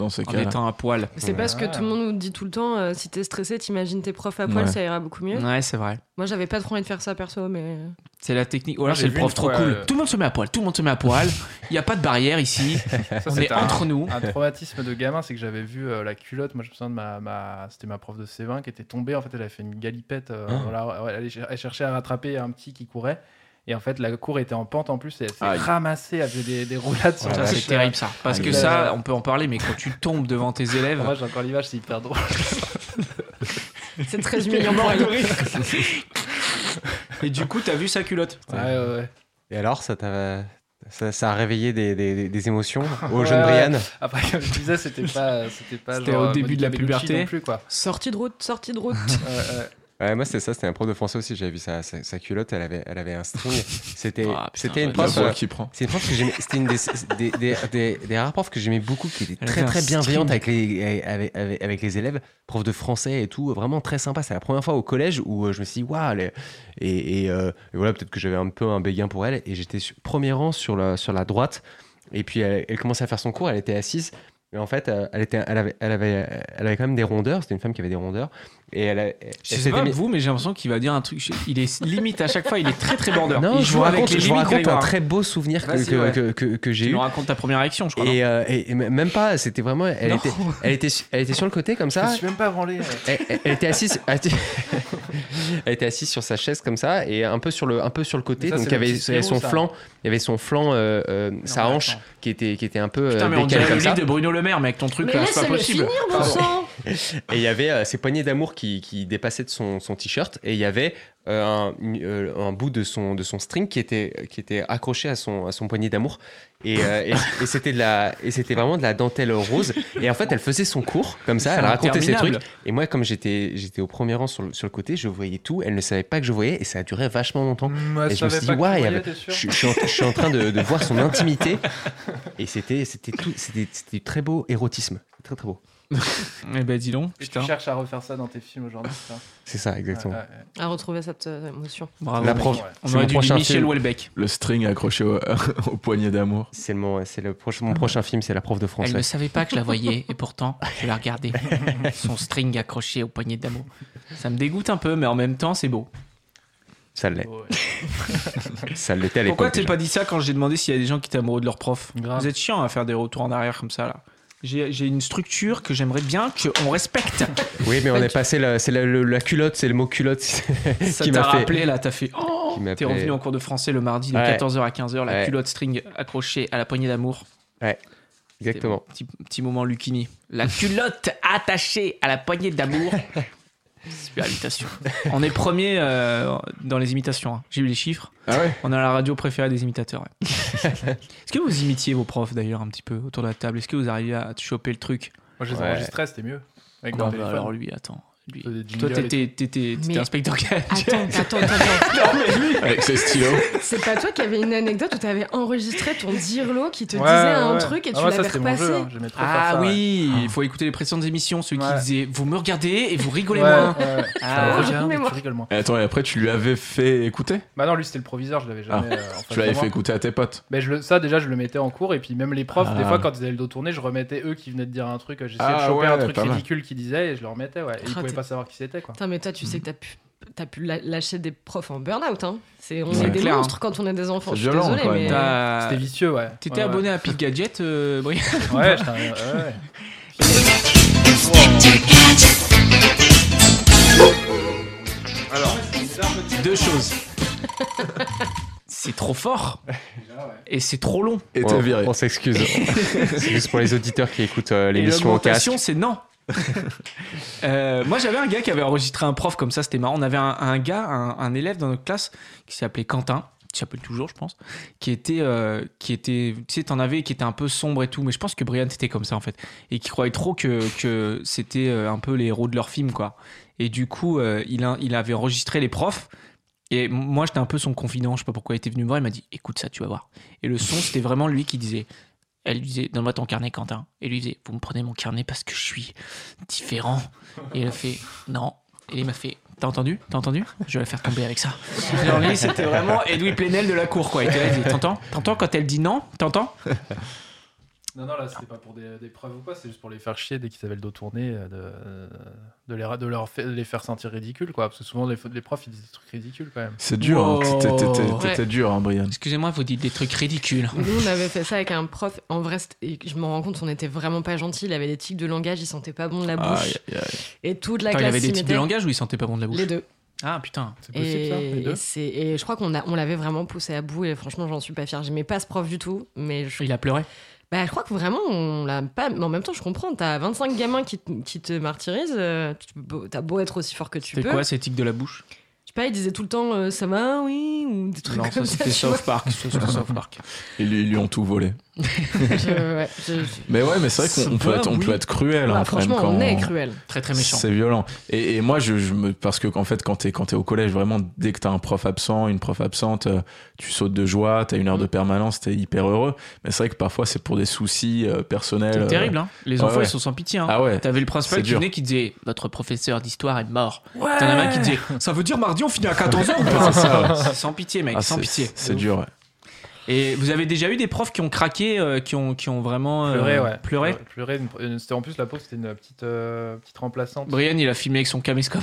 Speaker 2: dans ces
Speaker 1: en
Speaker 2: cas-là
Speaker 1: étant à poil.
Speaker 3: C'est pas ce que tout le monde nous dit tout le temps. euh, si t'es stressé, t'imagines tes profs à poil,
Speaker 2: Ouais.
Speaker 3: ça ira beaucoup mieux.
Speaker 1: Ouais, c'est vrai.
Speaker 3: Moi, j'avais pas trop envie de faire ça perso, mais. euh,
Speaker 1: C'est la technique. Ou alors
Speaker 4: J'ai
Speaker 1: c'est le
Speaker 4: vu
Speaker 1: prof
Speaker 4: une
Speaker 1: trop
Speaker 4: fois,
Speaker 1: cool.
Speaker 4: euh,
Speaker 1: Tout le monde se met à poil. Tout le monde se met à poil. Il n'y a pas de barrière ici.
Speaker 4: Ça,
Speaker 1: On
Speaker 4: c'est
Speaker 1: est
Speaker 4: un-
Speaker 1: entre nous.
Speaker 4: Un traumatisme de gamin, c'est que j'avais vu euh, la culotte. Moi, je me souviens de ma. ma- C'était ma prof de C20 qui était tombée. En fait, elle avait fait une galipette. euh,
Speaker 5: Hein
Speaker 4: voilà, ouais, elle, est- elle cherchait à rattraper un petit qui courait. Et en fait, la cour était en pente en plus. Et elle s'est
Speaker 2: Aïe.
Speaker 4: ramassée. Elle faisait des, des roulades sur
Speaker 1: Oh, Ça,
Speaker 4: la
Speaker 1: c'est
Speaker 4: chaise.
Speaker 1: terrible ça. Parce
Speaker 4: Ah,
Speaker 1: que
Speaker 4: il-
Speaker 1: ça, on peut en parler, mais quand tu tombes devant tes élèves.
Speaker 4: Moi, j'ai encore l'image, c'est hyper drôle.
Speaker 3: C'est très humiliant pour elle.
Speaker 1: Et du coup, t'as vu sa culotte.
Speaker 4: Ouais, ouais, ouais.
Speaker 5: Et alors, ça t'a. Ça, ça a réveillé des, des- des- des émotions au
Speaker 4: Ouais,
Speaker 5: jeune
Speaker 4: ouais.
Speaker 5: Brian.
Speaker 4: Après, comme je disais, c'était pas. C'était pas
Speaker 1: C'était
Speaker 4: genre,
Speaker 1: au
Speaker 4: euh,
Speaker 1: début de la
Speaker 4: Monica Bellucci
Speaker 1: puberté.
Speaker 4: Non plus, quoi.
Speaker 3: Sortie de route, sortie de route.
Speaker 4: Ouais, ouais.
Speaker 5: Ouais, moi, c'était ça, c'était un prof de français aussi. J'avais vu sa, sa, sa culotte, elle avait, elle avait un string. C'était
Speaker 1: Ah, putain,
Speaker 5: c'était
Speaker 1: ouais,
Speaker 5: une
Speaker 2: La
Speaker 5: prof.
Speaker 2: voix
Speaker 5: euh,
Speaker 2: qui prend.
Speaker 5: C'est une prof que j'aimais. C'était une des, des, des, des- des rares profs que j'aimais beaucoup, qui était
Speaker 1: Elle
Speaker 5: très
Speaker 1: avait un
Speaker 5: très bienveillante
Speaker 1: string.
Speaker 5: avec les, avec, avec, avec les élèves, prof de français et tout, vraiment très sympa. C'est la première fois au collège où euh, je me suis dit, waouh, elle est- et, et, euh, et voilà, peut-être que j'avais un peu un béguin pour elle, et j'étais sur- premier rang sur la, sur la droite, et puis elle, elle commençait à faire son cours, elle était assise. Mais en fait, euh, elle, était, elle, avait, elle, avait, elle avait quand même des rondeurs. C'était une femme qui avait des rondeurs. Et elle, a- elle,
Speaker 1: Je sais
Speaker 5: s'était
Speaker 1: pas
Speaker 5: mis-
Speaker 1: vous, mais j'ai l'impression qu'il va dire un truc. Il est limite à chaque fois, il est très très border.
Speaker 5: Non,
Speaker 1: il
Speaker 5: je vous
Speaker 1: joue avec
Speaker 5: raconte,
Speaker 1: les
Speaker 5: je vous
Speaker 1: limites,
Speaker 5: raconte un
Speaker 1: Grégoire.
Speaker 5: très beau souvenir que,
Speaker 1: Vas-y,
Speaker 5: que,
Speaker 1: ouais.
Speaker 5: que, que- que j'ai
Speaker 1: Tu
Speaker 5: eu.
Speaker 1: nous racontes ta première réaction, je crois.
Speaker 5: Et, euh, et- et m- même pas, c'était vraiment. Elle
Speaker 1: Non.
Speaker 5: était, elle, était, su- elle était sur le côté comme
Speaker 4: Je me
Speaker 5: ça.
Speaker 4: suis même pas branlé. euh. ouais.
Speaker 5: Elle, elle- elle était assise. Elle était, elle était assise sur sa chaise comme ça et un peu sur le, un peu sur le côté.
Speaker 4: Mais ça,
Speaker 5: donc
Speaker 4: c'est
Speaker 5: il y
Speaker 4: le
Speaker 5: avait,
Speaker 4: petit
Speaker 5: il y avait son
Speaker 4: Spirou, ça.
Speaker 5: flanc, il y avait son flanc, euh, euh, sa
Speaker 4: mais
Speaker 5: hanche
Speaker 4: attends.
Speaker 5: qui était, qui était un peu
Speaker 1: Putain,
Speaker 5: euh,
Speaker 1: mais on
Speaker 5: décalée
Speaker 1: dirait le
Speaker 5: comme ça.
Speaker 1: livre de Bruno Le Maire, mec, ton truc
Speaker 3: mais
Speaker 1: là, c'est pas
Speaker 3: laissez-le
Speaker 1: possible.
Speaker 3: finir, bon sang
Speaker 5: Et il y avait euh, ses poignées d'amour qui, qui dépassaient de son, son t-shirt et il y avait euh, un, une- euh, un bout de son, de son string qui était, qui était accroché à son, à son poignet d'amour. Et, euh, et- et c'était de la- et c'était vraiment de la dentelle rose. Et en fait, elle faisait son cours comme ça,
Speaker 1: C'est
Speaker 5: elle racontait ses trucs.
Speaker 1: interminable.
Speaker 5: Et moi, comme j'étais j'étais au premier rang sur le, sur le côté, je voyais tout. Elle ne savait pas que je voyais et ça a duré vachement longtemps.
Speaker 4: Moi,
Speaker 5: Et je
Speaker 4: savais
Speaker 5: me suis dit,
Speaker 4: pas que tu
Speaker 5: ouais, il y
Speaker 4: voyais,
Speaker 5: avait-
Speaker 4: t'es sûr
Speaker 5: Je, je suis en, je suis en train de, de voir son intimité et c'était c'était tout- c'était c'était du très beau érotisme. Très très beau.
Speaker 1: Eh ben dis donc,
Speaker 4: Et
Speaker 1: putain.
Speaker 4: tu cherches à refaire ça dans tes films aujourd'hui. c'est ça
Speaker 5: C'est ça, exactement.
Speaker 4: Ouais, ouais,
Speaker 3: à retrouver cette euh, émotion.
Speaker 1: Bravo.
Speaker 5: La
Speaker 1: mec.
Speaker 5: prof.
Speaker 4: ouais.
Speaker 1: On
Speaker 5: C'est
Speaker 1: aurait dû
Speaker 5: mon
Speaker 1: dire
Speaker 5: prochain
Speaker 1: Michel
Speaker 5: film.
Speaker 1: Houellebecq.
Speaker 2: Le string accroché au, au poignet d'amour.
Speaker 5: C'est mon, c'est le proche- mon prochain film, c'est la prof de
Speaker 1: Ah Elle
Speaker 5: français.
Speaker 1: ne savait pas que je la voyais et pourtant je la regardais. Son string accroché au poignet d'amour. Ça me dégoûte un peu, mais en même temps c'est beau.
Speaker 5: Ça l'est.
Speaker 4: Oh, Ouais.
Speaker 5: Ça l'était à l'époque.
Speaker 1: Pourquoi t'es
Speaker 5: déjà.
Speaker 1: pas dit ça quand j'ai demandé s'il y a des gens qui étaient amoureux de leur prof
Speaker 4: Grave.
Speaker 1: Vous êtes chiant à faire des retours en arrière comme ça là. J'ai j'ai une structure que j'aimerais bien qu'on respecte.
Speaker 5: Oui, mais on est passé. la- C'est la, le- la culotte, c'est le mot culotte
Speaker 1: Ça
Speaker 5: qui
Speaker 1: t'a
Speaker 5: m'a fait.
Speaker 1: rappelé là, t'as fait. Oh
Speaker 5: Qui m'a
Speaker 1: T'es
Speaker 5: fait-
Speaker 1: revenu en cours de français le mardi de
Speaker 5: Ouais.
Speaker 1: 14h à 15h, la
Speaker 5: Ouais.
Speaker 1: culotte string accrochée à la poignée d'amour.
Speaker 5: Exactement.
Speaker 1: Petit, petit moment Lucini. La culotte attachée à la poignée d'amour. Super imitation. On est premier euh, dans les imitations. hein. J'ai eu les chiffres.
Speaker 2: Ah ouais
Speaker 1: On a la radio préférée des imitateurs. ouais. Est-ce que vous imitiez vos profs d'ailleurs un petit peu autour de la table Est-ce que vous arrivez à choper le truc
Speaker 4: Moi, je les
Speaker 5: Ouais.
Speaker 4: enregistrais, c'était mieux. Avec
Speaker 1: Non,
Speaker 4: mon
Speaker 1: bah
Speaker 4: téléphone.
Speaker 1: alors lui, attends. Lui.
Speaker 4: Faisais des
Speaker 1: Toi,
Speaker 4: jingles et
Speaker 1: t'étais t'étais- t'étais
Speaker 3: Mais-
Speaker 1: inspecteur gadget.
Speaker 3: Attends, attends, attends.
Speaker 2: Avec ses stylos.
Speaker 3: C'est pas toi qui avais une anecdote où t'avais enregistré ton dirlo qui te
Speaker 4: Ouais,
Speaker 3: disait un
Speaker 4: ouais,
Speaker 3: truc et
Speaker 4: ouais.
Speaker 3: tu
Speaker 4: Ah ouais, ça,
Speaker 3: l'avais
Speaker 4: c'était mon
Speaker 3: repassé.
Speaker 4: jeu, hein. J'aimais trop faire
Speaker 1: Ah
Speaker 4: ça, ouais.
Speaker 1: oui, il faut écouter les précédentes émissions, ceux qui
Speaker 4: Ouais.
Speaker 1: disaient vous me regardez et vous rigolez
Speaker 4: Ouais,
Speaker 1: moins.
Speaker 4: ouais, ouais.
Speaker 1: Ah,
Speaker 4: Je te
Speaker 3: regarde,
Speaker 4: regarde et
Speaker 3: moi.
Speaker 4: tu rigoles moins.
Speaker 2: Et attends, et après, tu lui avais fait écouter
Speaker 4: Bah non, lui c'était le proviseur, je l'avais jamais. euh, en face
Speaker 2: Ah, Tu l'avais
Speaker 4: de moi.
Speaker 2: fait écouter à tes potes.
Speaker 4: Mais je le, ça déjà, je le mettais en cours et puis même les profs, des
Speaker 2: Ah.
Speaker 4: fois quand ils avaient le dos tourné, je remettais eux qui venaient de dire un truc. J'essayais
Speaker 2: Ah
Speaker 4: de choper
Speaker 2: ouais,
Speaker 4: un truc
Speaker 2: pas mal.
Speaker 4: ridicule qu'ils disaient et je le remettais. Ouais. Et ils
Speaker 3: Ah,
Speaker 4: pouvaient
Speaker 3: t'es-
Speaker 4: pas savoir qui c'était quoi.
Speaker 3: Putain, mais toi, tu sais que t'as pu, t'as pu la- lâcher des profs en burn-out. Hein. C'est, on
Speaker 2: Ouais.
Speaker 3: est des
Speaker 1: Clair,
Speaker 3: monstres quand on est des enfants.
Speaker 2: C'est
Speaker 3: Je suis
Speaker 2: violent,
Speaker 3: désolée,
Speaker 2: quand même.
Speaker 3: mais.
Speaker 2: Ah.
Speaker 1: T'as-
Speaker 4: C'était vicieux, ouais.
Speaker 1: T'étais
Speaker 4: Ouais, ouais.
Speaker 1: abonné à Pete Gadget, euh, Brian
Speaker 4: Ouais, j'étais un- ouais, ouais.
Speaker 1: Deux choses. c'est trop fort et c'est trop long.
Speaker 2: Et
Speaker 5: On-
Speaker 2: t'es viré.
Speaker 5: On s'excuse. c'est juste pour les auditeurs qui écoutent euh,
Speaker 1: Et
Speaker 5: l'émission en casque.
Speaker 1: l'augmentation, c'est non. Euh, moi, j'avais un gars qui avait enregistré un prof comme ça, c'était marrant. On avait un, un gars, un, un élève dans notre classe qui s'appelait Quentin, qui s'appelle toujours, je pense, qui était, euh, qui était, tu sais, t'en avais, qui était un peu sombre et tout, mais je pense que Brian c'était comme ça en fait, et qui croyait trop que, que c'était euh, un peu les héros de leur film, quoi. Et du coup, euh, il, a- il avait enregistré les profs. Et m- moi, j'étais un peu son confident. Je sais pas pourquoi il était venu me voir. Il m'a dit Écoute ça, tu vas voir. Et le son, c'était vraiment lui qui disait Elle lui disait Donne-moi ton carnet, Quentin. Et lui disait Vous me prenez mon carnet parce que je suis différent. Et il a fait Non. Et il m'a fait T'as entendu T'as entendu Je vais la faire tomber avec ça. Genre, lui, c'était vraiment Edoui Plenel de la cour, quoi. Il était là, il dit, T'entends T'entends quand elle dit non T'entends
Speaker 4: Non, non,
Speaker 3: Ah.
Speaker 4: là c'était pas pour des, des preuves ou quoi, c'est juste pour les faire chier dès qu'ils avaient le dos tourné, euh, de, de, les, ra- de leur fa- de les faire sentir ridicules quoi. Parce que souvent les, les profs ils disent des trucs ridicules quand même.
Speaker 2: C'est dur, hein.
Speaker 1: Wow.
Speaker 2: T'étais- t'étais-
Speaker 1: Ouais.
Speaker 2: t'étais dur, hein, Brian.
Speaker 1: Excusez-moi, vous dites des trucs ridicules.
Speaker 3: Nous, on avait fait ça avec un prof. En vrai, c'était- et je me rends compte, on était vraiment pas gentil. Il avait des tics de langage, il sentait pas bon de la
Speaker 1: Ah,
Speaker 3: bouche.
Speaker 2: Aïe, aïe, aïe.
Speaker 3: Et toute la
Speaker 1: Attends, il
Speaker 3: classe
Speaker 1: avait
Speaker 3: s'y
Speaker 1: des types de
Speaker 3: mettait.
Speaker 1: langage où il sentait pas bon de la bouche
Speaker 3: Les deux.
Speaker 1: Ah putain.
Speaker 4: C'est possible
Speaker 3: Et,
Speaker 4: ça, les
Speaker 3: et
Speaker 4: deux
Speaker 3: c'est- et je crois qu'on a- on l'avait vraiment poussé à bout. Et franchement, j'en suis pas fière. J'aimais pas ce prof du tout. Mais je,
Speaker 1: Il a pleuré.
Speaker 3: bah, je crois que vraiment, on l'a pas. Mais en même temps, je comprends. T'as 25 gamins qui, te- qui te martyrisent. euh, tu- T'as beau être aussi fort que tu
Speaker 1: C'était
Speaker 3: peux.
Speaker 1: quoi ces tics de la bouche
Speaker 3: Je sais pas, il disait tout le temps euh, ça va, oui, ou des trucs
Speaker 1: Non, ça
Speaker 3: comme ça.
Speaker 1: c'était
Speaker 3: tu vois.
Speaker 1: South Park. Ça, c'était South Park.
Speaker 2: Ils lui ils lui ont tout volé.
Speaker 3: Je- ouais, je- je-
Speaker 2: Mais ouais, mais c'est vrai qu'on on peut,
Speaker 1: Voilà,
Speaker 2: être, on
Speaker 1: oui.
Speaker 2: peut être cruel.
Speaker 3: Bah,
Speaker 2: hein, quand même,
Speaker 3: franchement,
Speaker 2: quand
Speaker 3: on est cruel.
Speaker 1: Très très méchant.
Speaker 2: C'est violent. Et, et moi, je, je me, parce que en fait, quand t'es quand t'es au collège, vraiment, dès que t'as un prof absent, une prof absente, euh, tu sautes de joie, t'as une heure de
Speaker 1: Mm.
Speaker 2: permanence, t'es hyper heureux. Mais c'est vrai que parfois, c'est pour des soucis euh, personnels.
Speaker 1: C'est
Speaker 2: euh,
Speaker 1: terrible, hein. Les
Speaker 2: ouais,
Speaker 1: enfants,
Speaker 2: ouais.
Speaker 1: ils sont sans pitié, hein.
Speaker 2: Ah ouais.
Speaker 1: T'avais le principal
Speaker 2: C'est
Speaker 1: qui
Speaker 2: dur.
Speaker 1: venait qui disait Votre professeur d'histoire est mort. T'en avais un qui disait Ça veut dire mardi on finit à 14h ou pas
Speaker 2: c'est ça, ouais.
Speaker 1: C'est Sans pitié, mec,
Speaker 2: Ah,
Speaker 1: sans
Speaker 2: c'est-
Speaker 1: pitié.
Speaker 2: C'est dur. ouais.
Speaker 1: Et vous avez déjà eu des profs qui ont craqué, euh, qui, ont, qui ont vraiment euh,
Speaker 4: Pleurer, ouais.
Speaker 1: pleuré
Speaker 4: Ouais, pleurer, une- une- c'était en plus la pauvre, c'était une petite, euh, petite
Speaker 3: Bah,
Speaker 4: remplaçante.
Speaker 1: Brian, il a filmé avec son caméscope.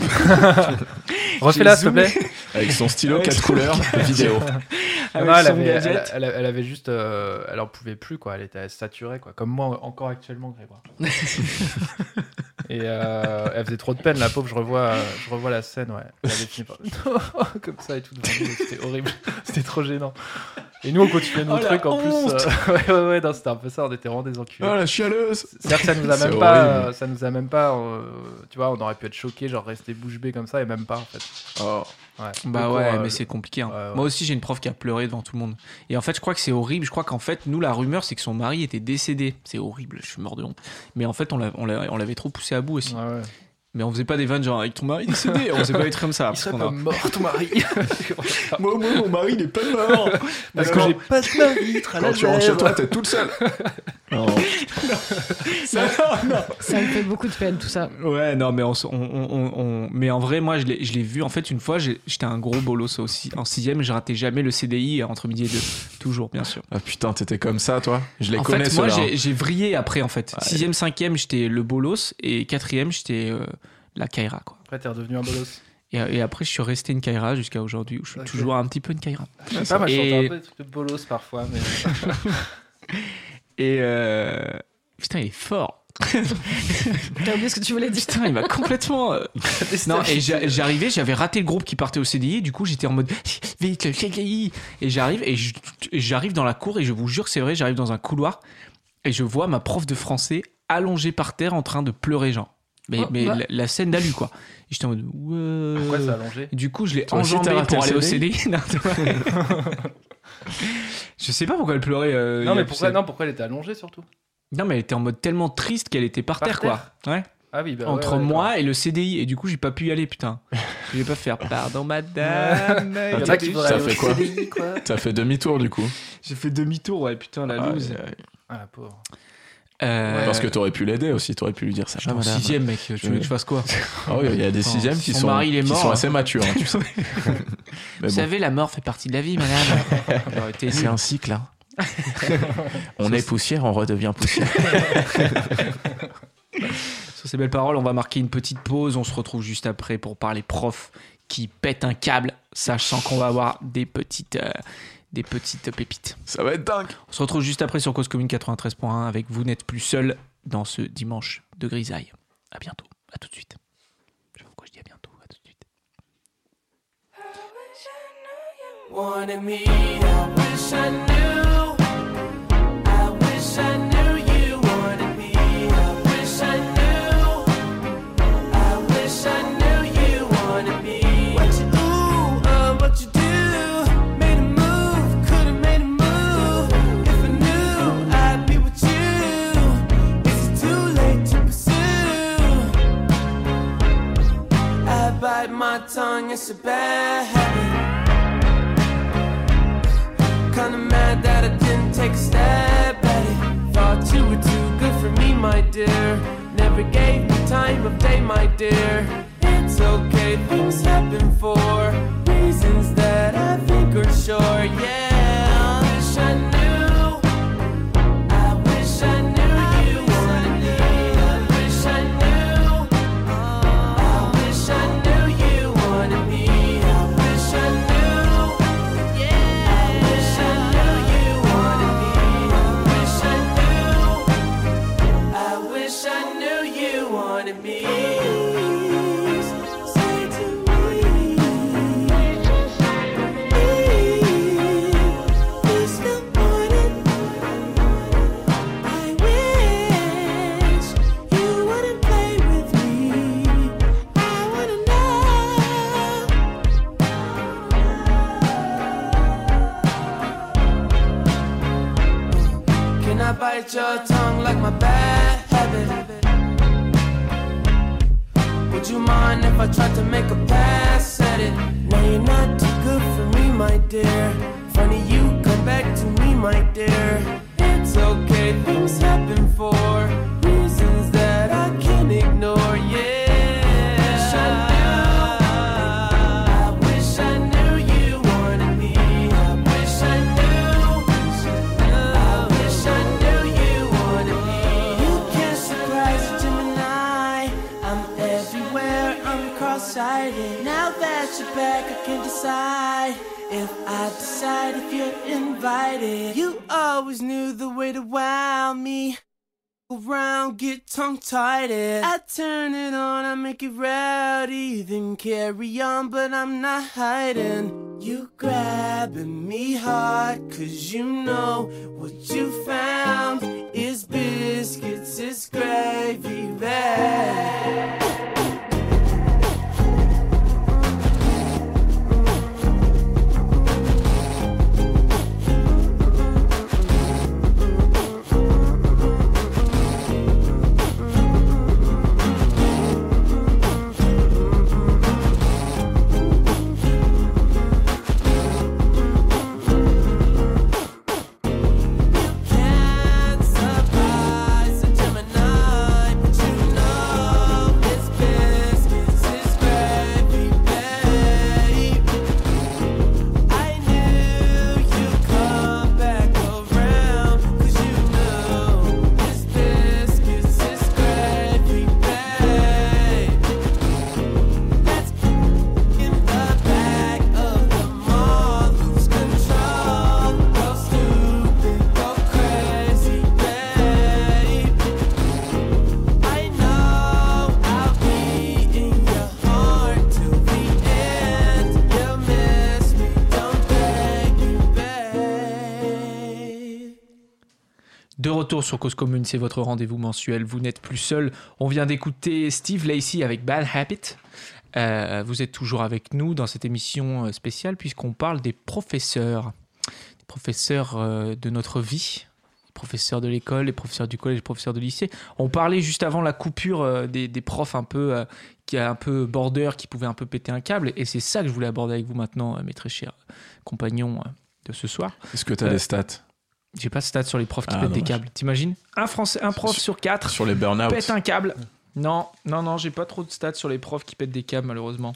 Speaker 4: Refais-la,
Speaker 1: j'ai
Speaker 4: s'il te plaît.
Speaker 2: Avec son stylo,
Speaker 1: Avec
Speaker 2: quatre
Speaker 1: son-
Speaker 2: couleurs, vidéo.
Speaker 1: avec
Speaker 4: Non, elle,
Speaker 1: son
Speaker 4: avait, elle,
Speaker 1: gadget.
Speaker 4: elle- elle avait juste. euh, elle en pouvait plus, quoi. Elle était saturée, quoi. Comme moi encore actuellement, Grégoire. Et euh, elle faisait trop de peine, la pauvre. Je revois, euh, je revois la scène, ouais. Elle avait fini par. Comme ça et tout. devant nous, C'était horrible. C'était trop gênant. Et nous, on continuait nos
Speaker 1: Oh, la
Speaker 4: trucs en plus.
Speaker 1: honte.
Speaker 4: euh, ouais, ouais, ouais. non, C'était un peu ça. On était vraiment des enculés.
Speaker 2: Ah, la chialeuse
Speaker 4: C'est-à-dire que ça nous a
Speaker 2: C'est
Speaker 4: même pas,
Speaker 2: horrible.
Speaker 4: euh, ça nous a même pas, euh, tu vois, on aurait pu être choqué, genre rester bouche bée comme ça et même pas en fait.
Speaker 2: Oh.
Speaker 4: Ouais.
Speaker 1: Bah
Speaker 4: Le
Speaker 1: ouais,
Speaker 4: cours, euh,
Speaker 1: mais c'est compliqué. hein.
Speaker 4: ouais, ouais.
Speaker 1: Moi aussi, j'ai une prof qui a pleuré devant tout le monde. Et en fait, je crois que c'est horrible. Je crois qu'en fait, nous, la rumeur, c'est que son mari était décédé. C'est horrible, je suis mort de honte. Mais en fait, on l'a- on l'a- on l'avait trop poussé à bout aussi.
Speaker 4: Ouais, ouais.
Speaker 1: Mais on faisait pas des vannes genre avec ton mari décédé. On faisait pas des trucs comme ça. parce qu'on a-
Speaker 4: mort ton mari.
Speaker 2: Moi, moi, mon mari, il est pas mort
Speaker 4: Parce que j'ai pas de mari,
Speaker 2: Quand tu rentres chez toi, t'es toute seule
Speaker 3: Ça me fait beaucoup de peine tout ça.
Speaker 1: Ouais, non, mais, on, s- on- on- on- on- mais en vrai, moi, je l'ai je l'ai vu. En fait, une fois, j'ai- j'étais un gros bolos aussi. En sixième, je ratais jamais le CDI entre midi et deux. Toujours, bien sûr.
Speaker 2: Ah putain, t'étais comme ça, toi Je les
Speaker 1: en
Speaker 2: connais, hein.
Speaker 1: fait, moi,
Speaker 2: ceux-là.
Speaker 1: j'ai j'ai vrillé après, en fait.
Speaker 2: Ouais.
Speaker 1: Sixième, cinquième, j'étais le bolos. Et quatrième, j'étais euh, la Kaira, quoi.
Speaker 4: Après, t'es redevenu un bolos.
Speaker 1: Et, et après, je suis resté une Kaira jusqu'à aujourd'hui, où je suis
Speaker 4: Ok.
Speaker 1: toujours un petit peu une Kaira.
Speaker 4: Je sais pas, moi, je
Speaker 1: Et- Euh,
Speaker 4: sentais un peu des trucs de bolos parfois, mais
Speaker 1: Et. euh, Putain, il est fort.
Speaker 3: T'as oublié ce que tu voulais dire.
Speaker 1: Putain, il m'a complètement. euh, non, et j'a- j'arrivais, j'avais raté le groupe qui partait au CDI, du coup j'étais en mode vite le CDI. Et j'arrive, et je- et j'arrive dans la cour, et je vous jure que c'est vrai, j'arrive dans un couloir, et je vois ma prof de français allongée par terre en train de pleurer, genre. Mais,
Speaker 3: Oh,
Speaker 1: mais
Speaker 3: bah.
Speaker 1: la, la scène d'alu, quoi. Et j'étais en mode. ouais.
Speaker 4: pourquoi ça a allongé
Speaker 1: Du coup, je l'ai
Speaker 2: Toi aussi,
Speaker 1: enjambée
Speaker 2: t'as raté
Speaker 1: pour
Speaker 2: le
Speaker 1: aller au
Speaker 2: CDI?
Speaker 1: CDI. Non, t'as pas- je sais pas pourquoi elle pleurait. euh,
Speaker 4: Non,
Speaker 1: il y a-
Speaker 4: mais pourquoi, non, pourquoi elle était allongée surtout
Speaker 1: Non, mais elle était en mode tellement triste qu'elle était par,
Speaker 4: Par
Speaker 1: terre,
Speaker 4: terre
Speaker 1: quoi. Ouais
Speaker 4: Ah oui, bah ouais,
Speaker 1: entre
Speaker 4: ouais,
Speaker 1: moi et le CDI et du coup j'ai pas pu y aller putain je vais pas faire pardon madame
Speaker 4: d'accord. Il y en a qui voudraient
Speaker 2: Ça
Speaker 4: aller au
Speaker 2: fait quoi
Speaker 4: CDI, quoi.
Speaker 2: T'as fait demi-tour, du coup.
Speaker 1: j'ai fait demi tour ouais putain la
Speaker 2: Ah,
Speaker 1: loose
Speaker 2: ouais, ouais.
Speaker 4: Ah la pauvre.
Speaker 1: Euh,
Speaker 2: Parce que t'aurais pu l'aider aussi, t'aurais pu lui dire ça. Ah,
Speaker 1: je suis en
Speaker 2: madame.
Speaker 1: sixième mec tu veux que je fasse quoi
Speaker 2: Ah oui, il y a des
Speaker 1: Attends,
Speaker 2: sixièmes qui
Speaker 1: son
Speaker 2: sont,
Speaker 1: mari, il est
Speaker 2: qui
Speaker 1: mort,
Speaker 2: sont
Speaker 1: hein.
Speaker 2: assez matures. hein, tu sais. Mais
Speaker 1: vous
Speaker 2: bon,
Speaker 1: savez la mort fait partie de la vie madame J'aurais été
Speaker 2: c'est
Speaker 1: Bah, nul.
Speaker 2: un cycle. hein. on est poussière, on redevient poussière.
Speaker 1: sur ces belles paroles on va marquer une petite pause on se retrouve juste après pour parler prof qui pète un câble sachant qu'on va avoir des petites euh, des petites pépites
Speaker 2: Ça va être dingue.
Speaker 1: On se retrouve juste après sur Cause Commune 93.1 avec Vous n'êtes plus seul dans ce dimanche de grisaille. À bientôt, à tout de suite. Je sais pas pourquoi je dis à bientôt, à tout de suite.
Speaker 7: wanted me. I wish I knew. I wish I knew you wanted me. I wish I knew. I wish I knew you wanted me. What you ooh, uh, what you do? Made a move, could've made a move. If I knew, I'd be with you. Is it too late to pursue? I bite my tongue, it's a bad habit. Kinda mad that I didn't take a stab at it. Thought you were too good for me, my dear. Never gave me time of day, my dear. It's okay, things happen for reasons that I think are sure. Yeah, I wish I knew. I wish I knew you wanted me. I wish I knew. I wish I knew you wanted me. I wish I knew. I wish I knew you wanted me. I wish I knew. I wish I knew you wanted me. Say to me, please good morning. I wish you wouldn't play with me. I wanna know. Can I bite your tongue like my bad habit? Would you mind if I tried to make a pass at it? Now you're not too good for me, my dear. Funny you come back to me, my dear. It's okay, things happen for reasons that I can't ignore. Yeah, I wish I knew. I wish I knew you wanted me. I wish I knew. I wish I knew you wanted me. You can't surprise a Gemini. I'm everywhere, I'm cross-sighted. Now that you're back, I can decide if I decide if you're invited. You always knew the way to wow me. Around, get tongue-tied. I turn it on, I make it rowdy, then carry on, but I'm not hiding. You grabbing me hard, cause you know what you found is biscuits, is gravy bag. Can't survive.
Speaker 1: De retour sur Cause Commune, c'est votre rendez-vous mensuel. Vous n'êtes plus seul. On vient d'écouter Steve Lacey avec Bad Habit. Euh, vous êtes toujours avec nous dans cette émission euh, spéciale puisqu'on parle des professeurs, des professeurs euh, de notre vie, les professeurs de l'école, les professeurs du collège, les professeurs de lycée. On parlait juste avant la coupure euh, des, des profs un peu euh, qui a un peu border, qui pouvaient un peu péter un câble, et c'est ça que je voulais aborder avec vous maintenant, euh, mes très chers compagnons euh, de ce soir.
Speaker 2: Est-ce que t'as
Speaker 1: Euh,
Speaker 2: des stats
Speaker 1: J'ai pas de stats sur les profs qui
Speaker 2: Ah,
Speaker 1: pètent des
Speaker 2: dommage.
Speaker 1: câbles. T'imagines Un français, un prof
Speaker 2: Sur-
Speaker 1: sur quatre
Speaker 2: sur les burn-out
Speaker 1: pète un câble. Non, non, non, j'ai pas trop de stats sur les profs qui pètent des câbles malheureusement.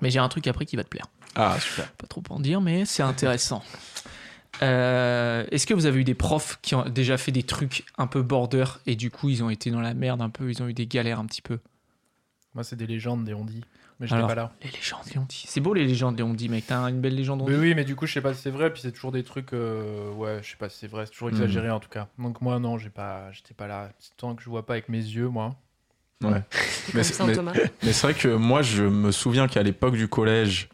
Speaker 1: Mais j'ai un truc après qui va te plaire.
Speaker 2: Ah, super.
Speaker 1: Pas trop en dire, mais c'est intéressant. Euh, Est-ce que vous avez eu des profs qui ont déjà fait des trucs un peu border et du coup ils ont été dans la merde un peu, ils ont eu des galères un petit peu
Speaker 4: Moi, c'est des légendes, des ondis. Mais je
Speaker 1: Alors.
Speaker 4: n'étais pas là.
Speaker 1: Les légendes, les on dit. C'est beau les légendes, les on dit, mec. T'as une belle légende, on
Speaker 4: Mais
Speaker 1: dit.
Speaker 4: oui, mais du coup, je sais pas si c'est vrai. Puis c'est toujours des trucs. euh, ouais, je sais pas si c'est vrai. C'est
Speaker 1: Hmm.
Speaker 4: toujours exagéré en tout cas. Donc moi, non, j'ai pas, j'étais pas là. C'est tant que je vois pas avec mes yeux, moi.
Speaker 3: C'est
Speaker 2: Mais
Speaker 3: comme
Speaker 2: c'est-
Speaker 3: ça,
Speaker 2: mais-
Speaker 3: Thomas.
Speaker 2: Mais c'est vrai que moi, je me souviens qu'à l'époque du collège,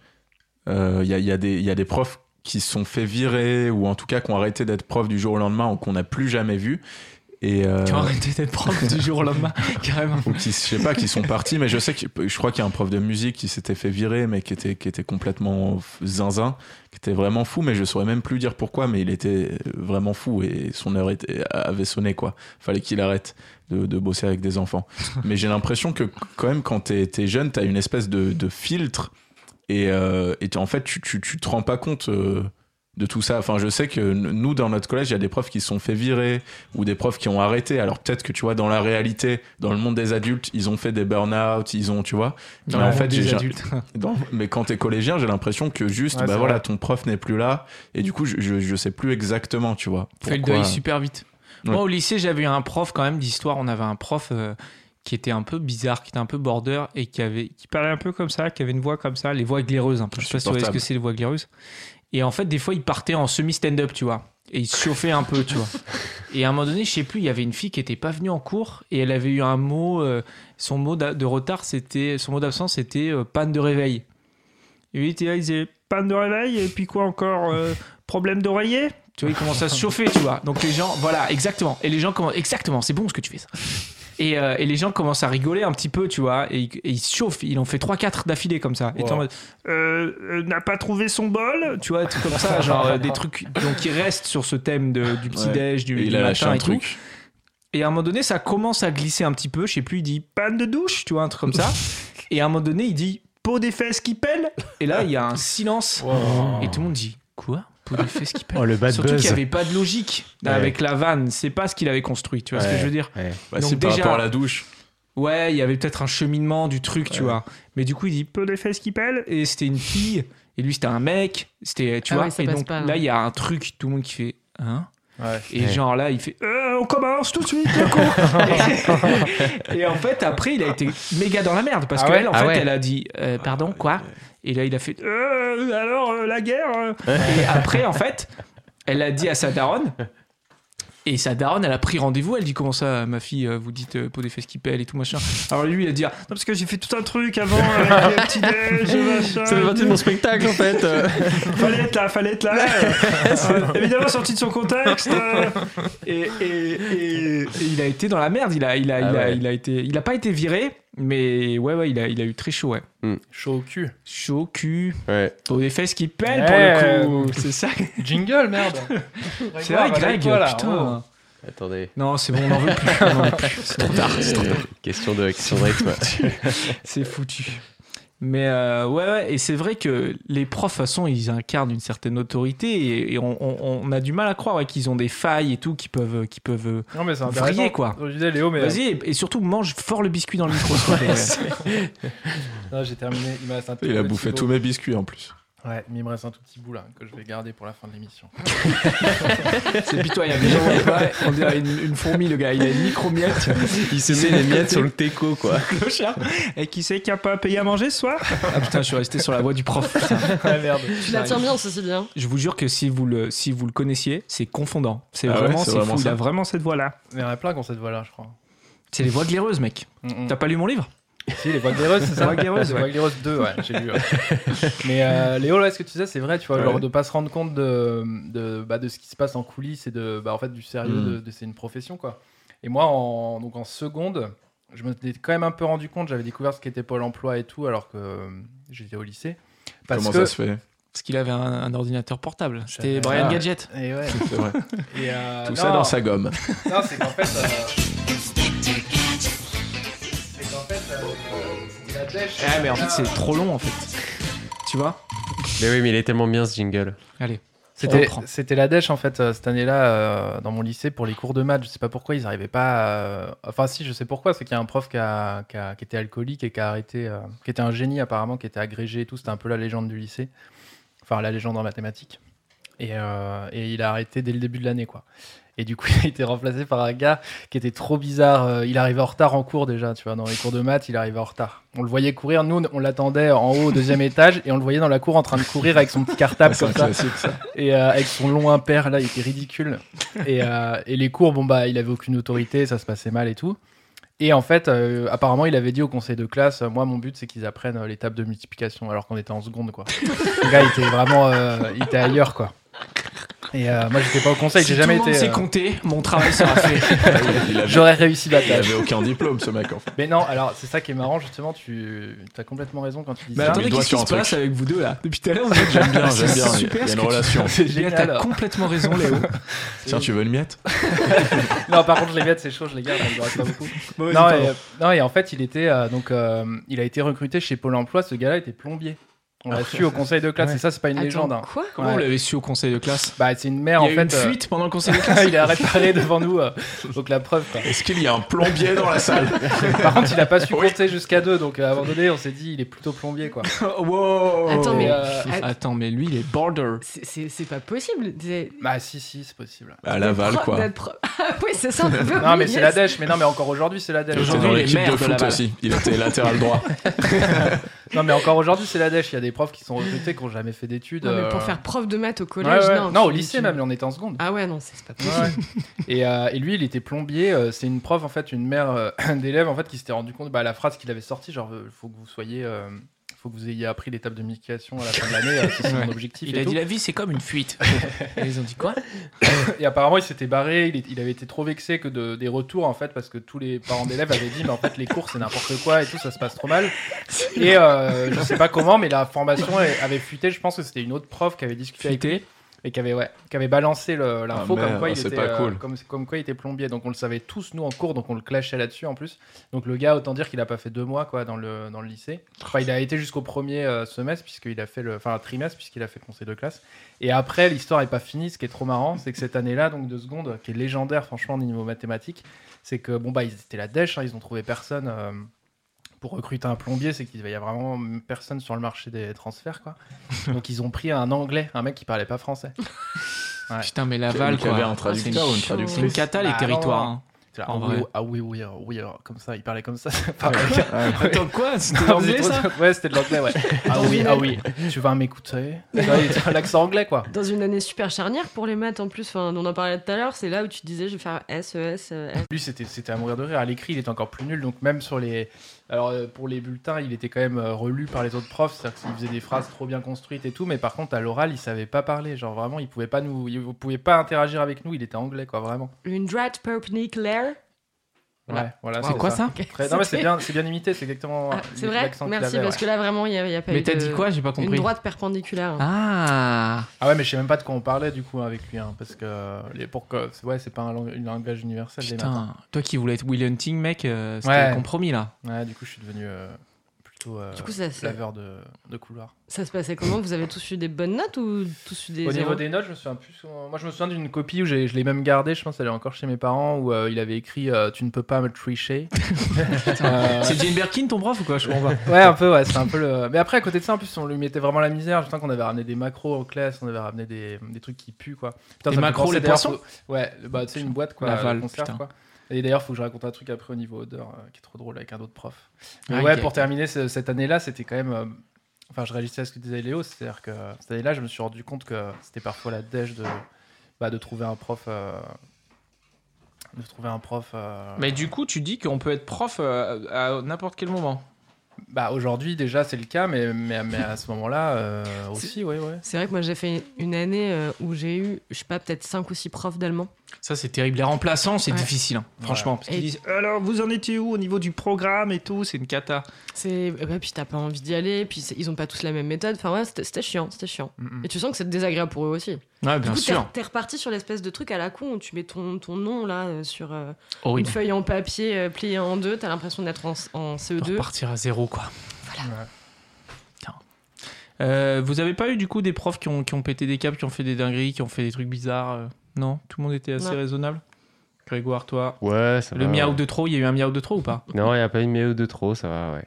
Speaker 2: euh, il y, a, il y a des- il y a des profs qui se sont fait virer ou en tout cas qui ont arrêté d'être profs du jour au lendemain ou qu'on n'a plus jamais vu. Et, euh,
Speaker 1: Qui ont arrêté d'être prof du jour au lendemain, carrément.
Speaker 2: ou qui, je sais pas, qui sont partis, mais je sais que je crois qu'il y a un prof de musique qui s'était fait virer, mais qui était, qui était complètement zinzin, qui était vraiment fou, mais je saurais même plus dire pourquoi, mais il était vraiment fou et son heure était, avait sonné, quoi. Fallait qu'il arrête de, de bosser avec des enfants. Mais j'ai l'impression que quand même, quand t'es es jeune, t'as une espèce de, de filtre et, euh, et tu- en fait, tu, tu, tu te rends pas compte. euh, de tout ça. Enfin, je sais que n- nous, dans notre collège, il y a des profs qui se sont fait virer ou des profs qui ont arrêté. Alors peut-être que tu vois, dans la réalité, dans le monde des adultes, ils ont fait des burn-out, ils ont, tu vois.
Speaker 1: Dans
Speaker 2: Mais
Speaker 1: la
Speaker 2: en
Speaker 1: vie
Speaker 2: fait,
Speaker 1: des
Speaker 2: j'ai-
Speaker 1: adultes.
Speaker 2: Dans- Mais quand t'es collégien, j'ai l'impression que juste,
Speaker 4: Ouais,
Speaker 2: bah
Speaker 4: c'est
Speaker 2: voilà,
Speaker 4: vrai.
Speaker 2: ton prof n'est plus là. Et du coup, je, je, je sais plus exactement, tu vois.
Speaker 1: Fais le
Speaker 2: pourquoi-
Speaker 1: deuil super vite.
Speaker 2: Ouais.
Speaker 1: Moi, au lycée, j'avais eu un prof quand même d'histoire. On avait un prof euh, qui était un peu bizarre, qui était un peu border et qui, avait, qui parlait un peu comme ça, qui avait une voix comme ça, les voix glaireuses un peu. Je sais pas si vous voyez ce que
Speaker 2: Insupportable.
Speaker 1: c'est les voix glaireuses. Et en fait, des fois, il partait en semi-stand-up, tu vois. Et il se chauffait un peu, tu vois. Et à un moment donné, je sais plus, il y avait une fille qui était pas venue en cours et elle avait eu un mot. euh, son mot d'a- de retard, c'était. Son mot d'absence, c'était euh, panne de réveil. Et lui, il était là, il disait panne de réveil, et puis quoi encore euh, Problème d'oreiller Tu vois, il commence à se chauffer, tu vois. Donc les gens, voilà, exactement. Et les gens commencent. Exactement, c'est bon ce que tu fais ça. Et, euh, et les gens commencent à rigoler un petit peu, tu vois. Et, ils- et ils se chauffent. Ils en fait 3-4 d'affilée comme ça. Et t'es en
Speaker 4: Wow.
Speaker 1: mode. Euh, euh, n'a pas trouvé son bol Tu vois, des trucs comme ça. Genre euh, des trucs. Donc ils restent sur ce thème de- du petit-déj, du,
Speaker 2: Et
Speaker 1: du
Speaker 2: il a lâché
Speaker 1: matin
Speaker 2: un
Speaker 1: et tout.
Speaker 2: truc.
Speaker 1: Et à un moment donné, ça commence à glisser un petit peu. Je sais plus, il dit panne de douche, tu vois, un truc comme ça. Et à un moment donné, il dit peau des fesses qui pèle. Et là, il y a un silence. Et tout le monde dit quoi Peau des fesses qui pèle.
Speaker 5: Oh, le bad
Speaker 1: Surtout
Speaker 5: buzz.
Speaker 1: qu'il n'y avait pas de logique
Speaker 5: Ouais.
Speaker 1: avec la vanne. C'est pas ce qu'il avait construit, tu vois ce que
Speaker 5: Ouais.
Speaker 1: je veux dire
Speaker 2: Bah,
Speaker 1: Donc
Speaker 2: si, par
Speaker 1: déjà-
Speaker 2: rapport à la douche.
Speaker 1: Ouais, il y avait peut-être un cheminement du truc, tu vois. Mais du coup, il dit peu des fesses qui pèlent. Et c'était une fille. Et lui, c'était un mec. C'était, tu
Speaker 3: Ah
Speaker 1: vois.
Speaker 3: ouais, ça
Speaker 1: et
Speaker 3: passe
Speaker 1: donc
Speaker 3: pas, hein.
Speaker 1: là, il y a un truc, tout le monde qui fait hein
Speaker 4: Ouais.
Speaker 1: et
Speaker 5: Ouais.
Speaker 1: genre là, il fait Euh, on commence tout de suite, le con Et en fait, après, il a été méga dans la merde parce
Speaker 4: Ah
Speaker 1: que
Speaker 4: ouais
Speaker 1: elle, en
Speaker 5: Ah
Speaker 1: fait,
Speaker 5: ouais.
Speaker 1: elle a dit Euh, Pardon, quoi Et là, il a fait Euh, alors euh, la guerre euh. Et après, en fait, elle a dit à sa daronne. Et sa daronne, elle a pris rendez-vous. Elle dit Comment ça, ma fille, euh, vous dites euh, peau des fesses qui pèlent et tout machin. Alors lui, il a dit Ah, Non, parce que j'ai fait tout un truc avant euh, avec les petits déj, machin.
Speaker 5: Ça fait partie de mon spectacle en fait. euh.
Speaker 1: Fallait être là, fallait être là. Euh, évidemment sorti de son contexte. euh. Et, et- et- et il a été dans la merde. Il a, il a,
Speaker 5: Ah
Speaker 1: il a,
Speaker 5: ouais.
Speaker 1: il a été, il a pas été viré, mais ouais, ouais, il a, il a eu très chaud, ouais.
Speaker 4: Chaud au cul.
Speaker 1: Chaud au cul,
Speaker 5: Ouais.
Speaker 1: pour des fesses qui pèlent
Speaker 4: Ouais.
Speaker 1: pour le coup. C'est ça.
Speaker 4: Jingle, merde.
Speaker 1: C'est vrai, Greg.
Speaker 4: Putain.
Speaker 1: putain.
Speaker 5: Attendez,
Speaker 1: Non, c'est bon, on n'en veut plus. on en veut plus. C'est trop tard. C'est trop tard.
Speaker 5: question de question de rythme.
Speaker 1: C'est foutu. Mais euh, ouais, ouais, et c'est vrai que les profs, de toute façon, ils incarnent une certaine autorité et, et on, on- on a du mal à croire ouais, qu'ils ont des failles et tout, qui peuvent, qui peuvent.
Speaker 4: Non mais c'est
Speaker 1: Vriller,
Speaker 4: intéressant.
Speaker 1: quoi.
Speaker 4: Je disais Léo, mais
Speaker 1: Vas-y et, et surtout mange fort le biscuit dans le micro. s'il te plaît.
Speaker 4: Non, j'ai terminé. Il me reste un tout
Speaker 2: Il a
Speaker 4: petit
Speaker 2: bouffé
Speaker 4: bout.
Speaker 2: tous mes biscuits en plus.
Speaker 4: Ouais, mais il me reste un tout petit bout là que je vais garder pour la fin de l'émission.
Speaker 1: c'est pitoyable. les gens voient pas, on dirait une, une fourmi le gars, il a une micro miette.
Speaker 5: Il se met les miettes sur le teco quoi.
Speaker 1: Et qui sait qui a pas payé à manger ce soir Ah putain, je suis resté sur la voie du prof. putain.
Speaker 4: Ah merde.
Speaker 3: Tu la tiens bien, ceci dit. hein.
Speaker 1: Je vous jure que si vous le, si vous le connaissiez, c'est confondant. C'est
Speaker 2: Ah ouais,
Speaker 1: vraiment,
Speaker 2: c'est
Speaker 1: c'est
Speaker 2: vraiment
Speaker 1: fou. Il
Speaker 2: ça.
Speaker 1: a vraiment cette voix là.
Speaker 4: Il y en a plein qui ont cette voix là, je crois.
Speaker 1: C'est les voix glaireuses, mec.
Speaker 4: Mm, mm.
Speaker 1: T'as pas lu mon livre
Speaker 4: Si, les voix glaireuses, c'est ça
Speaker 1: Voix glaireuses,
Speaker 4: Les
Speaker 1: ouais.
Speaker 4: voix glaireuses 2, ouais, j'ai lu. ouais. Mais euh, Léo, là, ce que tu disais, c'est vrai, tu vois, genre
Speaker 2: Ouais.
Speaker 4: de pas se rendre compte de, de, bah, de ce qui se passe en coulisses et de, bah, en fait, du sérieux
Speaker 2: Mm.
Speaker 4: de, de- c'est une profession, quoi. Et moi, en, donc en seconde, je me suis quand même un peu rendu compte, j'avais découvert ce qu'était Pôle emploi et tout, alors que euh, j'étais au lycée. Parce
Speaker 2: Comment
Speaker 4: que.
Speaker 2: ça se fait
Speaker 1: Parce qu'il avait un, un ordinateur portable. C'était
Speaker 4: J'avais-
Speaker 1: Brian
Speaker 2: Ah.
Speaker 1: Gadget.
Speaker 4: Et ouais.
Speaker 2: C'est vrai.
Speaker 4: Et, euh,
Speaker 1: Ah
Speaker 2: Tout
Speaker 4: non,
Speaker 2: ça dans sa gomme.
Speaker 4: Non, c'est qu'en fait. euh, C'est qu'en fait. euh, c'est la dèche.
Speaker 1: Ah, mais en fait, c'est trop long, en fait. Tu vois
Speaker 5: Mais oui, mais il est tellement bien ce jingle.
Speaker 1: Allez.
Speaker 4: C'était-
Speaker 1: reprend.
Speaker 4: C'était la dèche en fait euh, cette année-là euh, dans mon lycée pour les cours de maths. Je sais pas pourquoi ils n'arrivaient pas. à- euh, Enfin si, je sais pourquoi. C'est qu'il y a un prof qui, a- qui a- qui était alcoolique et qui a arrêté, euh, qui était un génie apparemment, qui était agrégé et tout. C'était un peu la légende du lycée, enfin la légende en mathématiques. Et, euh, et il a arrêté dès le début de l'année quoi. Et du coup, il a été remplacé par un gars qui était trop bizarre. Euh, Il arrivait en retard en cours déjà, tu vois. Dans les cours de maths, il arrivait en retard. On le voyait courir. Nous, on l'attendait en haut au deuxième étage et on le voyait dans la cour en train de courir avec son petit cartable
Speaker 2: C'est
Speaker 4: comme
Speaker 2: un
Speaker 4: ça
Speaker 2: classique, ça.
Speaker 4: et euh, avec son long impair là, il était ridicule. Et, euh, et les cours, bon bah, il avait aucune autorité, ça se passait mal et tout. Et en fait, euh, apparemment, il avait dit au conseil de classe, euh, moi, mon but, c'est qu'ils apprennent euh, les tables de multiplication, alors qu'on était en seconde, quoi. Le gars, il était vraiment, euh, il était ailleurs, quoi. Et euh, moi, j'étais pas au conseil,
Speaker 1: si
Speaker 4: j'ai jamais
Speaker 1: tout le
Speaker 4: été.
Speaker 1: monde sait
Speaker 4: euh,
Speaker 1: compter, mon travail sera fait.
Speaker 2: Ah Il avait,
Speaker 4: J'aurais réussi la
Speaker 2: il
Speaker 4: tâche.
Speaker 2: avait aucun diplôme, ce mec, en fait.
Speaker 4: Mais non, alors c'est ça qui est marrant justement. Tu as complètement raison quand tu dis
Speaker 1: Mais
Speaker 4: ça.
Speaker 1: attendez,
Speaker 2: doigt
Speaker 1: qu'est-ce
Speaker 2: sur
Speaker 1: qui
Speaker 2: un
Speaker 1: se
Speaker 2: truc.
Speaker 1: passe avec vous deux, là Depuis tout à l'heure, vous êtes
Speaker 2: J'aime bien, j'aime bien.
Speaker 1: C'est
Speaker 2: Il y a- il
Speaker 1: super
Speaker 2: y a
Speaker 1: ce
Speaker 2: une
Speaker 1: que tu
Speaker 2: relation.
Speaker 4: C'est
Speaker 1: dis. Léa,
Speaker 4: génial.
Speaker 1: T'as complètement raison, Léo.
Speaker 2: Tiens, tu veux une miette
Speaker 4: Non, par contre, je les miettes, c'est chaud, je les garde, il en reste pas beaucoup.
Speaker 1: Bon,
Speaker 4: non,
Speaker 1: vas-y,
Speaker 4: et, euh, non, et en fait, il était euh, donc euh, il a été recruté chez Pôle Emploi. Ce gars-là était plombier. On l'a su au conseil de classe.
Speaker 1: Ouais.
Speaker 4: Et ça, c'est pas une
Speaker 3: Attends,
Speaker 4: légende. hein.
Speaker 3: quoi
Speaker 1: Comment
Speaker 4: Ouais.
Speaker 1: on l'avait su au conseil de classe
Speaker 4: Bah, c'est une
Speaker 1: Il
Speaker 4: mère
Speaker 1: y a
Speaker 4: en
Speaker 1: eu
Speaker 4: fait.
Speaker 1: une
Speaker 4: euh,
Speaker 1: fuite pendant le conseil de classe.
Speaker 4: il a réparé devant nous. euh, donc la preuve. quoi.
Speaker 2: Est-ce qu'il y a un plombier dans la salle
Speaker 4: Par contre, il a pas su compter jusqu'à deux. Donc euh, à un moment donné, on s'est dit, il est plutôt plombier quoi.
Speaker 1: Wow.
Speaker 3: Attends, mais-
Speaker 4: euh,
Speaker 1: Attends, mais lui, Oh, il est border.
Speaker 3: C'est- C'est c'est pas possible. C'est-
Speaker 4: Bah si, si, c'est possible.
Speaker 2: À Laval,
Speaker 3: Pro-
Speaker 2: quoi.
Speaker 3: d'être pro- Ah oui, c'est ça. on peut
Speaker 4: Non, mais
Speaker 3: oublier
Speaker 4: c'est la
Speaker 3: ça.
Speaker 4: dèche. Mais non, mais encore aujourd'hui, c'est la dèche.
Speaker 2: Il était
Speaker 1: Aujourd'hui,
Speaker 2: dans
Speaker 1: il est
Speaker 2: l'équipe
Speaker 1: maire
Speaker 2: de
Speaker 1: de
Speaker 2: foot
Speaker 1: Laval.
Speaker 2: aussi. Il était latéral droit.
Speaker 4: Non, mais encore aujourd'hui, c'est la dèche. Il y a des profs qui sont recrutés, qui ont jamais fait d'études.
Speaker 3: Non, mais
Speaker 4: euh,
Speaker 3: pour faire prof de maths au
Speaker 4: ouais,
Speaker 3: collège,
Speaker 4: ouais.
Speaker 3: non.
Speaker 4: Non, au
Speaker 3: tu-
Speaker 4: lycée
Speaker 3: tu-
Speaker 4: même, on était en seconde.
Speaker 3: Ah ouais, non, c'est c'est pas possible.
Speaker 4: Ouais, ouais. et, euh, et lui, il était plombier. euh, c'est une prof, en fait, une mère euh, d'élève, en fait, qui s'était rendu compte, bah, la phrase qu'il avait sortie, genre, euh, faut que vous soyez, euh, faut que vous ayez appris l'étape de multiplication à la fin de l'année, euh, c'est
Speaker 1: Ouais.
Speaker 4: mon objectif.
Speaker 1: Il
Speaker 4: et,
Speaker 1: a
Speaker 4: tout.
Speaker 1: dit la vie, c'est comme une fuite. Et ils ont dit quoi
Speaker 4: et apparemment, il s'était barré. Il, est- il avait été trop vexé que de, des retours, en fait, parce que tous les parents d'élèves avaient dit, mais en fait, les cours, c'est n'importe quoi et tout, ça se passe trop mal. Et euh, je sais pas comment, mais la formation elle, avait fuité. Je pense que c'était une autre prof qui avait discuté avec
Speaker 1: Fuité.
Speaker 4: et qui avait, ouais, qui avait balancé le- l'info
Speaker 2: Ah,
Speaker 4: comme,
Speaker 2: merde,
Speaker 4: quoi il
Speaker 2: c'est
Speaker 4: était,
Speaker 2: pas
Speaker 4: euh,
Speaker 2: cool.
Speaker 4: comme, comme quoi il était plombier. Donc on le savait tous, nous, en cours, donc on le clashait là-dessus en plus. Donc le gars, autant dire qu'il a pas fait deux mois quoi, dans, le, dans le lycée. Enfin, il a été jusqu'au premier euh, semestre, puisqu'il a fait le, enfin, trimestre, puisqu'il a fait le conseil de classe. Et après, l'histoire est pas finie. Ce qui est trop marrant, c'est que cette année-là, donc de seconde, qui est légendaire, franchement, au niveau mathématiques, c'est que, bon, bah, ils étaient la dèche, hein, ils ont trouvé personne. euh, pour recruter un plombier, c'est qu'il y a vraiment personne sur le marché des transferts, quoi. Donc ils ont pris un anglais, un mec qui parlait pas français. Ouais.
Speaker 1: Putain, mais Laval,
Speaker 2: Il y avait
Speaker 1: quoi. Ah,
Speaker 2: un traducteur ou une
Speaker 1: C'est une
Speaker 2: traductrice
Speaker 1: cata, les
Speaker 4: Bah,
Speaker 1: territoires.
Speaker 4: non,
Speaker 1: hein.
Speaker 4: C'est là,
Speaker 1: En
Speaker 4: ah, oui,
Speaker 1: vrai.
Speaker 4: ah oui, oui, ah oui, ah, comme ça, il parlait comme ça. c'est pas mal.
Speaker 1: Attends, quoi C'était
Speaker 4: Non, mais
Speaker 1: anglais,
Speaker 4: Ah, trop-
Speaker 1: ça
Speaker 4: Ouais, c'était de l'anglais, ouais. Ah oui, ah oui, tu vas m'écouter. Tu vois, il a L'accent anglais, quoi.
Speaker 3: Dans une année super charnière pour les maths en plus, enfin, on en parlait tout à l'heure, c'est là où tu disais je vais faire SES. euh, F.
Speaker 4: Lui, c'était c'était à mourir de rire. À l'écrit, il était encore plus nul. Donc, même sur les. Alors, euh, pour les bulletins, il était quand même euh, relu par les autres profs. C'est-à-dire qu'il faisait des phrases trop bien construites et tout. Mais par contre, à l'oral, il savait pas parler. Genre, vraiment, il pouvait pas nous. Il pouvait pas interagir avec nous. Il était anglais, quoi, vraiment.
Speaker 3: Une droite perpendiculaire. Voilà.
Speaker 4: Ouais, voilà.
Speaker 1: Ah, C'est quoi ça
Speaker 3: Ok,
Speaker 4: Très- Non, mais c'est
Speaker 3: c'était-
Speaker 4: bien, c'est bien imité. C'est exactement.
Speaker 3: Ah, C'est vrai
Speaker 4: l'accent qu'il
Speaker 3: Merci,
Speaker 4: avait,
Speaker 3: parce
Speaker 4: ouais.
Speaker 3: que là vraiment, il n'y a, il y a pas eu
Speaker 1: Mais t'as
Speaker 3: de-
Speaker 1: dit quoi J'ai pas
Speaker 3: Une
Speaker 1: compris.
Speaker 3: droite perpendiculaire.
Speaker 1: Ah
Speaker 4: Ah ouais, mais je sais même pas de quoi on parlait du coup avec lui, hein, parce que les pour que- ouais, c'est pas un lang- un langage universel. les maths.
Speaker 1: Putain, toi qui voulais être Will Hunting, mec, euh, c'était
Speaker 4: Ouais.
Speaker 1: le compromis là.
Speaker 4: Ouais, du coup, je suis devenu euh, plutôt euh,
Speaker 3: Du coup, ça, ça,
Speaker 4: laveur de, de couloir.
Speaker 3: ça se passait comment Vous avez tous eu des bonnes notes ou tous eu des
Speaker 4: Au niveau
Speaker 3: zéros
Speaker 4: des notes, je me souviens plus. souvent- Moi, je me souviens d'une copie où j'ai- je l'ai même gardée. Je pense elle est encore chez mes parents où euh, il avait écrit euh, "Tu ne peux pas me tricher". Euh,
Speaker 1: C'est Jane Birkin ton prof ou quoi Je comprends pas.
Speaker 4: Ouais, un peu, ouais, c'est un peu le. Mais après, à côté de ça, en plus, on lui mettait vraiment la misère. Je sens qu'on avait ramené des macros en classe, on avait ramené des, des trucs qui puent, quoi.
Speaker 1: Des
Speaker 4: Putain, ça me fait
Speaker 1: macros,
Speaker 4: penser,
Speaker 1: les
Speaker 4: d'ailleurs,
Speaker 1: poissons
Speaker 4: faut- Ouais, le- bah, tu sais, une boîte, quoi.
Speaker 1: Laval,
Speaker 4: le conserve,
Speaker 1: putain.
Speaker 4: quoi. Et d'ailleurs, faut que je raconte un truc après au niveau odeur, euh, qui est trop drôle avec un autre prof. Mais
Speaker 1: Ah,
Speaker 4: ouais,
Speaker 1: ok,
Speaker 4: pour
Speaker 1: ok.
Speaker 4: terminer, ce- cette année-là, c'était quand même. euh, Enfin, je réalisais à ce que disait Léo, c'est-à-dire que cette année-là, je me suis rendu compte que c'était parfois la dèche de, bah, de trouver un prof. euh, De trouver un prof. euh,
Speaker 1: Mais du coup, tu dis qu'on peut être prof euh, à n'importe quel moment.
Speaker 4: Bah aujourd'hui déjà c'est le cas, mais, mais, mais à ce moment-là euh, aussi, ouais, ouais.
Speaker 3: C'est vrai que moi j'ai fait une année euh, où j'ai eu, je sais pas, peut-être 5 ou 6 profs d'allemand.
Speaker 1: Ça, c'est terrible. Les remplaçants, c'est
Speaker 3: Ouais.
Speaker 1: difficile, hein, franchement. Parce qu'ils
Speaker 3: Et-
Speaker 1: disent Alors, vous en étiez où au niveau du programme et tout C'est une cata.
Speaker 3: C'est euh, ouais, puis t'as pas envie d'y aller, puis c'est- ils ont pas tous la même méthode. Enfin ouais, c'était c'était chiant, c'était chiant.
Speaker 4: Mm, mm.
Speaker 3: Et tu sens que c'est désagréable pour eux aussi.
Speaker 1: Ouais,
Speaker 3: Du
Speaker 1: bien
Speaker 3: coup, t'es-
Speaker 1: sûr.
Speaker 3: T'es reparti sur l'espèce de truc à la con où tu mets ton, ton nom là euh, sur euh, une
Speaker 1: Horrible.
Speaker 3: feuille en papier euh, pliée en deux. T'as l'impression d'être en, en
Speaker 1: De
Speaker 3: CE2.
Speaker 1: repartir à zéro, quoi.
Speaker 4: Ouais.
Speaker 1: Euh, vous avez pas eu, du coup, des profs qui ont, qui ont pété des câbles, qui ont fait des dingueries, qui ont fait des trucs bizarres euh, Non Tout le monde était assez
Speaker 3: Non.
Speaker 1: raisonnable Grégoire, toi
Speaker 5: Ouais, ça
Speaker 1: Le
Speaker 5: va,
Speaker 1: miaou
Speaker 5: ouais.
Speaker 1: de trop, il y a eu un miaou de trop ou pas
Speaker 5: Euh, Non, il n'y a pas eu de miaou de trop, ça va, ouais.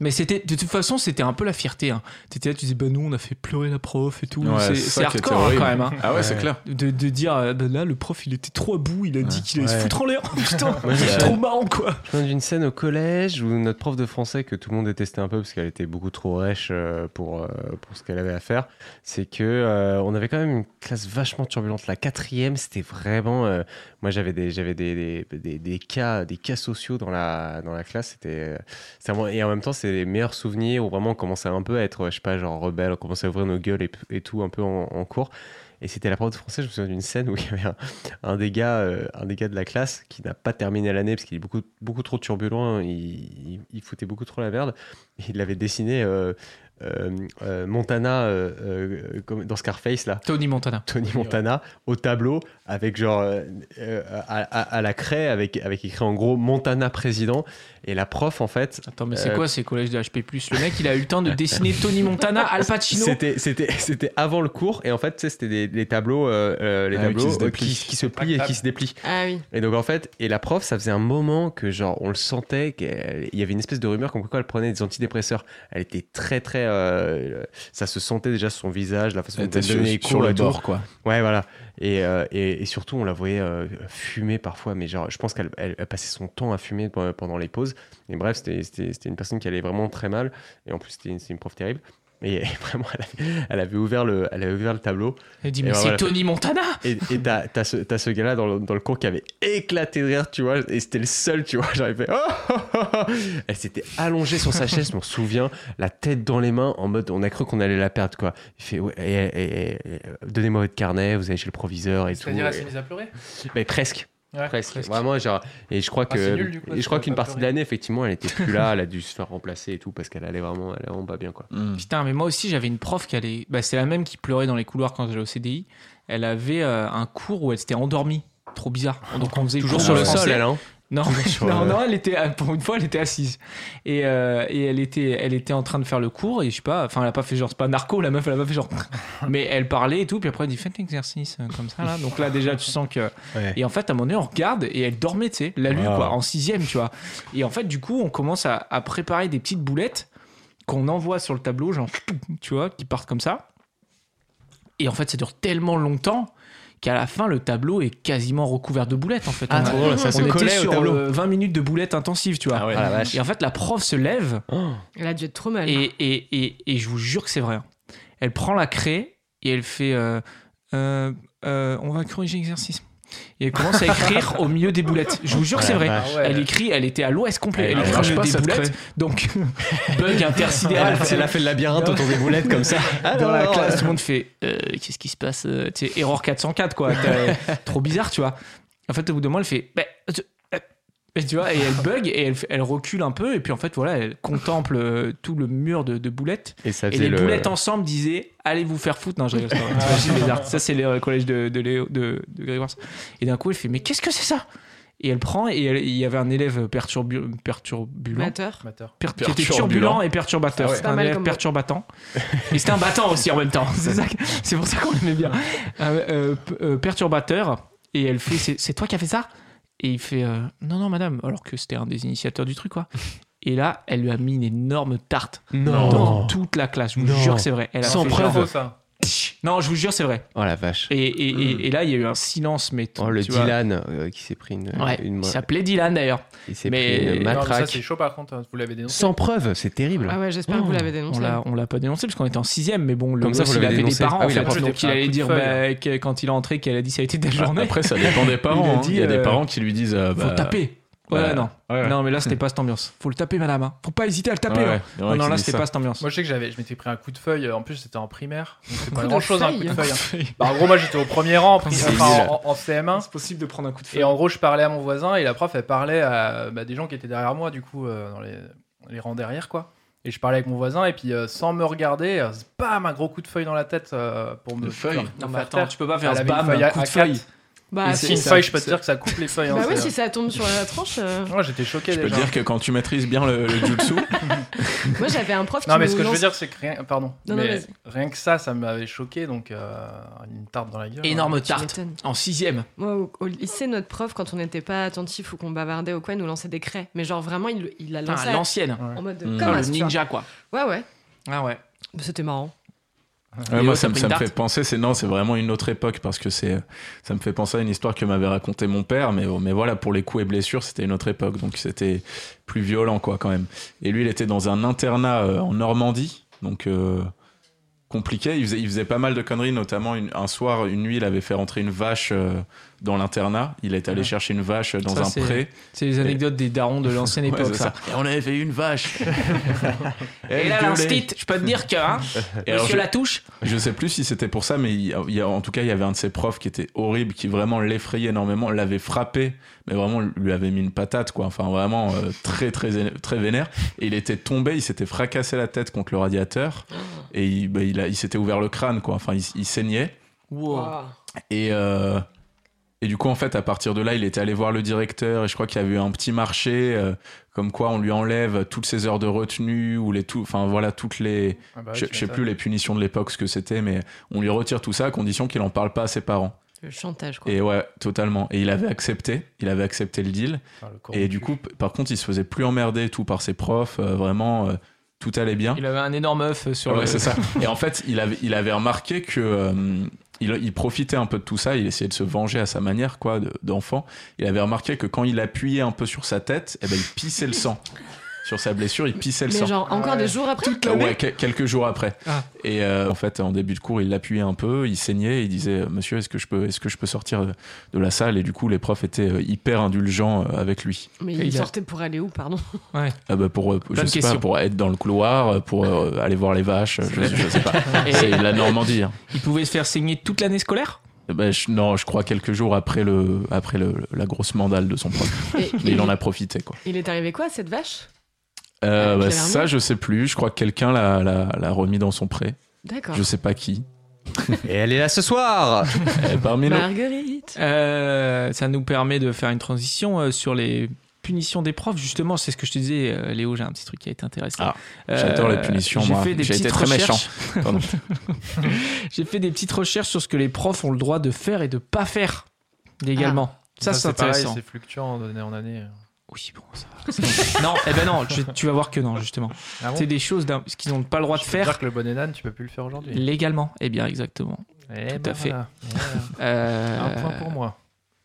Speaker 1: Mais c'était de toute façon, c'était un peu la fierté. Hein. T'étais là, tu disais, bah nous, on a fait pleurer la prof et tout.
Speaker 2: Ouais,
Speaker 1: c'est
Speaker 2: c'est ça
Speaker 1: c'est
Speaker 2: qui était
Speaker 1: hardcore hein, quand
Speaker 2: horrible.
Speaker 1: même. hein.
Speaker 2: Ah ouais, c'est clair.
Speaker 1: De, de dire, euh, bah là, le prof, il était trop à bout, il a dit qu'il allait se
Speaker 5: Ouais.
Speaker 1: foutre en l'air. Putain,
Speaker 5: Moi, je-
Speaker 1: c'est trop marrant, quoi.
Speaker 5: Je viens d'une scène au collège où notre prof de français, que tout le monde détestait un peu parce qu'elle était beaucoup trop rêche euh, pour, euh, pour ce qu'elle avait à faire, c'est que euh, on avait quand même une classe vachement turbulente. La quatrième, c'était vraiment. euh, moi, j'avais des, j'avais des, des, des- des cas, des cas sociaux dans la, dans la classe. C'était, euh, c'était vraiment- et en même temps, c'est les meilleurs souvenirs où vraiment on commençait un peu à être, je sais pas, genre rebelle, on commençait à ouvrir nos gueules et, et tout un peu en, en cours. Et c'était la prof de français, je me souviens d'une scène où il y avait un, un des gars, euh, un des gars de la classe qui n'a pas terminé l'année parce qu'il est beaucoup, beaucoup trop turbulent, il, il- il foutait beaucoup trop la merde. Il avait dessiné euh, euh, euh, Montana euh, euh, comme dans Scarface là.
Speaker 1: Tony Montana.
Speaker 5: Tony Montana au tableau avec genre euh, euh, à, à- à la craie avec, avec écrit en gros Montana président et la prof en fait
Speaker 1: Attends, mais c'est
Speaker 5: Euh,
Speaker 1: quoi ces collèges de HP Le mec, il a eu le temps de dessiner Tony Montana, Al Pacino.
Speaker 5: C'était, c'était, c'était avant le cours et en fait, tu sais, c'était des, des tableaux, euh, euh, les
Speaker 2: Ah oui,
Speaker 5: tableaux
Speaker 2: qui se
Speaker 5: euh, qui,
Speaker 2: déplient.
Speaker 5: qui se plient et qui se déplient.
Speaker 3: Ah oui.
Speaker 5: Et donc en fait, et la prof, ça faisait un moment que genre on le sentait, qu'il y avait une espèce de rumeur comme quoi elle prenait des antidépresseurs. Elle était très très, euh, ça se sentait déjà sur son visage, la façon
Speaker 2: Elle
Speaker 5: dont
Speaker 2: était
Speaker 5: elle
Speaker 2: sur,
Speaker 5: donnait les
Speaker 2: sur
Speaker 5: cours,
Speaker 2: le
Speaker 5: elle
Speaker 2: tour, quoi.
Speaker 5: Ouais, voilà. Et, euh, et, et surtout, on la voyait euh, fumer parfois, mais genre, je pense qu'elle elle- elle passait son temps à fumer pe- pendant les pauses. Et bref, c'était- c'était c'était une personne qui allait vraiment très mal. Et en plus, c'était une, c'était une prof terrible. Et, et vraiment, elle avait, elle avait ouvert le, elle avait ouvert le tableau.
Speaker 1: Il dit,
Speaker 5: Et
Speaker 1: mais
Speaker 5: ben
Speaker 1: c'est
Speaker 5: voilà.
Speaker 1: Tony Montana
Speaker 5: Et et t'as t'as ce, t'as ce gars-là dans le, dans le cours qui avait éclaté de rire, tu vois. Et c'était le seul, tu vois. J'avais fait. Oh, oh, oh. Elle s'était allongée sur sa chaise, je m'en souviens, la tête dans les mains, en mode on a cru qu'on allait la perdre, quoi. Il fait ouais, et- et- et- et- Donnez-moi votre carnet, vous allez chez le proviseur et tout.
Speaker 4: C'est-à-dire,
Speaker 5: Et-
Speaker 4: elle s'est mise à pleurer
Speaker 5: mais presque.
Speaker 4: Ouais,
Speaker 5: presque.
Speaker 4: presque.
Speaker 5: Vraiment, genre. Et je crois
Speaker 4: Ah,
Speaker 5: que.
Speaker 4: c'est nul, du coup,
Speaker 5: et je
Speaker 4: ça
Speaker 5: crois
Speaker 4: va
Speaker 5: qu'une
Speaker 4: pas
Speaker 5: partie de
Speaker 4: pleurer.
Speaker 5: l'année, effectivement, elle était plus là, elle a dû se faire remplacer et tout, parce qu'elle allait vraiment, elle allait vraiment pas bien, quoi.
Speaker 2: Mm.
Speaker 1: Putain, mais moi aussi, j'avais une prof qui allait. Bah, c'est la même qui pleurait dans les couloirs quand j'allais au CDI. Elle avait euh, un cours où elle s'était endormie. Trop bizarre. Donc, on faisait
Speaker 5: Toujours
Speaker 1: cours
Speaker 5: sur
Speaker 1: de
Speaker 5: le sol,
Speaker 1: français.
Speaker 5: elle, hein.
Speaker 1: Non,
Speaker 5: Sur,
Speaker 1: non,
Speaker 5: euh,
Speaker 1: non, elle était ah, pour une fois, elle était assise et, euh, et elle était, elle était en train de faire le cours et je sais pas, enfin, elle a pas fait genre c'est pas narco, la meuf, elle a pas fait genre, mais elle parlait et tout, puis après elle dit faites l'exercice euh, comme ça là, donc là déjà tu sens que
Speaker 5: Ouais.
Speaker 1: et en fait à un moment donné on regarde et elle dormait, tu sais, la lue
Speaker 2: Wow.
Speaker 1: quoi, en sixième tu vois, et en fait du coup on commence à, à préparer des petites boulettes qu'on envoie sur le tableau genre tu vois qui partent comme ça et en fait ça dure tellement longtemps qu'à la fin le tableau est quasiment recouvert de boulettes en fait.
Speaker 5: Ah,
Speaker 1: On a-
Speaker 5: trop drôle, ça se
Speaker 1: on était
Speaker 5: collait au
Speaker 1: sur
Speaker 5: tableau.
Speaker 1: euh, 20 minutes de boulettes intensives, tu vois.
Speaker 5: Ah la vache.
Speaker 1: Et en fait, la prof se lève
Speaker 3: Elle a dû être trop mal.
Speaker 1: et, et, et, et je vous jure que c'est vrai. hein. Elle prend la craie et elle fait euh, Euh, euh, On va corriger l'exercice. Et elle commence à écrire au milieu des boulettes. Je vous jure que c'est vrai.
Speaker 4: Ah ouais.
Speaker 1: Elle écrit, elle était à l'ouest complet. Elle,
Speaker 5: Elle
Speaker 1: écrit
Speaker 5: marche
Speaker 1: au milieu
Speaker 2: pas,
Speaker 1: des
Speaker 2: cette
Speaker 1: boulettes. Donc, bug intersidéral. tu sais.
Speaker 5: Elle a fait le labyrinthe autour des boulettes comme ça.
Speaker 1: dans la
Speaker 5: Alors,
Speaker 1: classe, tout le monde fait Euh, Qu'est-ce qui se passe Euh, tu sais, Erreur 404, quoi. T'as- Trop bizarre, tu vois. En fait, au bout d'un moment, elle fait Bah, je- euh, et tu vois, et elle bug et elle, elle recule un peu, et puis en fait, voilà, elle contemple euh, tout le mur de, de boulettes.
Speaker 5: Et ça
Speaker 1: Et
Speaker 5: faisait
Speaker 1: les
Speaker 5: le.
Speaker 1: boulettes ensemble disaient Allez vous faire foutre. Non, je rigole, c'est pas vrai. T'imagines les arts. Ça, c'est le collège de, de, Léo- de, de Grégoire. Et d'un coup, elle fait Mais qu'est-ce que c'est ça Et elle prend, et elle- il y avait un élève perturbu- perturbulent
Speaker 3: Amateur.
Speaker 4: Amateur.
Speaker 1: per- qui était
Speaker 2: Perturbulent.
Speaker 1: turbulent et perturbateur.
Speaker 4: Ah ouais.
Speaker 1: C'était
Speaker 3: Pas
Speaker 1: un
Speaker 3: mal
Speaker 1: élève
Speaker 3: comme mot.
Speaker 1: perturbatant. et c'était un battant aussi en même temps. C'est ça que- c'est pour ça qu'on l'aimait bien. Euh, euh, p- euh, perturbateur. Et elle fait C'est c'est toi qui as fait ça Et il fait euh, Non, non, madame. Alors que c'était un des initiateurs du truc, quoi. Et là, elle lui a mis une énorme tarte
Speaker 5: Non.
Speaker 1: dans toute la classe. Je vous
Speaker 5: Non.
Speaker 1: jure que c'est vrai. Elle a
Speaker 5: Sans
Speaker 1: fait
Speaker 5: preuve.
Speaker 1: genre,
Speaker 4: Faux, ça.
Speaker 1: Non, je vous jure, c'est vrai.
Speaker 5: Oh la vache.
Speaker 1: Et, et- et- et là, il y a eu un silence, mais. tu-
Speaker 5: Oh, le
Speaker 1: tu vois.
Speaker 5: Dylan euh, qui s'est pris une,
Speaker 1: Ouais,
Speaker 5: une-
Speaker 1: il s'appelait Dylan d'ailleurs.
Speaker 5: il s'est
Speaker 1: mais-
Speaker 5: pris une
Speaker 1: Non,
Speaker 4: Non, mais ça
Speaker 5: matraque
Speaker 4: c'est chaud par contre, hein, vous l'avez dénoncé.
Speaker 5: sans preuve, c'est terrible.
Speaker 3: Ah ouais, j'espère que vous l'avez dénoncé.
Speaker 1: On l'a, on l'a pas dénoncé parce qu'on était en sixième, mais bon, le
Speaker 5: Comme ça,
Speaker 1: gosse, il
Speaker 5: vous l'avez
Speaker 1: avait des
Speaker 5: dénoncé.
Speaker 1: parents,
Speaker 5: Ah
Speaker 1: en
Speaker 5: oui, la
Speaker 1: fait,
Speaker 5: prof
Speaker 1: donc il
Speaker 4: était
Speaker 1: allait
Speaker 4: un coup de
Speaker 1: dire bah,
Speaker 4: feuille.
Speaker 1: que- quand il est entré qu'elle a dit ça a été de la
Speaker 2: Ah,
Speaker 1: journée.
Speaker 2: Après, ça dépend des parents. hein.
Speaker 1: dit,
Speaker 2: Il y a des
Speaker 1: euh,
Speaker 2: parents qui lui disent euh,
Speaker 1: Faut
Speaker 2: bah,
Speaker 1: taper. Ouais,
Speaker 2: Ouais.
Speaker 1: non. Non, mais là, c'était pas cette ambiance. Faut le taper, madame. hein. Faut pas hésiter à le taper.
Speaker 2: Ouais,
Speaker 1: hein.
Speaker 2: ouais, il y en a
Speaker 1: non,
Speaker 2: qui
Speaker 1: non, là,
Speaker 2: disent
Speaker 1: c'était
Speaker 2: ça.
Speaker 1: pas cette ambiance.
Speaker 4: Moi, je sais que j'avais, je m'étais pris un coup de feuille. euh, En plus, c'était en primaire. donc C'est
Speaker 3: Coup
Speaker 4: pas
Speaker 3: de
Speaker 4: grand chose, un coup
Speaker 3: feuille.
Speaker 4: de feuille. hein. Bah, en gros, moi, j'étais au premier rang, en, pri-
Speaker 1: C'est
Speaker 4: enfin,
Speaker 2: nul.
Speaker 4: en- en- en CM1.
Speaker 1: C'est possible de prendre un coup de feu.
Speaker 4: Et en gros, je parlais à mon voisin et la prof, elle parlait à bah, des gens qui étaient derrière moi, du coup, euh, dans les, les rangs derrière, quoi. Et je parlais avec mon voisin et puis, euh, sans me regarder, euh, bam, un gros coup de feuille dans la tête euh, pour me
Speaker 2: Une feuille
Speaker 4: faire-
Speaker 1: Non,
Speaker 4: me
Speaker 1: mais
Speaker 4: faire
Speaker 1: attends,
Speaker 4: taire.
Speaker 1: tu peux pas faire
Speaker 4: Elle
Speaker 1: un
Speaker 4: avait une
Speaker 1: bam,
Speaker 4: feuille
Speaker 1: un
Speaker 4: à-
Speaker 1: coup de
Speaker 4: à
Speaker 1: feuille.
Speaker 4: quatre.
Speaker 3: Bah,
Speaker 4: Et
Speaker 1: c'est-
Speaker 4: si une
Speaker 1: ça-
Speaker 4: feuille, je peux te
Speaker 1: c'est-
Speaker 4: dire que ça coupe les feuilles. hein,
Speaker 3: bah oui,
Speaker 4: c'est-
Speaker 3: si ça tombe sur la tranche. euh,
Speaker 4: Moi, j'étais choqué
Speaker 2: Je peux
Speaker 4: déjà.
Speaker 2: te dire que quand tu maîtrises bien le, le jutsu,
Speaker 3: Moi, j'avais un prof
Speaker 4: Non,
Speaker 3: qui
Speaker 4: mais
Speaker 3: nous
Speaker 4: ce que je veux
Speaker 3: lançait-
Speaker 4: dire, c'est que rien, pardon,
Speaker 3: Non, non,
Speaker 4: mais
Speaker 3: vas-y.
Speaker 4: rien que ça, ça m'avait choqué, donc euh, une tarte dans la gueule. hein.
Speaker 1: Énorme
Speaker 3: Tu
Speaker 1: tarte.
Speaker 3: m'étonnes.
Speaker 1: En sixième.
Speaker 3: Moi, au, au lycée, notre prof, quand on n'était pas attentif ou qu'on bavardait ou quoi, il nous lançait des craies. Mais genre, vraiment, il, il a
Speaker 1: Putain,
Speaker 3: lancé
Speaker 1: à l'ancienne.
Speaker 3: en mode de-
Speaker 2: Mm.
Speaker 3: comme
Speaker 1: Ah,
Speaker 3: un
Speaker 1: le
Speaker 3: tu vois.
Speaker 1: ninja, quoi.
Speaker 3: Ouais, ouais.
Speaker 1: Ah ouais.
Speaker 3: Mais C'était marrant.
Speaker 2: Ouais,
Speaker 1: Et
Speaker 2: moi,
Speaker 1: ouais,
Speaker 2: ça,
Speaker 1: t'as
Speaker 2: me,
Speaker 1: pris
Speaker 2: ça
Speaker 1: une
Speaker 2: me fait
Speaker 1: tarte
Speaker 2: penser, c'est non, c'est vraiment une autre époque parce que c'est, ça me fait penser à une histoire que m'avait raconté mon père, mais, mais voilà, pour les coups et blessures, c'était une autre époque, donc c'était plus violent, quoi, quand même. Et lui, il était dans un internat euh, en Normandie, donc euh, compliqué. Il faisait, il faisait pas mal de conneries, notamment une- un soir, une nuit, il avait fait rentrer une vache euh, dans l'internat. Il est allé
Speaker 1: Ouais.
Speaker 2: chercher une vache euh, dans
Speaker 1: Ça,
Speaker 2: un
Speaker 1: c'est-
Speaker 2: pré.
Speaker 1: C'est les anecdotes des darons de l'ancienne
Speaker 2: Ouais,
Speaker 1: époque,
Speaker 2: c'est
Speaker 1: ça.
Speaker 2: ça. Et on avait fait une vache.
Speaker 1: Et
Speaker 2: Elle
Speaker 1: là,
Speaker 2: gueulait.
Speaker 1: l'instit, je peux te dire que, hein,
Speaker 2: Et alors,
Speaker 1: monsieur
Speaker 2: je-
Speaker 1: Latouche,
Speaker 2: Je sais plus si c'était pour ça, mais il y a- il y a- en tout cas, il y avait un de ses profs qui était horrible, qui vraiment l'effrayait énormément, l'avait frappé, mais vraiment lui avait mis une patate, quoi. Enfin, vraiment euh, très, très, très vénère. Et il était tombé, il s'était fracassé la tête contre le radiateur, et il, bah, il, a- il s'était ouvert le crâne, quoi. Enfin, il, il saignait.
Speaker 1: wow.
Speaker 2: Et, euh, et du coup, en fait, à partir de là, il était allé voir le directeur et je crois qu'il y avait eu un petit marché, euh, comme quoi on lui enlève toutes ses heures de retenue ou les tout, enfin voilà, toutes les,
Speaker 4: Ah bah oui,
Speaker 2: je,
Speaker 4: tu
Speaker 2: je sais
Speaker 4: m'étonnes.
Speaker 2: plus les punitions de l'époque, ce que c'était, mais on lui retire tout ça à condition qu'il en parle pas à ses parents.
Speaker 3: Le chantage, quoi.
Speaker 2: Et ouais, totalement. Et il avait accepté, il avait accepté le deal.
Speaker 4: Enfin, le corps
Speaker 2: Et du
Speaker 4: cul.
Speaker 2: coup, p- par contre, il se faisait plus emmerder et tout par ses profs, euh, vraiment, euh, tout allait bien.
Speaker 1: Il avait un énorme œuf sur
Speaker 2: Ouais,
Speaker 1: le.
Speaker 2: c'est ça. Et en fait, il avait, il avait remarqué que euh, il, il profitait un peu de tout ça. Il essayait de se venger à sa manière, quoi, de- d'enfant. il avait remarqué que quand il appuyait un peu sur sa tête, eh ben, il pissait le sang. Sur sa blessure, il pissait le
Speaker 3: Mais
Speaker 2: sang.
Speaker 3: genre, encore
Speaker 4: Ouais.
Speaker 3: des jours après
Speaker 2: Ouais, que- quelques jours après.
Speaker 1: Ah.
Speaker 2: Et euh, en fait, en début de cours, il l'appuyait un peu, il saignait, il disait Monsieur, est-ce que, je peux, est ce que je peux sortir de- de la salle Et du coup, les profs étaient euh, hyper indulgents euh, avec lui.
Speaker 3: Mais
Speaker 1: Et
Speaker 3: il
Speaker 1: il a-
Speaker 3: sortait pour aller où, pardon
Speaker 2: Ah bah, pour, euh, je
Speaker 1: de
Speaker 2: sais pas,
Speaker 1: questions.
Speaker 2: pour être dans le couloir, euh, pour euh, aller voir les vaches, je, je sais pas. C'est la Normandie. hein.
Speaker 1: Il pouvait se faire saigner toute l'année scolaire
Speaker 2: Eh ben, je- non, je crois quelques jours après, le, après le, la grosse mandale de son prof.
Speaker 3: Et
Speaker 2: Mais il en a profité, quoi.
Speaker 3: il est arrivé quoi, cette vache
Speaker 2: Euh,
Speaker 3: Tu
Speaker 2: bah,
Speaker 3: l'as
Speaker 2: ça,
Speaker 3: remis
Speaker 2: je sais plus. Je crois que quelqu'un l'a- l'a l'a remis dans son pré.
Speaker 3: D'accord.
Speaker 2: Je sais pas qui.
Speaker 5: Et elle est là ce soir
Speaker 2: Eh, parmi nous.
Speaker 3: Bah, Marguerite
Speaker 1: Euh, ça nous permet de faire une transition euh, sur les punitions des profs. Justement, c'est ce que je te disais, euh, Léo, j'ai un petit truc qui a été intéressant. Euh,
Speaker 2: Ah, j'adore les punitions,
Speaker 1: J'ai
Speaker 2: moi.
Speaker 1: fait des
Speaker 2: J'ai été
Speaker 1: petites
Speaker 2: très méchant.
Speaker 1: recherches.
Speaker 2: Pardon.
Speaker 1: J'ai fait des petites recherches sur ce que les profs ont le droit de faire et de pas faire légalement. Ça, c'est
Speaker 4: pareil,
Speaker 1: intéressant.
Speaker 4: Ah. C'est fluctuant d'année en année.
Speaker 1: Oui, bon, ça va. C'est bon. non, eh ben non, tu, tu vas voir que non, justement.
Speaker 4: Ah bon
Speaker 1: C'est des choses d'un- ce qu'ils n'ont pas le droit de
Speaker 4: Je peux te dire
Speaker 1: faire
Speaker 4: que le bon énan, tu peux plus le faire aujourd'hui.
Speaker 1: légalement. Eh bien, exactement.
Speaker 4: Eh
Speaker 1: tout
Speaker 4: ben
Speaker 1: à fait.
Speaker 4: voilà.
Speaker 1: Euh,
Speaker 4: Voilà. Un point pour moi.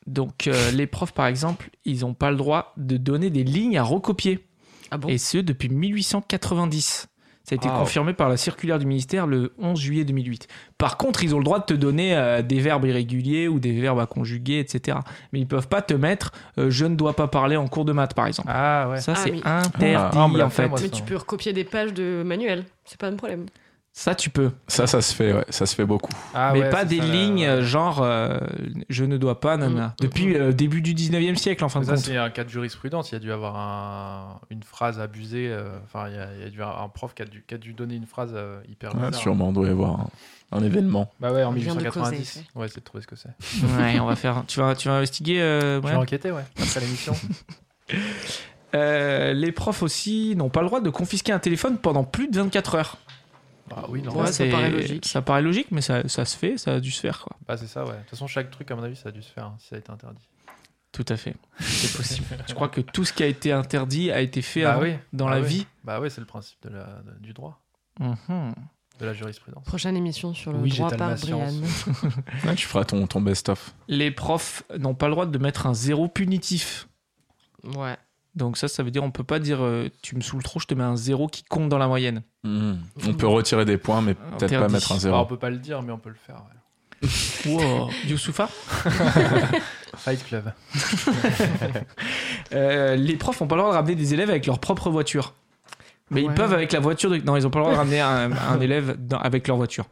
Speaker 1: Donc, euh, les profs, par exemple, ils n'ont pas le droit de donner des lignes à recopier.
Speaker 3: Ah bon
Speaker 1: Et ce, depuis 1890. Ça a été
Speaker 5: Ah, ouais.
Speaker 1: confirmé par la circulaire du ministère le 11 juillet 2008. Par contre, ils ont le droit de te donner euh, des verbes irréguliers ou des verbes à conjuguer, etc. Mais ils peuvent pas te mettre euh, je ne dois pas parler en cours de maths, par exemple.
Speaker 4: Ah ouais.
Speaker 1: Ça,
Speaker 3: Ah,
Speaker 1: c'est
Speaker 3: mais-
Speaker 1: interdit,
Speaker 4: Ah, on me l'a
Speaker 1: en
Speaker 4: fait,
Speaker 1: fait.
Speaker 4: moi.
Speaker 3: Mais tu peux recopier des pages de manuel, c'est pas un problème.
Speaker 1: Ça, tu peux.
Speaker 2: Ça, ça se fait, ouais. ça se fait beaucoup.
Speaker 4: Ah
Speaker 1: mais
Speaker 4: ouais,
Speaker 1: pas
Speaker 4: c'est
Speaker 1: des
Speaker 4: ça, là.
Speaker 1: lignes euh, genre euh, je ne dois pas, nanana.
Speaker 3: Mm.
Speaker 1: Depuis le début du 19e siècle, en fin
Speaker 4: Mais
Speaker 1: de
Speaker 4: Ça,
Speaker 1: compte.
Speaker 4: c'est un cas de jurisprudence. Il y a dû avoir un- une phrase abusée. euh, Enfin, il y a, il y a dû avoir un prof qui a dû, qui a dû donner une phrase euh, hyper
Speaker 2: Ouais,
Speaker 4: bizarre.
Speaker 2: Ah, sûrement, on doit y avoir un, un événement.
Speaker 4: Bah ouais, en
Speaker 3: On vient de causer,
Speaker 4: 1890. Ouais, c'est de trouver ce que c'est.
Speaker 1: Ouais, on va faire. Tu vas, tu vas investiguer, euh,
Speaker 4: Je vais
Speaker 1: Brian
Speaker 4: enquêter, ouais, après l'émission.
Speaker 1: Euh, les profs aussi n'ont pas le droit de confisquer un téléphone pendant plus de 24 heures.
Speaker 4: Ah oui, non.
Speaker 3: Ouais, ça
Speaker 1: c'est-
Speaker 3: paraît logique.
Speaker 1: Ça paraît logique, mais ça, ça se fait, ça a dû se faire. Quoi.
Speaker 4: Bah, c'est ça, ouais. De toute façon, chaque truc, à mon avis, ça a dû se faire hein, si ça a été interdit.
Speaker 1: Tout à fait. C'est possible. Je crois que tout ce qui a été interdit a été fait
Speaker 4: Bah
Speaker 1: avant,
Speaker 4: oui,
Speaker 1: dans
Speaker 4: bah
Speaker 1: la
Speaker 4: oui.
Speaker 1: vie.
Speaker 4: Bah ouais, c'est le principe de la- de- du droit,
Speaker 1: Mhm.
Speaker 4: de la jurisprudence.
Speaker 3: Prochaine émission sur le
Speaker 4: Oui,
Speaker 3: droit
Speaker 4: j'étale ma
Speaker 3: par Brian.
Speaker 4: science.
Speaker 2: Ouais, tu feras ton, ton best-of.
Speaker 1: Les profs n'ont pas le droit de mettre un zéro punitif.
Speaker 3: Ouais.
Speaker 1: Donc ça, ça veut dire on peut pas dire euh, tu me saoules trop, je te mets un zéro qui compte dans la moyenne.
Speaker 2: Mhm. On peut retirer des points, mais peut-être pas
Speaker 1: Interdit.
Speaker 2: mettre un
Speaker 4: Bah,
Speaker 2: zéro.
Speaker 4: on peut pas le dire, mais on peut le faire. ouais.
Speaker 1: Wow. Youssoufa
Speaker 4: Fight Club.
Speaker 1: Euh, les profs ont pas le droit de ramener des élèves avec leur propre voiture. Mais ils
Speaker 3: Ouais.
Speaker 1: peuvent avec la voiture. de- Non, ils ont pas le droit de ramener un, un élève dans- avec leur voiture.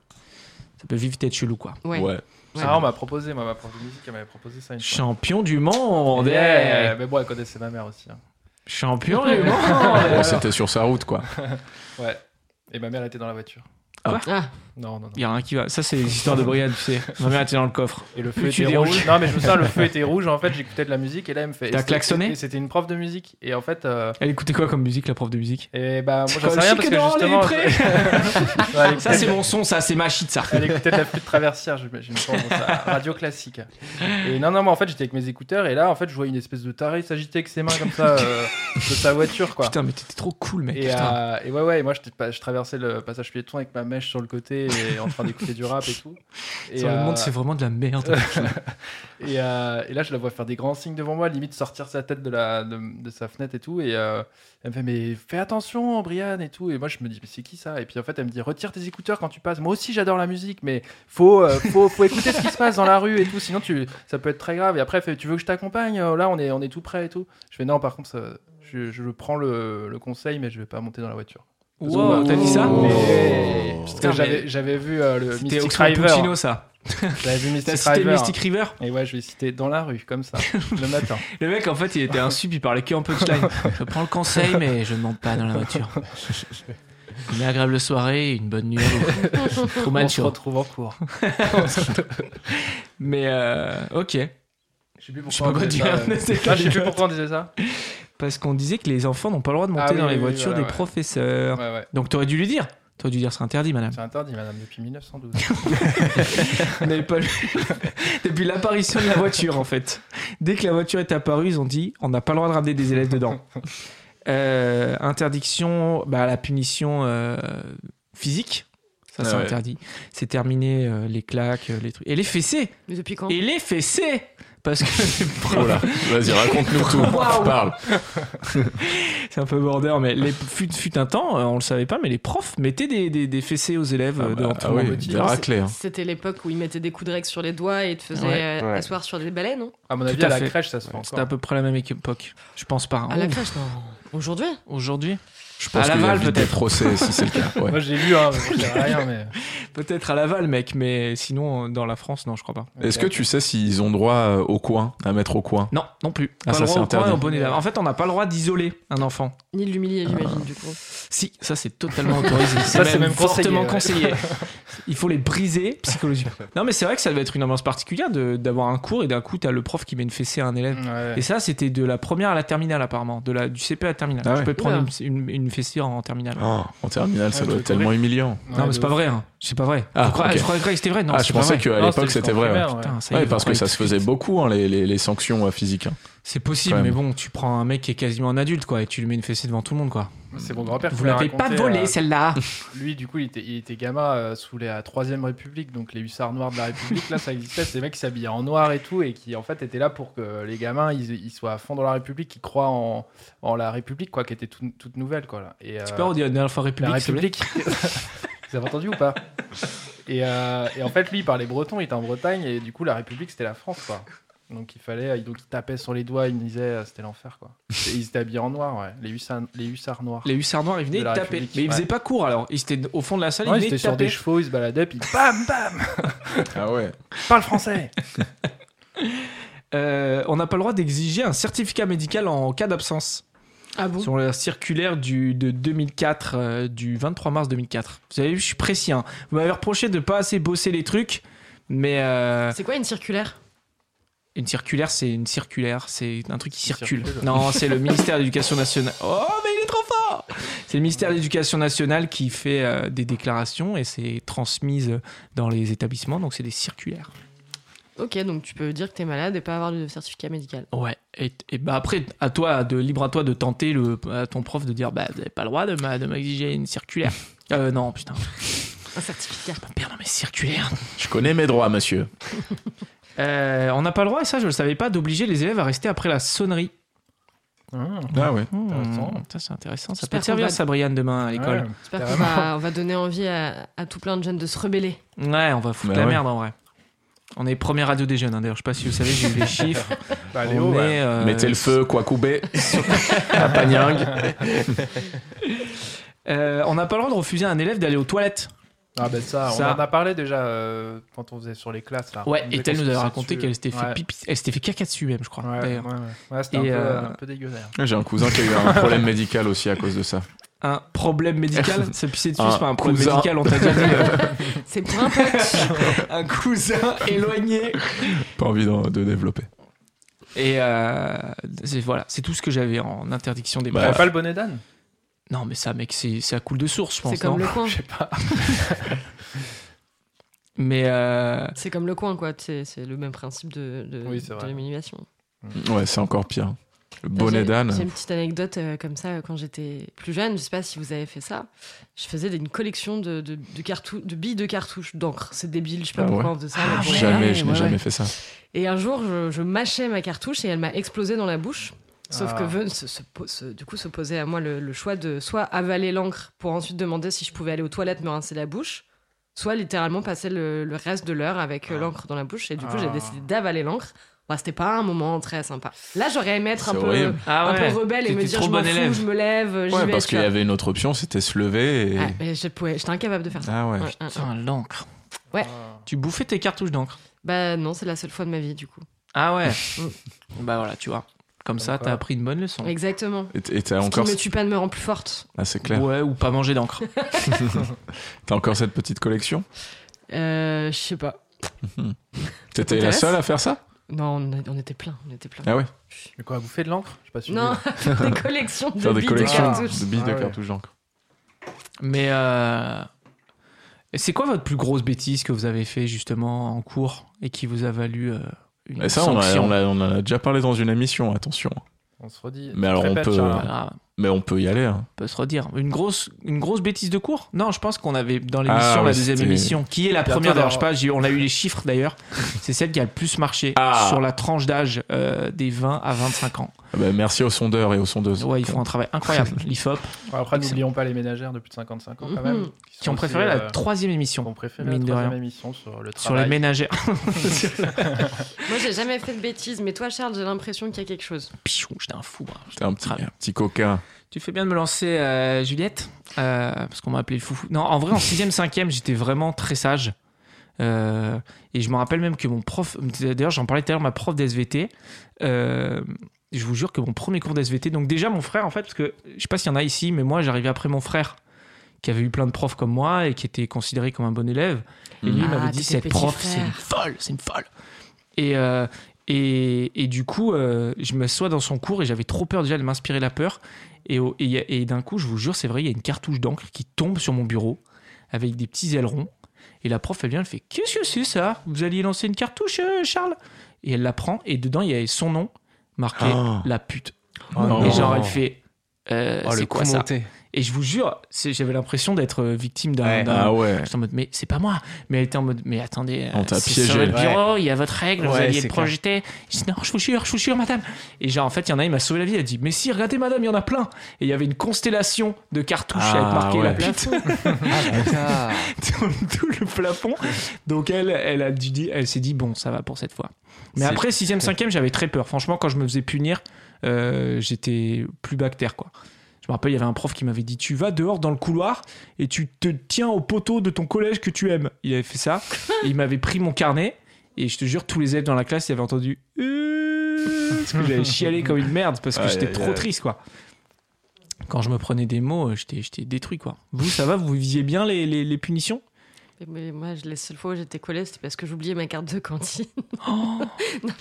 Speaker 1: Ça peut vite être chelou, quoi.
Speaker 3: Ouais.
Speaker 2: Ouais.
Speaker 3: Ouais.
Speaker 4: Ah, on m'a proposé, moi, ma prof de musique, elle m'avait proposé ça une fois.
Speaker 1: Champion du monde.
Speaker 4: Yeah,
Speaker 1: eh.
Speaker 4: Mais bon, elle connaissait ma mère aussi. hein.
Speaker 1: Champion du monde.
Speaker 2: Bon, c'était sur sa route, quoi.
Speaker 4: Ouais. Et ma mère était dans la voiture.
Speaker 3: Ah,
Speaker 4: Non, non, non.
Speaker 1: Il y en a un qui va. Ça, c'est l'histoire de Brian, tu sais. Ma mère était dans le coffre.
Speaker 4: Et le
Speaker 1: Plus
Speaker 4: feu
Speaker 1: tu
Speaker 4: était
Speaker 1: déroules.
Speaker 4: rouge. Non, mais je me souviens, le feu était rouge. En fait, j'écoutais de la musique et là, elle me fait.
Speaker 1: T'as
Speaker 4: et c'était-
Speaker 1: klaxonné
Speaker 4: et C'était une prof de musique. Et en fait. euh,
Speaker 1: Elle écoutait quoi comme musique, la prof de musique
Speaker 4: Et bah, moi, j'en
Speaker 1: Comme
Speaker 4: sais rien parce
Speaker 1: Chic
Speaker 4: que
Speaker 1: dans les
Speaker 4: justement. Ouais, elle
Speaker 1: Ça,
Speaker 4: écoutait-
Speaker 1: c'est mon son, ça, c'est ma shit, ça.
Speaker 4: Elle écoutait de la flûte traversière, j'imagine. pas, bon, ça, radio classique. Et non, non, moi en fait j'étais avec mes écouteurs et là en fait je vois une espèce de taré s'agiter avec ses mains comme ça euh, de sa voiture quoi.
Speaker 1: Putain, mais t'étais trop cool, mec.
Speaker 4: Et,
Speaker 1: putain.
Speaker 4: euh, et ouais, ouais, et moi j'étais pas- je traversais le passage piéton avec ma mèche sur le côté et en train d'écouter du rap et tout. Et,
Speaker 1: Sur le
Speaker 4: euh,
Speaker 1: monde, c'est vraiment de la merde.
Speaker 4: et, euh, et là, je la vois faire des grands signes devant moi, limite sortir sa tête de, la, de, de sa fenêtre et tout. Et euh, elle me fait, mais fais attention, Brian et tout. Et moi, je me dis, mais c'est qui ça Et puis en fait, elle me dit, retire tes écouteurs quand tu passes. Moi aussi, j'adore la musique, mais faut, euh, faut, faut écouter ce qui se passe dans la rue et tout. Sinon, tu, ça peut être très grave. Et après, elle fait, tu veux que je t'accompagne Euh, Là, on est, on est tout prêt et tout. Je fais, non, par contre, ça- je, je prends le, le conseil, mais je vais pas monter dans la voiture.
Speaker 1: Wow, t'as dit ça
Speaker 4: Mais-
Speaker 2: Oh.
Speaker 4: Parce
Speaker 1: Putain,
Speaker 4: que
Speaker 1: mais-
Speaker 4: j'avais- j'avais vu euh, le
Speaker 1: C'était
Speaker 4: Mystic
Speaker 1: Oxford
Speaker 4: River.
Speaker 1: Puccino, ça.
Speaker 4: J'avais vu Mystic
Speaker 1: T'as cité
Speaker 4: River.
Speaker 1: Mystic River
Speaker 4: Et ouais, je vais citer dans la rue, comme ça, le matin.
Speaker 1: Le mec, en fait, il était un sub, il parlait que en punchline. Je prends le conseil, mais je ne monte pas dans la voiture. Une agréable soirée, une bonne nuit. à vous. Truman
Speaker 4: On se
Speaker 1: Show.
Speaker 4: retrouve en cours.
Speaker 1: Mais euh, ok,
Speaker 4: Je sais plus
Speaker 1: je sais pas quoi
Speaker 4: on disait
Speaker 1: dire.
Speaker 4: ça, ouais.
Speaker 1: C'est
Speaker 4: Ah, je sais plus pourquoi on disait ça.
Speaker 1: Parce qu'on disait que les enfants n'ont pas le droit de monter
Speaker 4: Ah oui,
Speaker 1: dans
Speaker 4: oui,
Speaker 1: les
Speaker 4: oui,
Speaker 1: voitures
Speaker 4: voilà,
Speaker 1: des
Speaker 4: ouais.
Speaker 1: professeurs.
Speaker 4: Ouais, ouais.
Speaker 1: Donc t'aurais dû lui dire. T'aurais dû dire c'est interdit, madame.
Speaker 4: C'est interdit, madame, depuis 1912.
Speaker 1: n'avait pas lu. Depuis l'apparition de la voiture, en fait. Dès que la voiture est apparue, ils ont dit on n'a pas le droit de ramener des élèves dedans. Euh, interdiction, bah, la punition euh, physique. Ça, c'est
Speaker 2: Ah ouais.
Speaker 1: interdit. C'est terminé euh, les claques, euh, les trucs. Et les fessées
Speaker 3: mais depuis quand
Speaker 1: Et les fessées Parce que.
Speaker 2: Oh là. Vas-y, raconte-nous tout.
Speaker 1: Waouh.
Speaker 2: Parle.
Speaker 1: c'est un peu border, mais les, fut, fut un temps, euh, on le savait pas, mais les profs mettaient des, des, des fessées aux élèves
Speaker 2: Ah
Speaker 1: euh,
Speaker 2: bah,
Speaker 1: devant
Speaker 2: ah
Speaker 1: tout le
Speaker 2: oui,
Speaker 1: monde.
Speaker 2: des raclées. hein.
Speaker 3: C'était l'époque où ils mettaient des coups de règle sur les doigts et te faisaient
Speaker 1: Ouais.
Speaker 3: euh,
Speaker 5: Ouais.
Speaker 3: asseoir sur des balais, non
Speaker 4: À mon
Speaker 1: Tout
Speaker 4: avis, à
Speaker 1: à
Speaker 4: la
Speaker 1: fait.
Speaker 4: crèche, ça se fait
Speaker 1: C'était à
Speaker 4: encore.
Speaker 1: peu près la même époque. Je pense pas.
Speaker 3: À la crèche, non. Aujourd'hui
Speaker 1: Aujourd'hui
Speaker 2: Je pense
Speaker 1: À
Speaker 2: qu'il y a
Speaker 1: Laval,
Speaker 2: vite des
Speaker 1: peut-être.
Speaker 2: procès si c'est le cas. ouais.
Speaker 4: Moi, j'ai lu, hein, mais je sais rien, mais.
Speaker 1: Peut-être à Laval, mec, mais sinon euh, dans la France, non, je crois pas.
Speaker 2: Est-ce que tu sais s'ils ont droit euh, au coin, à mettre au coin
Speaker 1: Non, non plus.
Speaker 2: Ah,
Speaker 1: Pas
Speaker 2: ça,
Speaker 1: le droit
Speaker 2: c'est
Speaker 1: au coin et au
Speaker 2: interdit.
Speaker 1: bonnet d'âme. En fait, on n'a pas le droit d'isoler un enfant.
Speaker 3: Ni de l'humilier,
Speaker 2: Ah.
Speaker 3: j'imagine, du coup.
Speaker 1: Si, ça c'est totalement autorisé.
Speaker 4: Ça, c'est même conseillé,
Speaker 1: fortement
Speaker 4: ouais.
Speaker 1: conseillé. Il faut les briser psychologiquement. Non, mais c'est vrai que ça devait être une ambiance particulière de- d'avoir un cours et d'un coup t'as le prof qui met une fessée à un élève.
Speaker 4: Ouais.
Speaker 1: Et ça, c'était de la première à la terminale apparemment, de la du CP à la terminale.
Speaker 2: Ah ouais.
Speaker 1: Je peux prendre
Speaker 3: Oula.
Speaker 1: une, une, une fessée en, en terminale.
Speaker 2: Oh, En terminale, ça
Speaker 4: Ah,
Speaker 2: doit
Speaker 4: je
Speaker 2: être tellement humiliant.
Speaker 1: non, mais c'est pas vrai. hein. C'est pas vrai.
Speaker 2: Ah,
Speaker 1: je, crois,
Speaker 2: ok.
Speaker 1: je croyais que c'était vrai. Non,
Speaker 2: ah,
Speaker 1: c'est
Speaker 2: je
Speaker 1: pas
Speaker 2: pensais
Speaker 1: vrai.
Speaker 2: qu'à
Speaker 4: Non,
Speaker 2: l'époque
Speaker 4: c'était
Speaker 2: c'était
Speaker 4: en
Speaker 2: vrai. hein. ouais.
Speaker 4: primaire, ouais.
Speaker 1: Putain, ça y est,
Speaker 2: Ouais,
Speaker 1: vous
Speaker 2: parce que
Speaker 1: croyez
Speaker 2: ça
Speaker 1: tout
Speaker 2: se
Speaker 1: de
Speaker 2: faisait
Speaker 1: suite.
Speaker 2: beaucoup, hein, les, les, les sanctions euh, physiques. hein.
Speaker 1: C'est possible,
Speaker 2: Quand
Speaker 1: mais
Speaker 2: même.
Speaker 1: bon, tu prends un mec qui est quasiment un adulte, quoi, et tu lui mets une fessée devant tout le monde, quoi.
Speaker 4: C'est mon grand-père qui
Speaker 1: Vous
Speaker 4: m'a
Speaker 1: l'avez pas
Speaker 4: raconté,
Speaker 1: volée,
Speaker 4: euh,
Speaker 1: celle-là.
Speaker 4: Lui, du coup, il était, il était gamin euh, sous la Troisième République, donc les hussards noirs de la République, là, ça existait. C'est des mecs qui s'habillaient en noir et tout, et qui, en fait, étaient là pour que les gamins, ils, ils soient à fond dans la République, qui croient en, en la République, quoi, qui était tout- toute nouvelle, quoi. Là. Et, euh,
Speaker 1: Tu peux redire la dernière fois
Speaker 4: la
Speaker 1: République, s'il vous plaît
Speaker 4: République. Vous avez entendu ou pas et, euh, et en fait, lui, il parlait breton, il était en Bretagne, et du coup, la République, c'était la France, quoi. Donc il fallait, euh, donc il tapait sur les doigts, il me disait, euh, c'était l'enfer, quoi. Et ils étaient habillés en noir, ouais. Les hussards, les hussards noirs.
Speaker 1: Les hussards noirs, ils venaient, ils
Speaker 4: De la
Speaker 1: tapaient.
Speaker 4: République,
Speaker 1: Mais ils
Speaker 4: ouais.
Speaker 1: faisaient pas court, alors. Ils étaient au fond de la salle,
Speaker 4: Non,
Speaker 1: ils
Speaker 4: ils
Speaker 1: venaient
Speaker 4: étaient sur des
Speaker 1: taper.
Speaker 4: chevaux, ils se baladaient, puis bam, bam,
Speaker 2: Ah ouais.
Speaker 4: parle français.
Speaker 1: Euh, on n'a pas le droit d'exiger un certificat médical en cas d'absence.
Speaker 3: Ah bon
Speaker 1: Sur la circulaire du, de 2004, euh, du 23 mars 2004. Vous avez vu, je suis précis. hein. Vous m'avez reproché de pas assez bosser les trucs, mais euh,
Speaker 3: C'est quoi une circulaire
Speaker 1: une circulaire, c'est une circulaire. C'est un truc qui
Speaker 4: Qui
Speaker 1: circule.
Speaker 4: circule.
Speaker 1: Non, c'est le ministère de l'Éducation nationale. Oh, mais il est trop fort C'est le ministère de l'Éducation nationale qui fait euh, des déclarations et c'est transmise dans les établissements, donc c'est des circulaires.
Speaker 3: Ok, donc tu peux dire que t'es malade et pas avoir de certificat médical.
Speaker 1: Ouais, et, et bah après, à toi, de, libre à toi de tenter le, à ton prof de dire, bah, vous n'avez pas le droit de m'a- de m'exiger une circulaire. Euh, non, putain,
Speaker 3: Un certificat.
Speaker 1: mon père, non, mais circulaire.
Speaker 2: Je connais mes droits, monsieur.
Speaker 1: Euh, on n'a pas le droit, et ça, je le savais pas, d'obliger les élèves à rester après la sonnerie.
Speaker 4: Mmh,
Speaker 2: Ah ouais.
Speaker 1: Hmm,
Speaker 4: Intéressant.
Speaker 1: ça, c'est intéressant. Ça
Speaker 3: J'espère
Speaker 1: peut te servir,
Speaker 3: qu'on va-
Speaker 1: ça, Brian, demain à l'école.
Speaker 3: J'espère qu'on va, on va donner envie à, à tout plein de jeunes de se rebeller.
Speaker 1: Ouais, on va foutre
Speaker 2: Bah
Speaker 1: la
Speaker 2: ouais.
Speaker 1: merde en vrai. On est première radio des jeunes, hein, d'ailleurs. Je sais pas si vous savez, j'ai eu les chiffres.
Speaker 4: Bah,
Speaker 1: On
Speaker 4: Léo, ouais.
Speaker 1: est, euh,
Speaker 2: oh, Mettez le feu, quoi couper à Panyang.
Speaker 1: euh, on n'a pas le droit de refuser à un élève d'aller aux toilettes.
Speaker 4: Ah, ben ça,
Speaker 1: Ça.
Speaker 4: on en a parlé déjà euh, quand on faisait sur les classes. Là.
Speaker 2: Ah,
Speaker 1: Ouais,
Speaker 4: On
Speaker 1: et
Speaker 4: faisait
Speaker 1: elle nous avait
Speaker 4: qu'on se
Speaker 1: raconté
Speaker 4: dessus.
Speaker 1: qu'elle s'était fait
Speaker 4: Ouais.
Speaker 1: pipi, elle s'était fait caca dessus même, je crois.
Speaker 4: Ouais, ouais,
Speaker 1: d'ailleurs.
Speaker 4: ouais. Ouais, c'était un,
Speaker 1: Et,
Speaker 4: peu,
Speaker 1: euh,
Speaker 4: un peu dégueulasse.
Speaker 2: Ah, J'ai un cousin qui a eu un problème médical aussi à cause de ça.
Speaker 1: Un problème médical, c'est pisser dessus,
Speaker 2: Un
Speaker 1: c'est pas un problème
Speaker 2: cousin.
Speaker 1: médical, on t'a déjà dit. euh,
Speaker 3: C'est pour un pote.
Speaker 1: un cousin éloigné.
Speaker 2: Pas envie d'en- de développer.
Speaker 1: Et euh, c'est- voilà, c'est tout ce que j'avais en interdiction des
Speaker 2: Bah.
Speaker 4: T'avais
Speaker 1: profs.
Speaker 4: pas le bonnet d'âne
Speaker 1: Non, mais ça, mec, c'est ça coule de source, je pense.
Speaker 3: C'est comme
Speaker 1: non
Speaker 3: le coin.
Speaker 1: Mais euh,
Speaker 3: C'est comme le coin, quoi. tu sais, C'est le même principe de, de,
Speaker 4: Oui, c'est
Speaker 3: de
Speaker 4: vrai.
Speaker 3: l'humiliation.
Speaker 2: Ouais, c'est encore pire. Le bonnet
Speaker 3: J'ai-
Speaker 2: d'âne.
Speaker 3: J'ai une petite anecdote euh, comme ça euh, quand j'étais plus jeune. Je sais pas si vous avez fait ça. Je faisais des- une collection de, de, de, cartou- de billes de cartouches d'encre. C'est débile, je sais pas
Speaker 2: Ah ouais.
Speaker 3: pourquoi on faisait ça. mais bon.
Speaker 2: Jamais, je n'ai
Speaker 1: ouais,
Speaker 2: jamais
Speaker 1: ouais.
Speaker 2: fait ça.
Speaker 3: Et un jour, je, je mâchais ma cartouche et elle m'a explosé dans la bouche. Sauf
Speaker 4: Ah.
Speaker 3: que ve- se- se po- se- du coup se posait à moi le, le choix de soit avaler l'encre pour ensuite demander si je pouvais aller aux toilettes me rincer la bouche, soit littéralement passer le, le reste de l'heure avec euh,
Speaker 2: Ah.
Speaker 3: l'encre dans la bouche. Et du coup, j'ai
Speaker 4: Ah.
Speaker 3: décidé d'avaler l'encre. Bah, C'était pas un moment très sympa. Là, j'aurais aimé être un
Speaker 2: C'est
Speaker 3: peu,
Speaker 2: horrible.
Speaker 1: Ah
Speaker 3: un
Speaker 1: ouais.
Speaker 3: peu rebelle et me
Speaker 1: T'étais
Speaker 3: dire
Speaker 1: trop
Speaker 3: je m'en
Speaker 1: bon élève.
Speaker 3: fous, je me lève, j'y
Speaker 2: Ouais,
Speaker 3: vais.
Speaker 2: parce
Speaker 3: tu
Speaker 2: qu'il y
Speaker 3: vois.
Speaker 2: avait une autre option, c'était se lever et.
Speaker 3: Ah, mais je pouvais, j'étais incapable de faire ça.
Speaker 2: Ah ouais.
Speaker 3: Ouais, ouais, ouais.
Speaker 1: Putain, l'encre.
Speaker 3: Ouais.
Speaker 4: Ah.
Speaker 1: Tu bouffais tes cartouches d'encre.
Speaker 3: Bah non, c'est la seule fois de ma vie du coup.
Speaker 1: Ah ouais. bah voilà, tu vois. Comme ça,
Speaker 4: Comme quoi.
Speaker 1: t'as appris une bonne leçon.
Speaker 3: Exactement.
Speaker 2: Et et t'as
Speaker 3: Ce qui
Speaker 2: encore,
Speaker 3: me tue pas ne me rend plus forte.
Speaker 2: ah, c'est clair.
Speaker 1: Ouais, ou pas manger d'encre.
Speaker 2: T'as encore cette petite collection.
Speaker 3: Euh, je sais pas.
Speaker 2: T'étais la
Speaker 3: t'intéresse
Speaker 2: seule à faire ça
Speaker 3: Non, on, a- on était plein, on était plein.
Speaker 2: Ah ouais.
Speaker 4: Mais quoi, bouffer de l'encre Je sais pas si
Speaker 3: Non, des collections de
Speaker 2: Faire des
Speaker 3: billes
Speaker 2: collections
Speaker 3: de cartouches.
Speaker 2: de billes
Speaker 4: Ah
Speaker 2: de
Speaker 4: ouais.
Speaker 2: cartouches d'encre.
Speaker 1: Mais euh, c'est quoi votre plus grosse bêtise que vous avez fait justement en cours et qui vous a valu euh, une
Speaker 2: Et ça, on, a,
Speaker 1: sanction
Speaker 2: on, a- on en a déjà parlé dans une émission, attention.
Speaker 4: On se redit.
Speaker 2: Mais alors, on
Speaker 4: Répète,
Speaker 2: peut-
Speaker 1: Pas
Speaker 4: Charles.
Speaker 1: grave,
Speaker 2: Mais on peut y aller. hein.
Speaker 1: on peut se redire. Une grosse, une grosse bêtise de cours Non, je pense qu'on avait dans l'émission,
Speaker 2: Ah,
Speaker 1: la
Speaker 2: ouais,
Speaker 1: deuxième
Speaker 2: c'était-
Speaker 1: émission, qui est la
Speaker 4: Bientôt
Speaker 1: première d'ailleurs, je sais
Speaker 4: d'avoir-
Speaker 1: pas, j'ai- on a eu les chiffres d'ailleurs, c'est celle qui a le plus marché
Speaker 2: Ah.
Speaker 1: sur la tranche d'âge euh, des 20 à 25 ans.
Speaker 2: Ah bah, merci aux sondeurs et aux sondeuses.
Speaker 1: Ouais, ils font un travail incroyable, l'IFOP,
Speaker 4: Après, n'oublions pas les ménagères de plus de 55 ans
Speaker 3: Mhm.
Speaker 4: quand même.
Speaker 1: Mmh. qui ont préféré la troisième émission
Speaker 4: On euh, préféré la
Speaker 1: mine de
Speaker 4: troisième
Speaker 1: rien.
Speaker 4: émission sur le travail.
Speaker 1: sur les Ah, ménagères.
Speaker 3: Moi, j'ai jamais fait de bêtises, mais toi, Charles, j'ai l'impression qu'il y a quelque chose.
Speaker 1: Pichou, j'étais un fou. hein. moi.
Speaker 2: T'es un petit, un petit coquin.
Speaker 1: Tu fais bien de me lancer, euh, Juliette, euh, parce qu'on m'a appelé le foufou. Non, en vrai, en 6ème, 5ème, j'étais vraiment très sage. Euh, et je me rappelle même que mon prof, d'ailleurs, j'en parlais tout à l'heure, ma prof d'SVT, euh, je vous jure que mon premier cours d'SVT, donc déjà mon frère, en fait, parce que je sais pas s'il y en a ici, mais moi, j'arrivais après mon frère, qui avait eu plein de profs comme moi et qui était considéré comme un bon élève. Et lui, il
Speaker 3: Ah,
Speaker 1: m'avait dit
Speaker 3: t'étais
Speaker 1: cette
Speaker 3: petit
Speaker 1: prof,
Speaker 3: frère.
Speaker 1: c'est une folle, c'est une folle. Et, euh, et, et du coup, euh, je m'assois dans son cours et j'avais trop peur déjà de m'inspirer la peur. Et, au- et il y a- et d'un coup, je vous jure, c'est vrai, il y a une cartouche d'encre qui tombe sur mon bureau avec des petits ailerons. Et la prof, elle vient, elle fait Qu'est-ce que c'est ça Vous alliez lancer une cartouche, euh, Charles Et elle la prend et dedans, il y avait son nom marqué
Speaker 2: Ah.
Speaker 1: La pute.
Speaker 2: non.
Speaker 1: Et genre, elle fait Euh,
Speaker 5: Oh, le
Speaker 1: C'est quoi
Speaker 5: coup
Speaker 1: ça
Speaker 5: monté.
Speaker 1: Et je vous jure, c'est- j'avais l'impression d'être euh, victime d'un.
Speaker 5: Ouais.
Speaker 1: d'un-
Speaker 2: Ah ouais.
Speaker 1: J'étais en mode, mais c'est pas moi. Mais elle était en mode, mais attendez,
Speaker 2: On
Speaker 1: euh,
Speaker 2: t'a
Speaker 1: c'est
Speaker 2: piégé.
Speaker 1: sur votre
Speaker 5: Ouais.
Speaker 1: bureau, il y a votre règle, vous
Speaker 5: Ouais,
Speaker 1: alliez
Speaker 5: c'est
Speaker 1: le projeter. Je dis, non, je vous jure, je vous jure, madame. Et genre, en fait, il y en a, il m'a sauvé la vie. Elle dit, mais si, regardez, madame, il y en a plein. Et il y avait une constellation de cartouches
Speaker 2: Ah,
Speaker 1: avec marqué
Speaker 2: ouais.
Speaker 1: la
Speaker 3: La
Speaker 1: pute
Speaker 3: fou-
Speaker 5: Ah,
Speaker 1: dans tout le plafond. Donc elle, elle a dû dire- elle s'est dit, bon, ça va pour cette fois. Mais
Speaker 5: C'est-
Speaker 1: après, 6ème, 5ème, j'avais très peur. Franchement, quand je me faisais punir, euh, j'étais plus bactère, quoi. Je me rappelle, il y avait un prof qui m'avait dit Tu vas dehors dans le couloir et tu te tiens au poteau de ton collège que tu aimes. Il avait fait ça. et il m'avait pris mon carnet. Et je te jure, tous les élèves dans la classe, ils avaient entendu Euh, Parce que j'avais chialé comme une merde parce que
Speaker 2: Aïe,
Speaker 1: j'étais
Speaker 2: aïe,
Speaker 1: trop
Speaker 2: aïe.
Speaker 1: triste, quoi. Quand je me prenais des mots, euh, j'étais j'étais détruit, quoi. Vous, ça va Vous visiez bien les, les- les punitions
Speaker 3: Mais moi, je- la seule fois où j'étais collée, c'était parce que j'oubliais ma carte de cantine. non,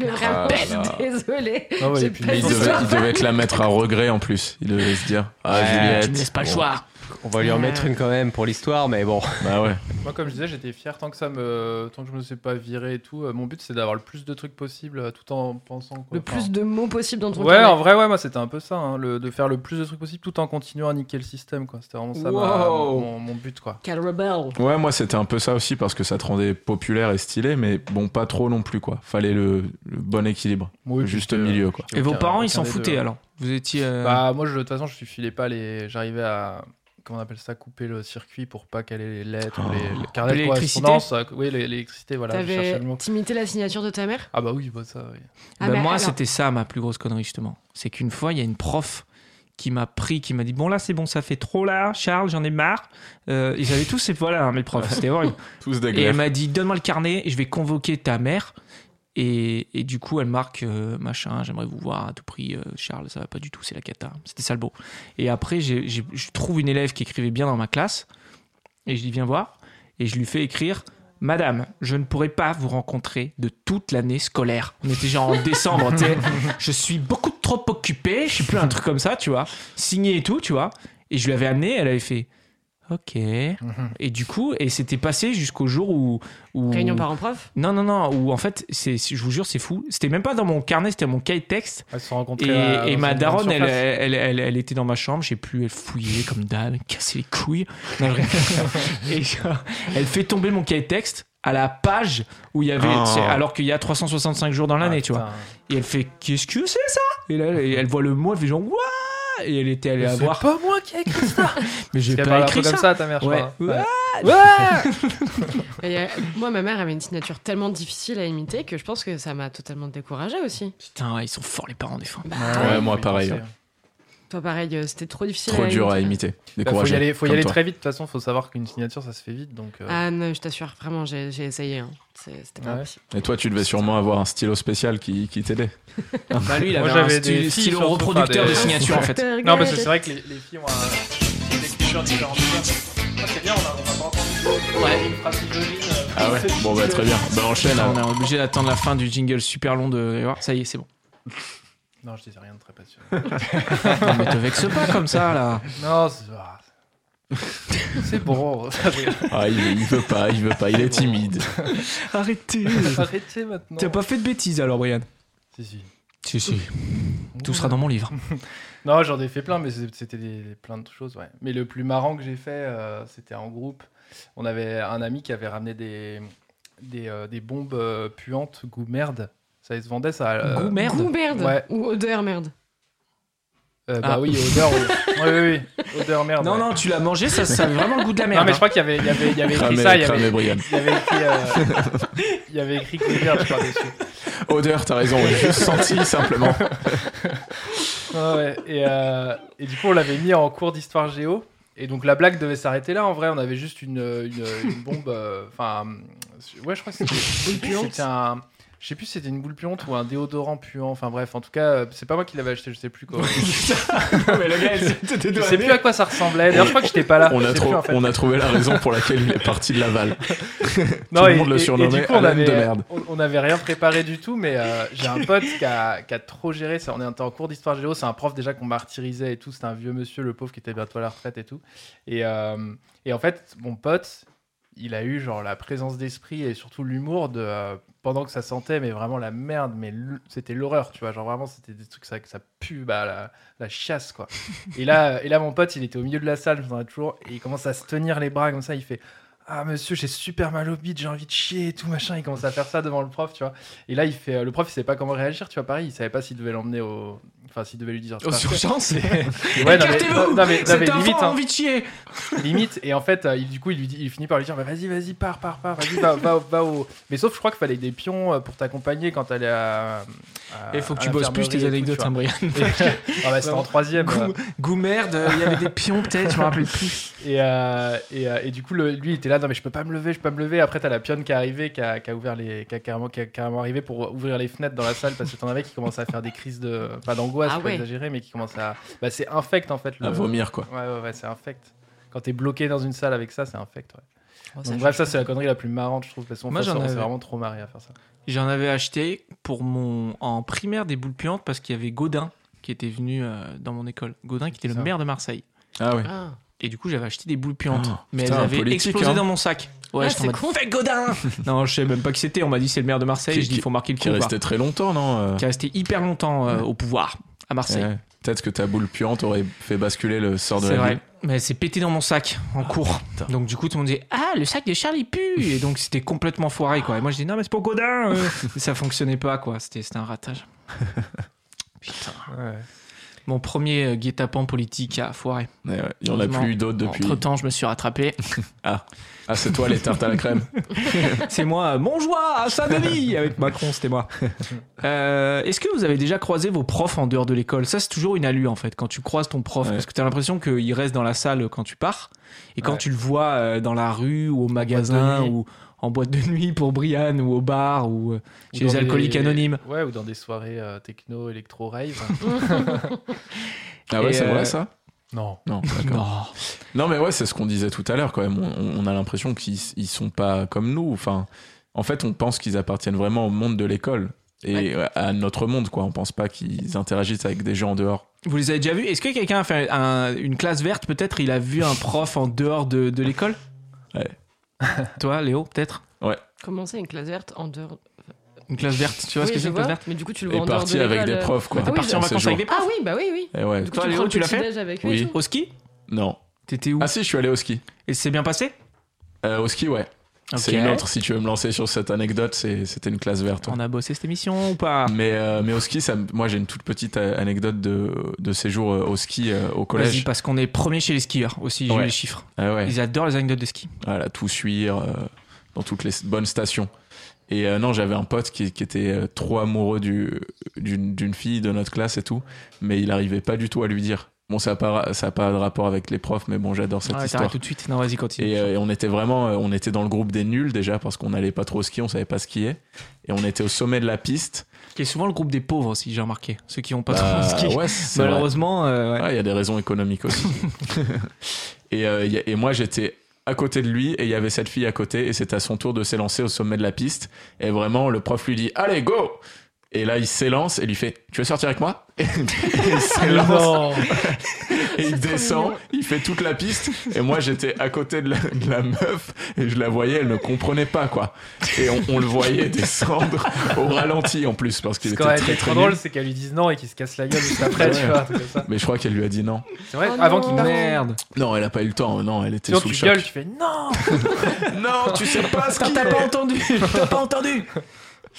Speaker 3: mais vraiment,
Speaker 2: Oh. Ah là là.
Speaker 3: désolée.
Speaker 4: Ah ouais,
Speaker 3: J'ai
Speaker 4: et puis,
Speaker 3: pas
Speaker 2: Mais
Speaker 4: Mais
Speaker 2: il
Speaker 3: dit
Speaker 2: devait,
Speaker 3: ça.
Speaker 2: il devait te la mettre à regret en plus. Il devait se dire Ah,
Speaker 1: Tu
Speaker 5: Ouais,
Speaker 1: me
Speaker 2: Juliette.
Speaker 1: laisses pas le
Speaker 2: Bon.
Speaker 1: choix.
Speaker 5: On va lui en mettre une quand même pour l'histoire, mais bon.
Speaker 2: Bah ouais.
Speaker 4: Moi, comme je disais, j'étais fier tant que ça me, tant que je me suis pas viré et tout. euh, Mon but, c'est d'avoir le plus de trucs possible, euh, tout en pensant. quoi.
Speaker 3: Le
Speaker 4: Enfin,
Speaker 3: plus de mots possible dans ton
Speaker 4: Ouais, en
Speaker 3: carnet.
Speaker 4: vrai, ouais, moi c'était un peu ça, hein, le, de faire le plus de trucs possible tout en continuant à niquer le système, quoi. C'était vraiment ça ma-
Speaker 1: Wow.
Speaker 4: mon, mon but, quoi.
Speaker 3: Quel rebelle.
Speaker 2: Ouais, moi c'était un peu ça aussi parce que ça te rendait populaire et stylé, mais bon, pas trop non plus quoi. Fallait le, le bon équilibre.
Speaker 4: Oui, puis
Speaker 2: juste
Speaker 4: j'étais-
Speaker 2: milieu, quoi.
Speaker 4: j'étais
Speaker 1: Et vos
Speaker 4: aucun-
Speaker 1: parents, ils
Speaker 4: aucun
Speaker 1: s'en euh
Speaker 4: des deux, hein.
Speaker 1: foutaient
Speaker 4: ouais.
Speaker 1: alors Vous étiez. euh,
Speaker 4: Bah, moi, je- de toute façon, je filais pas les. J'arrivais à comment on appelle ça, couper le circuit pour pas qu'elle ait les lettres, ou
Speaker 2: Oh.
Speaker 4: les, le carnet de
Speaker 1: L'électricité
Speaker 4: correspondance. euh, Oui, l'é- l'électricité, voilà, je cherchais
Speaker 3: T'avais
Speaker 4: le mot.
Speaker 3: t'imitais la signature de ta mère
Speaker 4: Ah bah oui, bah ça, oui.
Speaker 3: Ah,
Speaker 1: Ben,
Speaker 3: mais
Speaker 1: moi,
Speaker 3: alors-
Speaker 1: c'était ça ma plus grosse connerie, justement. C'est qu'une fois, il y a une prof qui m'a pris, qui m'a dit Bon, là, c'est bon, ça fait trop là, Charles, j'en ai marre. Euh, ils avaient tous ces voilà, hein, mes profs, c'était horrible.
Speaker 2: Tous des
Speaker 1: Et elle
Speaker 2: greffes.
Speaker 1: m'a dit Donne-moi le carnet, je vais convoquer ta mère. Et, et du coup, elle marque euh, Machin, j'aimerais vous voir à tout prix, euh, Charles, ça va pas du tout, c'est la cata. C'était ça le beau. Et après, j'ai- j'ai- je trouve une élève qui écrivait bien dans ma classe, et je lui viens voir, et je lui fais écrire. Madame, je ne pourrai pas vous rencontrer de toute l'année scolaire. On était genre en décembre, tu sais. Je suis beaucoup trop occupé, je suis plus un truc comme ça, tu vois. Signé et tout, tu vois. Et je lui avais amené, elle avait fait OK. Et du coup, et c'était passé jusqu'au jour où. où-
Speaker 3: Réunion parents-prof
Speaker 1: Non, non, non, où en fait, c'est, je vous jure, c'est fou. C'était même pas dans mon carnet, c'était dans mon cahier de texte.
Speaker 4: Elles se sont rencontrées.
Speaker 1: Et,
Speaker 4: à-
Speaker 1: et
Speaker 4: dans
Speaker 1: ma
Speaker 4: une
Speaker 1: daronne, elle,
Speaker 4: surface.
Speaker 1: elle, elle- elle était dans ma chambre, j'ai plus, elle fouillait comme d'hab, elle cassait les couilles. Non, je rigole. et genre, elle fait tomber mon cahier de texte à la page où il y avait,
Speaker 2: Oh.
Speaker 1: tu sais, alors qu'il y a 365 jours dans l'année,
Speaker 4: Ah,
Speaker 1: tu vois.
Speaker 4: putain.
Speaker 1: Et elle fait, qu'est-ce que c'est ça Et là, elle, elle voit le mot, elle fait genre, Ouah Et elle était allée la
Speaker 4: C'est
Speaker 1: voir.
Speaker 4: pas moi qui ai écrit ça.
Speaker 1: Mais j'ai
Speaker 4: Parce qu'elle
Speaker 1: pas
Speaker 4: parle un peu
Speaker 1: écrit ça.
Speaker 4: comme ça, ta mère, je
Speaker 1: Ouais.
Speaker 4: crois. Ouais.
Speaker 3: Et, euh, Moi, ma mère avait une signature tellement difficile à imiter que je pense que ça m'a totalement découragée aussi.
Speaker 1: Putain, ouais, ils sont forts les parents des fois.
Speaker 3: Bah,
Speaker 2: Ouais, moi,
Speaker 4: oui,
Speaker 2: pareil. hein.
Speaker 4: c'est-
Speaker 3: Toi, pareil, euh, c'était trop difficile
Speaker 2: Trop
Speaker 3: à
Speaker 2: dur à
Speaker 3: imiter.
Speaker 2: imiter.
Speaker 4: Bah, faut y
Speaker 2: Découragé.
Speaker 4: aller, faut y
Speaker 2: comme
Speaker 4: aller
Speaker 2: toi.
Speaker 4: très vite. De toute façon, faut savoir qu'une signature, ça se fait vite. Donc, euh,
Speaker 3: Ah non, je t'assure, vraiment, j'ai j'ai essayé. hein. C'est- C'était pas
Speaker 4: Ah Ouais.
Speaker 3: possible.
Speaker 2: Et toi, tu devais sûrement avoir un stylo spécial qui, qui t'aidait.
Speaker 1: Bah lui, il
Speaker 4: Ah.
Speaker 1: avait
Speaker 4: Moi,
Speaker 1: un
Speaker 4: j'avais
Speaker 1: stylo-
Speaker 4: des filles,
Speaker 1: stylo
Speaker 4: surtout,
Speaker 1: reproducteur de
Speaker 4: enfin, des-
Speaker 1: signature en fait.
Speaker 4: Non, parce que c'est vrai que les, les filles ont un- des lectures différentes. Ah, c'est bien, on a, on a pas entendu. Ouais. Une phrase misogyne, euh,
Speaker 2: Ah ouais Bon, bah très bien. Bah enchaîne.
Speaker 1: Putain,
Speaker 2: alors.
Speaker 1: on est obligé d'attendre la fin du jingle super long de voir. Ça y est, c'est bon.
Speaker 4: Non, je disais rien de très passionnant.
Speaker 1: Non, mais te vexe pas comme ça là.
Speaker 4: Non, c'est. ah, c'est- C'est bon.
Speaker 2: Ah, il, il veut pas, il veut pas, il est timide.
Speaker 1: Arrêtez.
Speaker 4: Arrêtez maintenant.
Speaker 1: T'as pas fait de bêtises alors, Brian
Speaker 4: Si, si.
Speaker 1: Si, si. Tout sera dans mon livre.
Speaker 4: Non, j'en ai fait plein, mais c'est- c'était des, des- plein de choses, ouais. Mais le plus marrant que j'ai fait, euh, c'était en groupe. On avait un ami qui avait ramené des, des, euh, des bombes euh, puantes, goût merde. Ça se vendait, ça. euh,
Speaker 1: Goût merde.
Speaker 3: Goût merde
Speaker 4: Ouais.
Speaker 3: ou odeur merde.
Speaker 4: euh,
Speaker 1: Ah.
Speaker 4: Bah oui, odeur, oui. oui, oui, oui. Odeur merde.
Speaker 1: Non,
Speaker 4: ouais.
Speaker 1: non, tu l'as mangé, ça, ça avait vraiment le goût de la
Speaker 4: Non,
Speaker 1: merde.
Speaker 4: mais je crois qu'il y avait, il y avait, il y avait écrit
Speaker 2: Cramé,
Speaker 4: ça. Il y
Speaker 2: cramé,
Speaker 4: avait,
Speaker 2: Brian.
Speaker 4: il y avait écrit. euh, il y avait écrit goût merde, je crois, dessus.
Speaker 2: Odeur, t'as raison, j'ai juste senti simplement.
Speaker 4: Ouais, ouais. Et, euh, et du coup, on l'avait mis en cours d'histoire géo. Et donc, la blague devait s'arrêter là. En vrai, on avait juste une, une, une bombe. euh, Enfin, euh, ouais, je crois que c'était c'était un. Je sais plus si c'était une boule puante ou un déodorant puant. Enfin, bref, en tout cas, euh, c'est pas moi qui l'avais acheté, je sais plus quoi.
Speaker 1: Putain, mais le gars, il s'était
Speaker 4: je sais
Speaker 1: dédouané.
Speaker 4: plus à quoi ça ressemblait. D'ailleurs, je crois que j'étais pas là.
Speaker 2: On
Speaker 4: Je
Speaker 2: a,
Speaker 4: sais
Speaker 2: trop-
Speaker 4: plus, en fait.
Speaker 2: on a trouvé la raison pour laquelle il est parti de Laval.
Speaker 4: Non,
Speaker 2: Tout le monde le surnommait
Speaker 4: du coup, on
Speaker 2: Alan de
Speaker 4: avait,
Speaker 2: merde.
Speaker 4: On, on avait rien préparé du tout, mais euh, j'ai un pote qui a, qui a trop géré. Ça, on était en cours d'histoire géo, c'est un prof déjà qu'on martyrisait et tout. C'était un vieux monsieur, le pauvre, qui était bientôt à la retraite et tout. Et, euh, et en fait, mon pote, il a eu genre la présence d'esprit et surtout l'humour de euh, pendant que ça sentait, mais vraiment la merde, mais l- c'était l'horreur, tu vois. Genre vraiment, c'était des trucs ça, que ça pue, bah, la, la chasse quoi. Et là, et là, mon pote, il était au milieu de la salle, je me souviens toujours, et il commence à se tenir les bras comme ça. Il fait Ah, monsieur, j'ai super mal au bide, j'ai envie de chier et tout, machin. Il commence à faire ça devant le prof, tu vois. Et là, il fait euh, Le prof, il savait pas comment réagir, tu vois. Pareil, il savait pas s'il devait l'emmener au. Enfin, s'il devait lui dire.
Speaker 1: Aux
Speaker 4: ça.
Speaker 1: urgences
Speaker 4: Ouais, non, mais,
Speaker 1: Écartez-vous
Speaker 4: non, mais, non, mais
Speaker 1: Cet enfant
Speaker 4: limite,
Speaker 1: a
Speaker 4: hein,
Speaker 1: envie de chier
Speaker 4: limite. Et en fait, euh, il, du coup, il, lui dit, il finit par lui dire bah, Vas-y, vas-y, pars, pars, pars, vas-y, va, va, va au. Mais sauf, je crois qu'il fallait des pions euh, pour t'accompagner quand t'allais à. à-
Speaker 1: Il faut que
Speaker 4: à
Speaker 1: tu bosses plus tes
Speaker 4: l'infirmerie et
Speaker 1: anecdotes,
Speaker 4: tout, tu
Speaker 1: hein,
Speaker 4: vois.
Speaker 1: Brian.
Speaker 4: Et- ah, bah, c'était en troisième. euh.
Speaker 1: Goût, goût merde, euh, il y avait des pions peut-être, je me rappelle plus.
Speaker 4: Et, euh, et, euh, et du coup, le- lui, il était là, non mais je peux pas me lever, je peux pas me lever. Après, t'as la pionne qui est arrivée, qui a, qui a ouvert les, qui a carrément, qui a carrément arrivé pour ouvrir les fenêtres dans la salle parce que t'en avais qui commençaient à faire des crises de, pas d'angoisse,
Speaker 3: Ah
Speaker 4: faut pas
Speaker 3: ouais.
Speaker 4: exagérer, mais qui commençaient à, bah c'est infect en fait. Le...
Speaker 2: À vomir, quoi.
Speaker 4: Ouais, ouais, ouais, c'est infect. Quand t'es bloqué dans une salle avec ça, c'est infect. Ouais.
Speaker 3: ça
Speaker 4: Donc, bref, Oh, ça c'est la connerie la plus marrante, je trouve, parce qu'on
Speaker 1: Moi,
Speaker 4: fait
Speaker 1: j'en
Speaker 4: ça, on s'est
Speaker 1: avais.
Speaker 4: vraiment trop marré à faire ça.
Speaker 1: J'en avais acheté pour mon en primaire des boules puantes parce qu'il y avait Gaudin qui était venu euh, dans mon école. Gaudin qui était le
Speaker 4: Ça.
Speaker 1: maire de Marseille.
Speaker 2: Ah oui.
Speaker 3: Ah.
Speaker 1: Et du coup, j'avais acheté des boules puantes.
Speaker 2: Ah,
Speaker 1: mais elles
Speaker 2: putain,
Speaker 1: avaient
Speaker 2: politique,
Speaker 1: explosé
Speaker 2: hein.
Speaker 1: dans mon sac. Ouais,
Speaker 3: Ah,
Speaker 1: j'étais en
Speaker 3: c'est
Speaker 1: mode,
Speaker 3: con.
Speaker 1: Fais Gaudin Non, je sais même pas qui c'était. On m'a dit c'est le maire de Marseille.
Speaker 2: Qui-
Speaker 1: je dis il faut marquer le coup.
Speaker 2: Qui
Speaker 1: ou
Speaker 2: est
Speaker 1: pas.
Speaker 2: resté très longtemps, non euh,
Speaker 1: Qui est resté hyper longtemps euh, au pouvoir à Marseille.
Speaker 2: ouais. Peut-être que ta boule puante aurait fait basculer le sort de
Speaker 1: C'est
Speaker 2: la
Speaker 1: vrai.
Speaker 2: ville.
Speaker 1: Mais c'est pété dans mon sac en cours.
Speaker 2: putain.
Speaker 1: donc du coup, tout le monde disait Ah, le sac de Charlie pue Et donc c'était complètement foiré quoi. Et moi je dis Non, mais c'est pour Gaudin euh. Mais Ça fonctionnait pas quoi. C'était c'était un ratage. Putain.
Speaker 4: Ouais.
Speaker 1: Mon premier euh, guet-apens politique a foiré.
Speaker 2: Mais ouais, Il y en a
Speaker 1: Heureusement,
Speaker 2: plus eu d'autres depuis.
Speaker 1: Entre temps, je me suis rattrapé.
Speaker 2: Ah, c'est toi les tartes à la crème.
Speaker 1: C'est moi, Montjoie à Saint-Denis Avec Macron, c'était moi. Euh, Est-ce que vous avez déjà croisé vos profs en dehors de l'école Ça, c'est toujours une allure en fait, quand tu croises ton prof,
Speaker 2: Ouais.
Speaker 1: parce que tu as l'impression qu'il reste dans la salle quand tu pars, et quand
Speaker 4: Ouais.
Speaker 1: tu le vois euh, dans la rue ou au magasin
Speaker 4: nuit.
Speaker 1: ou en boîte de nuit pour Brian ou au bar ou euh,
Speaker 4: Ou
Speaker 1: chez les
Speaker 4: dans des-
Speaker 1: alcooliques anonymes.
Speaker 4: Ouais, ou dans des soirées euh, techno, électro, rave.
Speaker 2: Ah ouais,
Speaker 1: Et,
Speaker 2: c'est
Speaker 1: euh,
Speaker 2: vrai ça
Speaker 4: non.
Speaker 2: Non, d'accord.
Speaker 1: Non.
Speaker 2: Non, mais ouais, c'est ce qu'on disait tout à l'heure quand même. On, on a l'impression qu'ils ils sont pas comme nous. Enfin, en fait, on pense qu'ils appartiennent vraiment au monde de l'école et à notre monde, quoi. On pense pas qu'ils interagissent avec des gens en dehors.
Speaker 1: Vous les avez déjà vus Est-ce que quelqu'un a fait un- une classe verte Peut-être il a vu un prof en dehors de, de l'école
Speaker 2: Ouais.
Speaker 1: Toi, Léo, peut-être
Speaker 3: Comment c'est une classe verte en dehors
Speaker 1: Une classe verte, tu vois ce
Speaker 3: Oui,
Speaker 1: que
Speaker 3: je
Speaker 1: c'est une classe
Speaker 3: vois,
Speaker 1: verte
Speaker 3: Mais du coup, tu le vois
Speaker 2: Et
Speaker 3: en dehors de
Speaker 2: parti avec des
Speaker 3: l'école, euh.
Speaker 2: profs, quoi.
Speaker 1: T'es parti en
Speaker 2: ces
Speaker 1: vacances
Speaker 2: jours.
Speaker 1: avec des
Speaker 3: Ah
Speaker 1: profs
Speaker 3: oui, bah oui, oui.
Speaker 2: Et Eh ouais.
Speaker 3: Du coup,
Speaker 1: Toi,
Speaker 3: tu
Speaker 1: Léo,
Speaker 3: prends le
Speaker 1: tu l'as
Speaker 3: petit
Speaker 1: fait
Speaker 3: déj avec eux
Speaker 2: Oui.
Speaker 3: et tout.
Speaker 1: Au ski
Speaker 2: Non.
Speaker 1: T'étais où
Speaker 2: Ah si, je suis allé au ski.
Speaker 1: Et c'est bien passé
Speaker 2: Euh, au ski, ouais. C'est
Speaker 1: Ok.
Speaker 2: une autre. Si tu veux me lancer sur cette anecdote, c'est- c'était une classe verte. ouais.
Speaker 1: On a bossé cette émission ou pas
Speaker 2: Mais, euh, mais au ski, ça, me- moi j'ai une toute petite euh, anecdote de, de séjour euh, au ski euh, au
Speaker 1: Vas-y,
Speaker 2: collège.
Speaker 1: parce qu'on est premier chez les skieurs aussi, j'ai
Speaker 2: Ouais.
Speaker 1: eu les chiffres.
Speaker 2: Ah ouais.
Speaker 1: Ils adorent les anecdotes de ski.
Speaker 2: voilà, tout suivre euh, dans toutes les bonnes stations. Et euh, non, j'avais un pote qui, qui était euh, trop amoureux du- d'une d'une fille de notre classe et tout, mais il n'arrivait pas du tout à lui dire. Bon, ça n'a pas, ça a pas de rapport avec les profs, mais bon, j'adore cette
Speaker 1: Ouais,
Speaker 2: histoire.
Speaker 1: t'arrêtes tout de suite. Non, vas-y, continue.
Speaker 2: Et, euh, et on était vraiment, euh, on était dans le groupe des nuls déjà parce qu'on n'allait pas trop au ski, on savait pas skier, et on était au sommet de la piste.
Speaker 1: Qui est souvent le groupe des pauvres aussi, j'ai remarqué. Ceux qui n'ont pas
Speaker 2: Bah,
Speaker 1: trop ski.
Speaker 2: ouais, c'est vrai.
Speaker 1: Malheureusement, euh, ouais.
Speaker 2: Ah, Il y a des raisons économiques aussi. et, euh, il y a- et moi, j'étais à côté de lui et il y avait cette fille à côté et c'est à son tour de s'élancer au sommet de la piste. Et vraiment, le prof lui dit Allez, go Et là, il s'élance et lui fait Tu veux sortir avec moi Et il s'élance
Speaker 4: Non.
Speaker 2: et il
Speaker 3: C'est trop
Speaker 2: descend,
Speaker 3: mignon.
Speaker 2: il fait toute la piste. Et moi, j'étais à côté de la, de la meuf et je la voyais, elle ne comprenait pas quoi. Et on, on le voyait descendre au ralenti en plus parce qu'il
Speaker 4: Ce
Speaker 2: était
Speaker 4: qui aurait
Speaker 2: très
Speaker 4: été
Speaker 2: très
Speaker 4: trop
Speaker 2: nul.
Speaker 4: drôle, c'est qu'elle lui dise non et qu'il se casse la gueule juste après, tu
Speaker 2: Ouais.
Speaker 4: vois. un truc comme ça.
Speaker 2: Mais je crois qu'elle lui a dit non.
Speaker 4: C'est vrai,
Speaker 3: Oh
Speaker 4: avant
Speaker 3: non.
Speaker 4: qu'il meure.
Speaker 1: Merde.
Speaker 2: Non, elle a pas eu le temps. Non, elle était
Speaker 4: Sinon,
Speaker 2: sous
Speaker 4: tu
Speaker 2: le choc.
Speaker 4: gueules, tu fais non
Speaker 2: Non, tu sais pas ce
Speaker 1: Putain, T'as pas entendu T'as pas entendu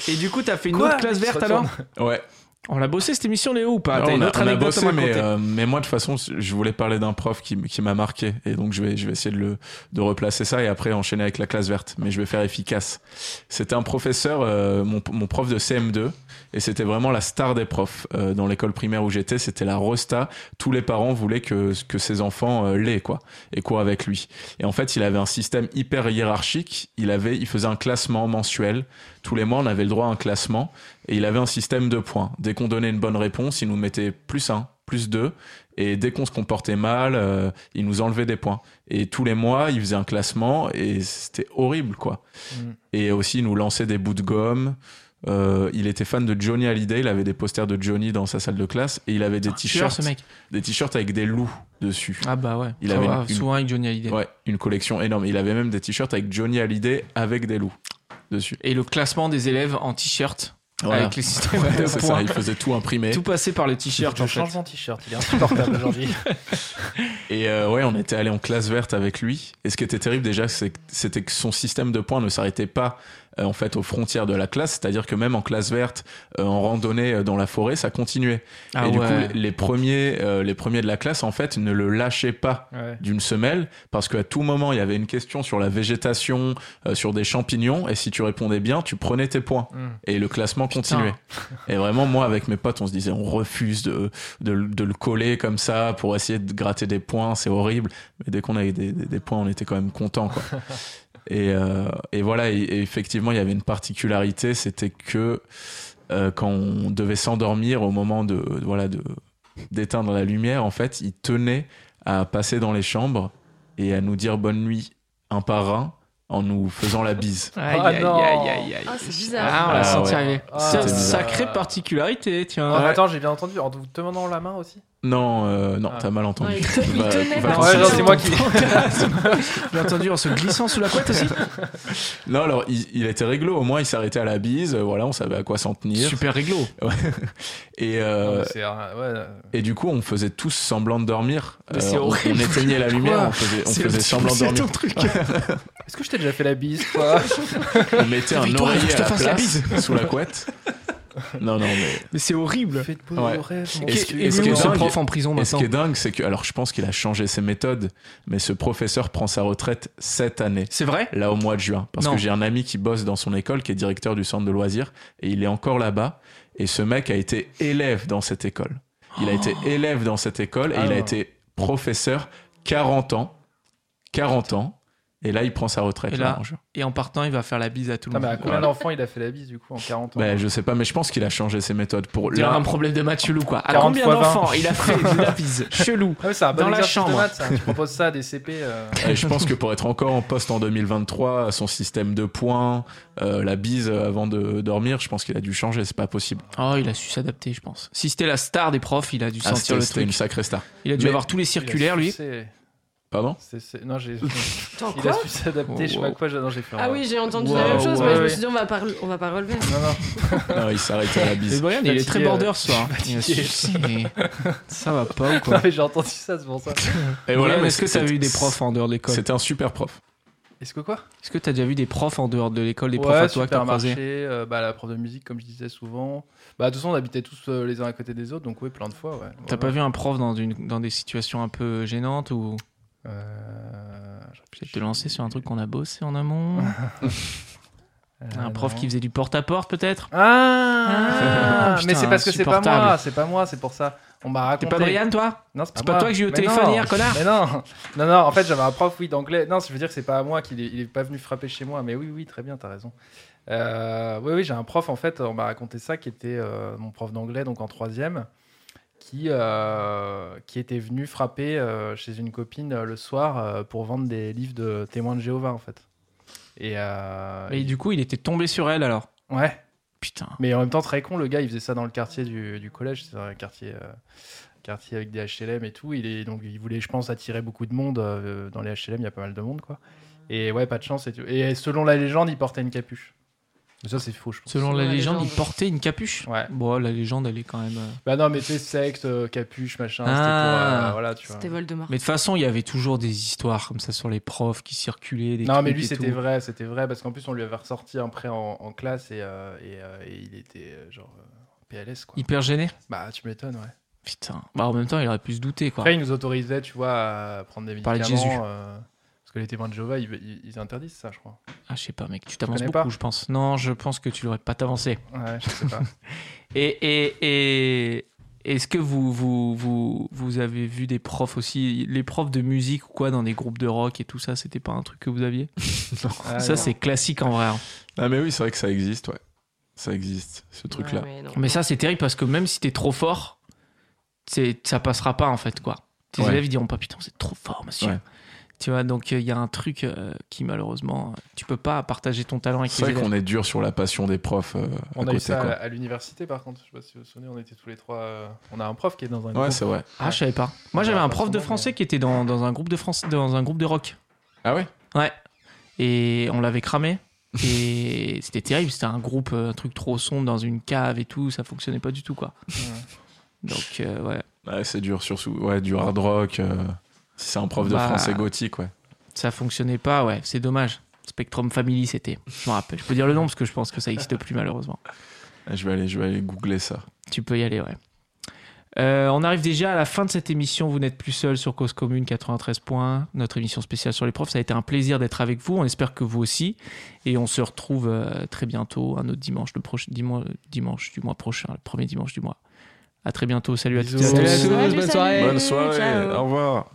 Speaker 1: Et du coup, t'as fait une
Speaker 4: Quoi
Speaker 1: autre classe
Speaker 4: Il se
Speaker 1: verte alors
Speaker 4: retourne.
Speaker 2: Ouais.
Speaker 1: On l'a bossé cette émission, Léo, ou pas
Speaker 2: Non,
Speaker 1: T'as
Speaker 2: on
Speaker 1: une
Speaker 2: a,
Speaker 1: autre
Speaker 2: on a
Speaker 1: anecdote à
Speaker 2: bossé,
Speaker 1: me
Speaker 2: mais,
Speaker 1: raconter.
Speaker 2: euh, mais moi, de toute façon, je voulais parler d'un prof qui, m- qui m'a marqué. Et donc, je vais, je vais essayer de, le, de replacer ça et après enchaîner avec la classe verte. Mais je vais faire efficace. C'était un professeur, euh, mon, mon prof de CM2. Et c'était vraiment la star des profs. Euh, dans l'école primaire où j'étais, c'était la Rosta. Tous les parents voulaient que, que ses enfants euh, l'aient, quoi. Et courent avec lui. Et en fait, il avait un système hyper hiérarchique. Il, avait, il faisait un classement mensuel. Tous les mois, on avait le droit à un classement. Et il avait un système de points. Dès qu'on donnait une bonne réponse, il nous mettait plus 1, plus 2. Et dès qu'on se comportait mal, euh, il nous enlevait des points. Et tous les mois, il faisait un classement et c'était horrible, quoi.
Speaker 4: Mm.
Speaker 2: Et aussi, il nous lançait des bouts de gomme. Euh, il était fan de Johnny Hallyday. Il avait des posters de Johnny dans sa salle de classe et il avait des
Speaker 1: Tueur,
Speaker 2: t-shirts,
Speaker 1: Ah, ce mec.
Speaker 2: des t-shirts avec des loups dessus.
Speaker 1: Ah bah ouais.
Speaker 2: Il
Speaker 1: Ça
Speaker 2: avait
Speaker 1: va,
Speaker 2: une-
Speaker 1: souvent avec Johnny Hallyday.
Speaker 2: Ouais, une collection énorme. Il avait même des t-shirts avec Johnny Hallyday avec des loups dessus.
Speaker 1: Et le classement des élèves en t-shirt
Speaker 2: Voilà.
Speaker 1: avec les systèmes
Speaker 2: Ouais,
Speaker 1: de
Speaker 2: c'est
Speaker 1: points.
Speaker 2: ça, il faisait tout imprimer.
Speaker 1: Tout passé par le t-shirt
Speaker 4: Je
Speaker 1: en fait.
Speaker 4: change mon t-shirt, il est insupportable aujourd'hui.
Speaker 2: Et euh, ouais, on était allé en classe verte avec lui. Et ce qui était terrible déjà, c'est que- c'était que son système de points ne s'arrêtait pas euh, en fait aux frontières de la classe. C'est-à-dire que même en classe verte, euh, en randonnée euh, dans la forêt, ça continuait.
Speaker 1: Ah
Speaker 2: et du coup,
Speaker 1: ouais.
Speaker 2: les- les premiers, euh, les premiers de la classe en fait ne le lâchaient pas
Speaker 4: Ouais.
Speaker 2: d'une semelle parce qu'à tout moment il y avait une question sur la végétation, euh, sur des champignons et si tu répondais bien, tu prenais tes points
Speaker 4: Mm.
Speaker 2: et le classement continuait. et vraiment moi avec mes potes on se disait on refuse de, de, le- de le coller comme ça pour essayer de gratter des points, c'est horrible. Mais dès qu'on avait des, des- des points on était quand même content quoi. et, euh, et voilà et, et effectivement il y avait une particularité c'était que euh, quand on devait s'endormir au moment de voilà de d'éteindre la lumière en fait il tenait à passer dans les chambres et à nous dire bonne nuit un par un en nous faisant la bise.
Speaker 1: Aïe,
Speaker 4: Ah
Speaker 1: aïe,
Speaker 4: non.
Speaker 1: aïe, aïe, aïe.
Speaker 3: Ah, c'est
Speaker 1: Ah,
Speaker 3: bizarre.
Speaker 1: on l'a
Speaker 2: Ah,
Speaker 1: senti
Speaker 2: ouais.
Speaker 1: arriver.
Speaker 4: Ah,
Speaker 1: C'est une
Speaker 2: c'était bizarre.
Speaker 1: sacrée particularité, tiens.
Speaker 4: Ah, Attends, j'ai bien entendu, en vous demandant la main aussi
Speaker 2: Non, euh, non,
Speaker 4: Ah.
Speaker 2: t'as mal entendu.
Speaker 3: Ouais, il te- il
Speaker 2: Va-
Speaker 3: tenait
Speaker 2: va
Speaker 3: par-
Speaker 4: Ouais,
Speaker 2: penser-
Speaker 4: non, c'est moi qui.
Speaker 1: J'ai entendu en se glissant sous la couette aussi.
Speaker 2: Non, alors il, il était réglo, au moins il s'arrêtait à la bise, euh, voilà, on savait à quoi s'en tenir.
Speaker 1: Super réglo.
Speaker 2: Et,
Speaker 4: Non,
Speaker 2: euh,
Speaker 4: mais c'est un- ouais, euh,
Speaker 2: et du coup, on faisait tous semblant de dormir. Euh,
Speaker 1: Mais c'est
Speaker 2: on- on,
Speaker 1: horrible.
Speaker 2: éteignait la lumière,
Speaker 1: Pourquoi
Speaker 2: on faisait, on
Speaker 1: C'est
Speaker 2: faisait
Speaker 1: le-
Speaker 2: semblant de
Speaker 1: c'est
Speaker 2: dormir.
Speaker 1: ton truc.
Speaker 4: Est-ce que je t'ai déjà fait la bise, toi
Speaker 2: On mettait un
Speaker 1: Réveille-toi,
Speaker 2: oreiller
Speaker 1: je
Speaker 2: à
Speaker 1: te
Speaker 2: la
Speaker 1: fasse la
Speaker 2: place sous la couette. Non, non, mais.
Speaker 1: Mais c'est horrible.
Speaker 4: Faites de
Speaker 2: Ouais.
Speaker 4: beaux rêves.
Speaker 2: Est-ce
Speaker 1: Ok,
Speaker 2: que-
Speaker 1: et
Speaker 2: est-ce
Speaker 1: où
Speaker 2: que
Speaker 1: ce
Speaker 2: dingue-
Speaker 1: prof en prison
Speaker 2: Et ce
Speaker 1: maintenant
Speaker 2: qui est dingue, c'est que. Alors, je pense qu'il a changé ses méthodes, mais ce professeur prend sa retraite cette année.
Speaker 1: C'est vrai
Speaker 2: là au mois de juin. Parce
Speaker 1: Non.
Speaker 2: que j'ai un ami qui bosse dans son école, qui est directeur du centre de loisirs, et il est encore là-bas. Et ce mec a été élève dans cette école. Il a été
Speaker 1: Oh.
Speaker 2: élève dans cette école et
Speaker 4: Ah.
Speaker 2: il a été professeur 40 ans. 40 ans. Et là, il prend sa retraite.
Speaker 1: Et là-
Speaker 2: en juin.
Speaker 1: Et en partant, il va faire la bise à tout le
Speaker 4: Putain, mais à
Speaker 1: monde.
Speaker 4: Ah, bah, combien d'enfants il a fait la bise du coup en 40 ans
Speaker 2: Ben, je sais pas, mais je pense qu'il a changé ses méthodes pour.
Speaker 1: Il y aura
Speaker 2: là-
Speaker 1: un problème de maths chelou, quoi. À
Speaker 4: 40
Speaker 1: combien
Speaker 4: fois 20.
Speaker 1: d'enfants il a fait de la bise Chelou.
Speaker 4: Ah ouais, c'est un bon
Speaker 1: Dans la
Speaker 4: exercice de
Speaker 1: chambre.
Speaker 4: maths, ça. Tu proposes ça à des CP. euh,
Speaker 2: Et je pense que pour être encore en poste en 2023, son système de points, euh, la bise avant de dormir, je pense qu'il a dû changer. C'est pas possible.
Speaker 1: Oh, il a su s'adapter, je pense. Si c'était la star des profs, il a dû
Speaker 2: Ah,
Speaker 1: sentir
Speaker 2: c'était
Speaker 1: le
Speaker 2: c'était
Speaker 1: truc.
Speaker 2: une sacrée star.
Speaker 1: Il a dû
Speaker 2: Mais-
Speaker 1: avoir tous les circulaires,
Speaker 4: il a
Speaker 1: lui.
Speaker 4: su- c'est-
Speaker 2: Pardon
Speaker 4: c'est- c'est- Non, j'ai.
Speaker 3: Attends,
Speaker 4: Il a
Speaker 3: quoi
Speaker 4: su s'adapter, je sais pas
Speaker 2: Oh.
Speaker 1: Wow.
Speaker 4: quoi, j'ai non, j'ai fait un-
Speaker 3: Ah oui, j'ai entendu
Speaker 1: Wow,
Speaker 3: la même chose,
Speaker 1: ouais,
Speaker 3: mais je me
Speaker 4: ouais.
Speaker 3: suis dit, on va pas, on va pas relever.
Speaker 4: Non, non,
Speaker 2: Non, il s'arrête à la
Speaker 1: Mais
Speaker 2: bise.
Speaker 1: Brian, il
Speaker 4: fatigué,
Speaker 1: est très
Speaker 4: euh,
Speaker 1: border ce soir.
Speaker 4: je suis
Speaker 1: Il a
Speaker 4: fatigué.
Speaker 1: souci, mais Ça va pas ou
Speaker 4: non,
Speaker 1: quoi
Speaker 4: mais j'ai entendu ça, c'est pour ça.
Speaker 2: Et
Speaker 1: Brian,
Speaker 2: mais
Speaker 1: est-ce que t'as
Speaker 2: c'était-
Speaker 1: vu des profs en dehors de l'école
Speaker 2: C'était un super prof.
Speaker 4: Est-ce que quoi
Speaker 1: Est-ce que t'as déjà vu des profs en dehors de l'école, des
Speaker 4: ouais,
Speaker 1: profs à toi que t'as
Speaker 4: supermarché,
Speaker 1: croisés
Speaker 4: euh, bah, la prof de musique, comme je disais souvent. Bah, de toute façon, on habitait tous euh, les uns à côté des autres, donc oui, plein de fois, ouais.
Speaker 1: T'as pas vu un prof dans, une, dans des situations un peu gênantes ou
Speaker 4: Euh, je
Speaker 1: peut-être
Speaker 4: réfléchis.
Speaker 1: te lancer sur un truc qu'on a bossé en amont
Speaker 4: Euh,
Speaker 1: Un prof
Speaker 4: non.
Speaker 1: qui faisait du porte-à-porte peut-être
Speaker 4: Ah,
Speaker 1: Ah,
Speaker 4: Mais
Speaker 1: putain,
Speaker 4: c'est parce que c'est pas
Speaker 1: insupportable.
Speaker 4: moi, c'est pas moi, c'est pour ça. On m'a raconté.
Speaker 1: T'es pas Brian toi
Speaker 4: Non, c'est pas,
Speaker 1: C'est pas
Speaker 4: Ah, moi.
Speaker 1: toi que j'ai eu au
Speaker 4: Mais
Speaker 1: téléphone
Speaker 4: non.
Speaker 1: hier, connard
Speaker 4: Mais non, non, non, en fait j'avais un prof, oui, d'anglais. Non, je veux dire que c'est pas à moi qu'il est, il est pas venu frapper chez moi, mais oui, oui, très bien, t'as raison. Euh, oui, oui, j'ai un prof, en fait, on m'a raconté ça, qui était euh, mon prof d'anglais, donc en troisième, qui, euh, qui était venu frapper euh, chez une copine euh, le soir euh, pour vendre des livres de témoins de Jéhovah, en fait. Et, euh,
Speaker 1: Et du coup, il était tombé sur elle alors.
Speaker 4: ouais.
Speaker 1: Putain.
Speaker 4: Mais en même temps, très con, le gars, il faisait ça dans le quartier du, du collège, c'est un quartier, euh, quartier avec des HLM et tout. Il, est, donc, il voulait, je pense, attirer beaucoup de monde. euh, dans les HLM, il y a pas mal de monde, quoi. Et ouais, pas de chance. Et, tout. et selon la légende, il portait une capuche. Mais ça, c'est faux, je pense.
Speaker 1: Selon la légende, il
Speaker 3: légende.
Speaker 1: portait une capuche.
Speaker 4: Ouais.
Speaker 1: Bon, la légende, elle est quand même. euh,
Speaker 4: Bah non, mais tu sais, secte, euh, capuche, machin. C'était pour.
Speaker 1: Ah.
Speaker 4: euh, voilà, tu vois.
Speaker 3: C'était Voldemort.
Speaker 1: Mais de toute façon, il y avait toujours des histoires comme ça sur les profs qui circulaient. Des
Speaker 4: Non, mais
Speaker 1: trucs
Speaker 4: lui,
Speaker 1: et
Speaker 4: c'était
Speaker 1: tout.
Speaker 4: vrai, c'était vrai, parce qu'en plus, on lui avait ressorti un prêt en, en classe et, euh, et, euh, et il était euh, genre euh, en PLS, quoi.
Speaker 1: Hyper gêné.
Speaker 4: Bah, tu m'étonnes, ouais.
Speaker 1: Putain. Bah, en même temps, il aurait pu se douter quoi.
Speaker 4: Après, ils nous autorisaient, tu vois, à prendre des
Speaker 1: Parler
Speaker 4: médicaments.
Speaker 1: de Jésus.
Speaker 4: euh, parce que les témoins de Jéhovah, ils, ils- ils interdisent ça, je crois.
Speaker 1: Ah, je sais pas, mec, tu t'avances
Speaker 4: connais
Speaker 1: beaucoup,
Speaker 4: pas
Speaker 1: je pense. Non, je pense que tu l'aurais pas t'avancé.
Speaker 4: Ouais, je sais pas.
Speaker 1: Et, et, et est-ce que vous, vous, vous, vous avez vu des profs aussi, les profs de musique ou quoi, dans des groupes de rock et tout ça, c'était pas un truc que vous aviez
Speaker 4: Ah,
Speaker 1: Ça,
Speaker 4: non.
Speaker 1: c'est classique en vrai. hein.
Speaker 2: Ah mais oui, c'est vrai que ça existe, ouais. Ça existe, ce truc-là.
Speaker 3: Ouais, mais non.
Speaker 1: Mais ça, c'est terrible parce que même si t'es trop fort, c'est- ça passera pas en fait, quoi. Tes
Speaker 2: Ouais.
Speaker 1: élèves, ils diront pas putain, c'est trop fort, monsieur.
Speaker 2: Ouais.
Speaker 1: Tu vois, donc il y a un truc euh, qui, malheureusement, euh, tu peux pas partager ton talent avec
Speaker 2: C'est
Speaker 1: les
Speaker 2: vrai
Speaker 1: élèves.
Speaker 2: qu'on est dur sur la passion des profs euh, à
Speaker 4: On a eu
Speaker 2: côté.
Speaker 4: ça
Speaker 2: quoi.
Speaker 4: à, à l'université, par contre. Je sais pas si vous vous souvenez, on était tous les trois. euh, On a un prof qui est dans un
Speaker 2: Ouais,
Speaker 4: groupe.
Speaker 2: c'est vrai.
Speaker 1: Ah, je savais pas. Moi,
Speaker 4: On
Speaker 1: j'avais
Speaker 4: verra
Speaker 1: un
Speaker 4: pas
Speaker 1: prof
Speaker 4: son
Speaker 1: de
Speaker 4: nom,
Speaker 1: français
Speaker 4: mais-
Speaker 1: qui était dans, dans un groupe de France, dans un groupe de rock.
Speaker 2: Ah ouais
Speaker 1: Ouais. Et on l'avait cramé. Et c'était terrible. C'était un groupe, euh, un truc trop sombre dans une cave et tout. Ça fonctionnait pas du tout, quoi. Donc, euh, ouais.
Speaker 2: Ouais, c'est dur, surtout. Ouais, du hard rock. euh, si c'est un prof
Speaker 1: Bah.
Speaker 2: de français gothique, ouais.
Speaker 1: Ça fonctionnait pas, ouais. C'est dommage. Spectrum Family, c'était. Je me rappelle. Je peux dire le nom parce que je pense que ça existe plus, malheureusement.
Speaker 2: Ah, Je vais aller, je vais aller googler ça.
Speaker 1: Tu peux y aller, ouais. Euh, on arrive déjà à la fin de cette émission. Vous n'êtes plus seul sur Cause Commune 93 points. Notre émission spéciale sur les profs. Ça a été un plaisir d'être avec vous. On espère que vous aussi. Et on se retrouve euh, très bientôt, un autre dimanche, le proche- dimanche, dimanche du mois prochain, le premier dimanche du mois. À très bientôt. Salut à toutes et à
Speaker 4: Bisous.
Speaker 1: tous.
Speaker 6: Salut à tous,
Speaker 3: Salut,
Speaker 6: bonne
Speaker 3: salut.
Speaker 6: soirée.
Speaker 4: Euh,
Speaker 2: Bonne soirée,
Speaker 3: ciao.
Speaker 2: au revoir.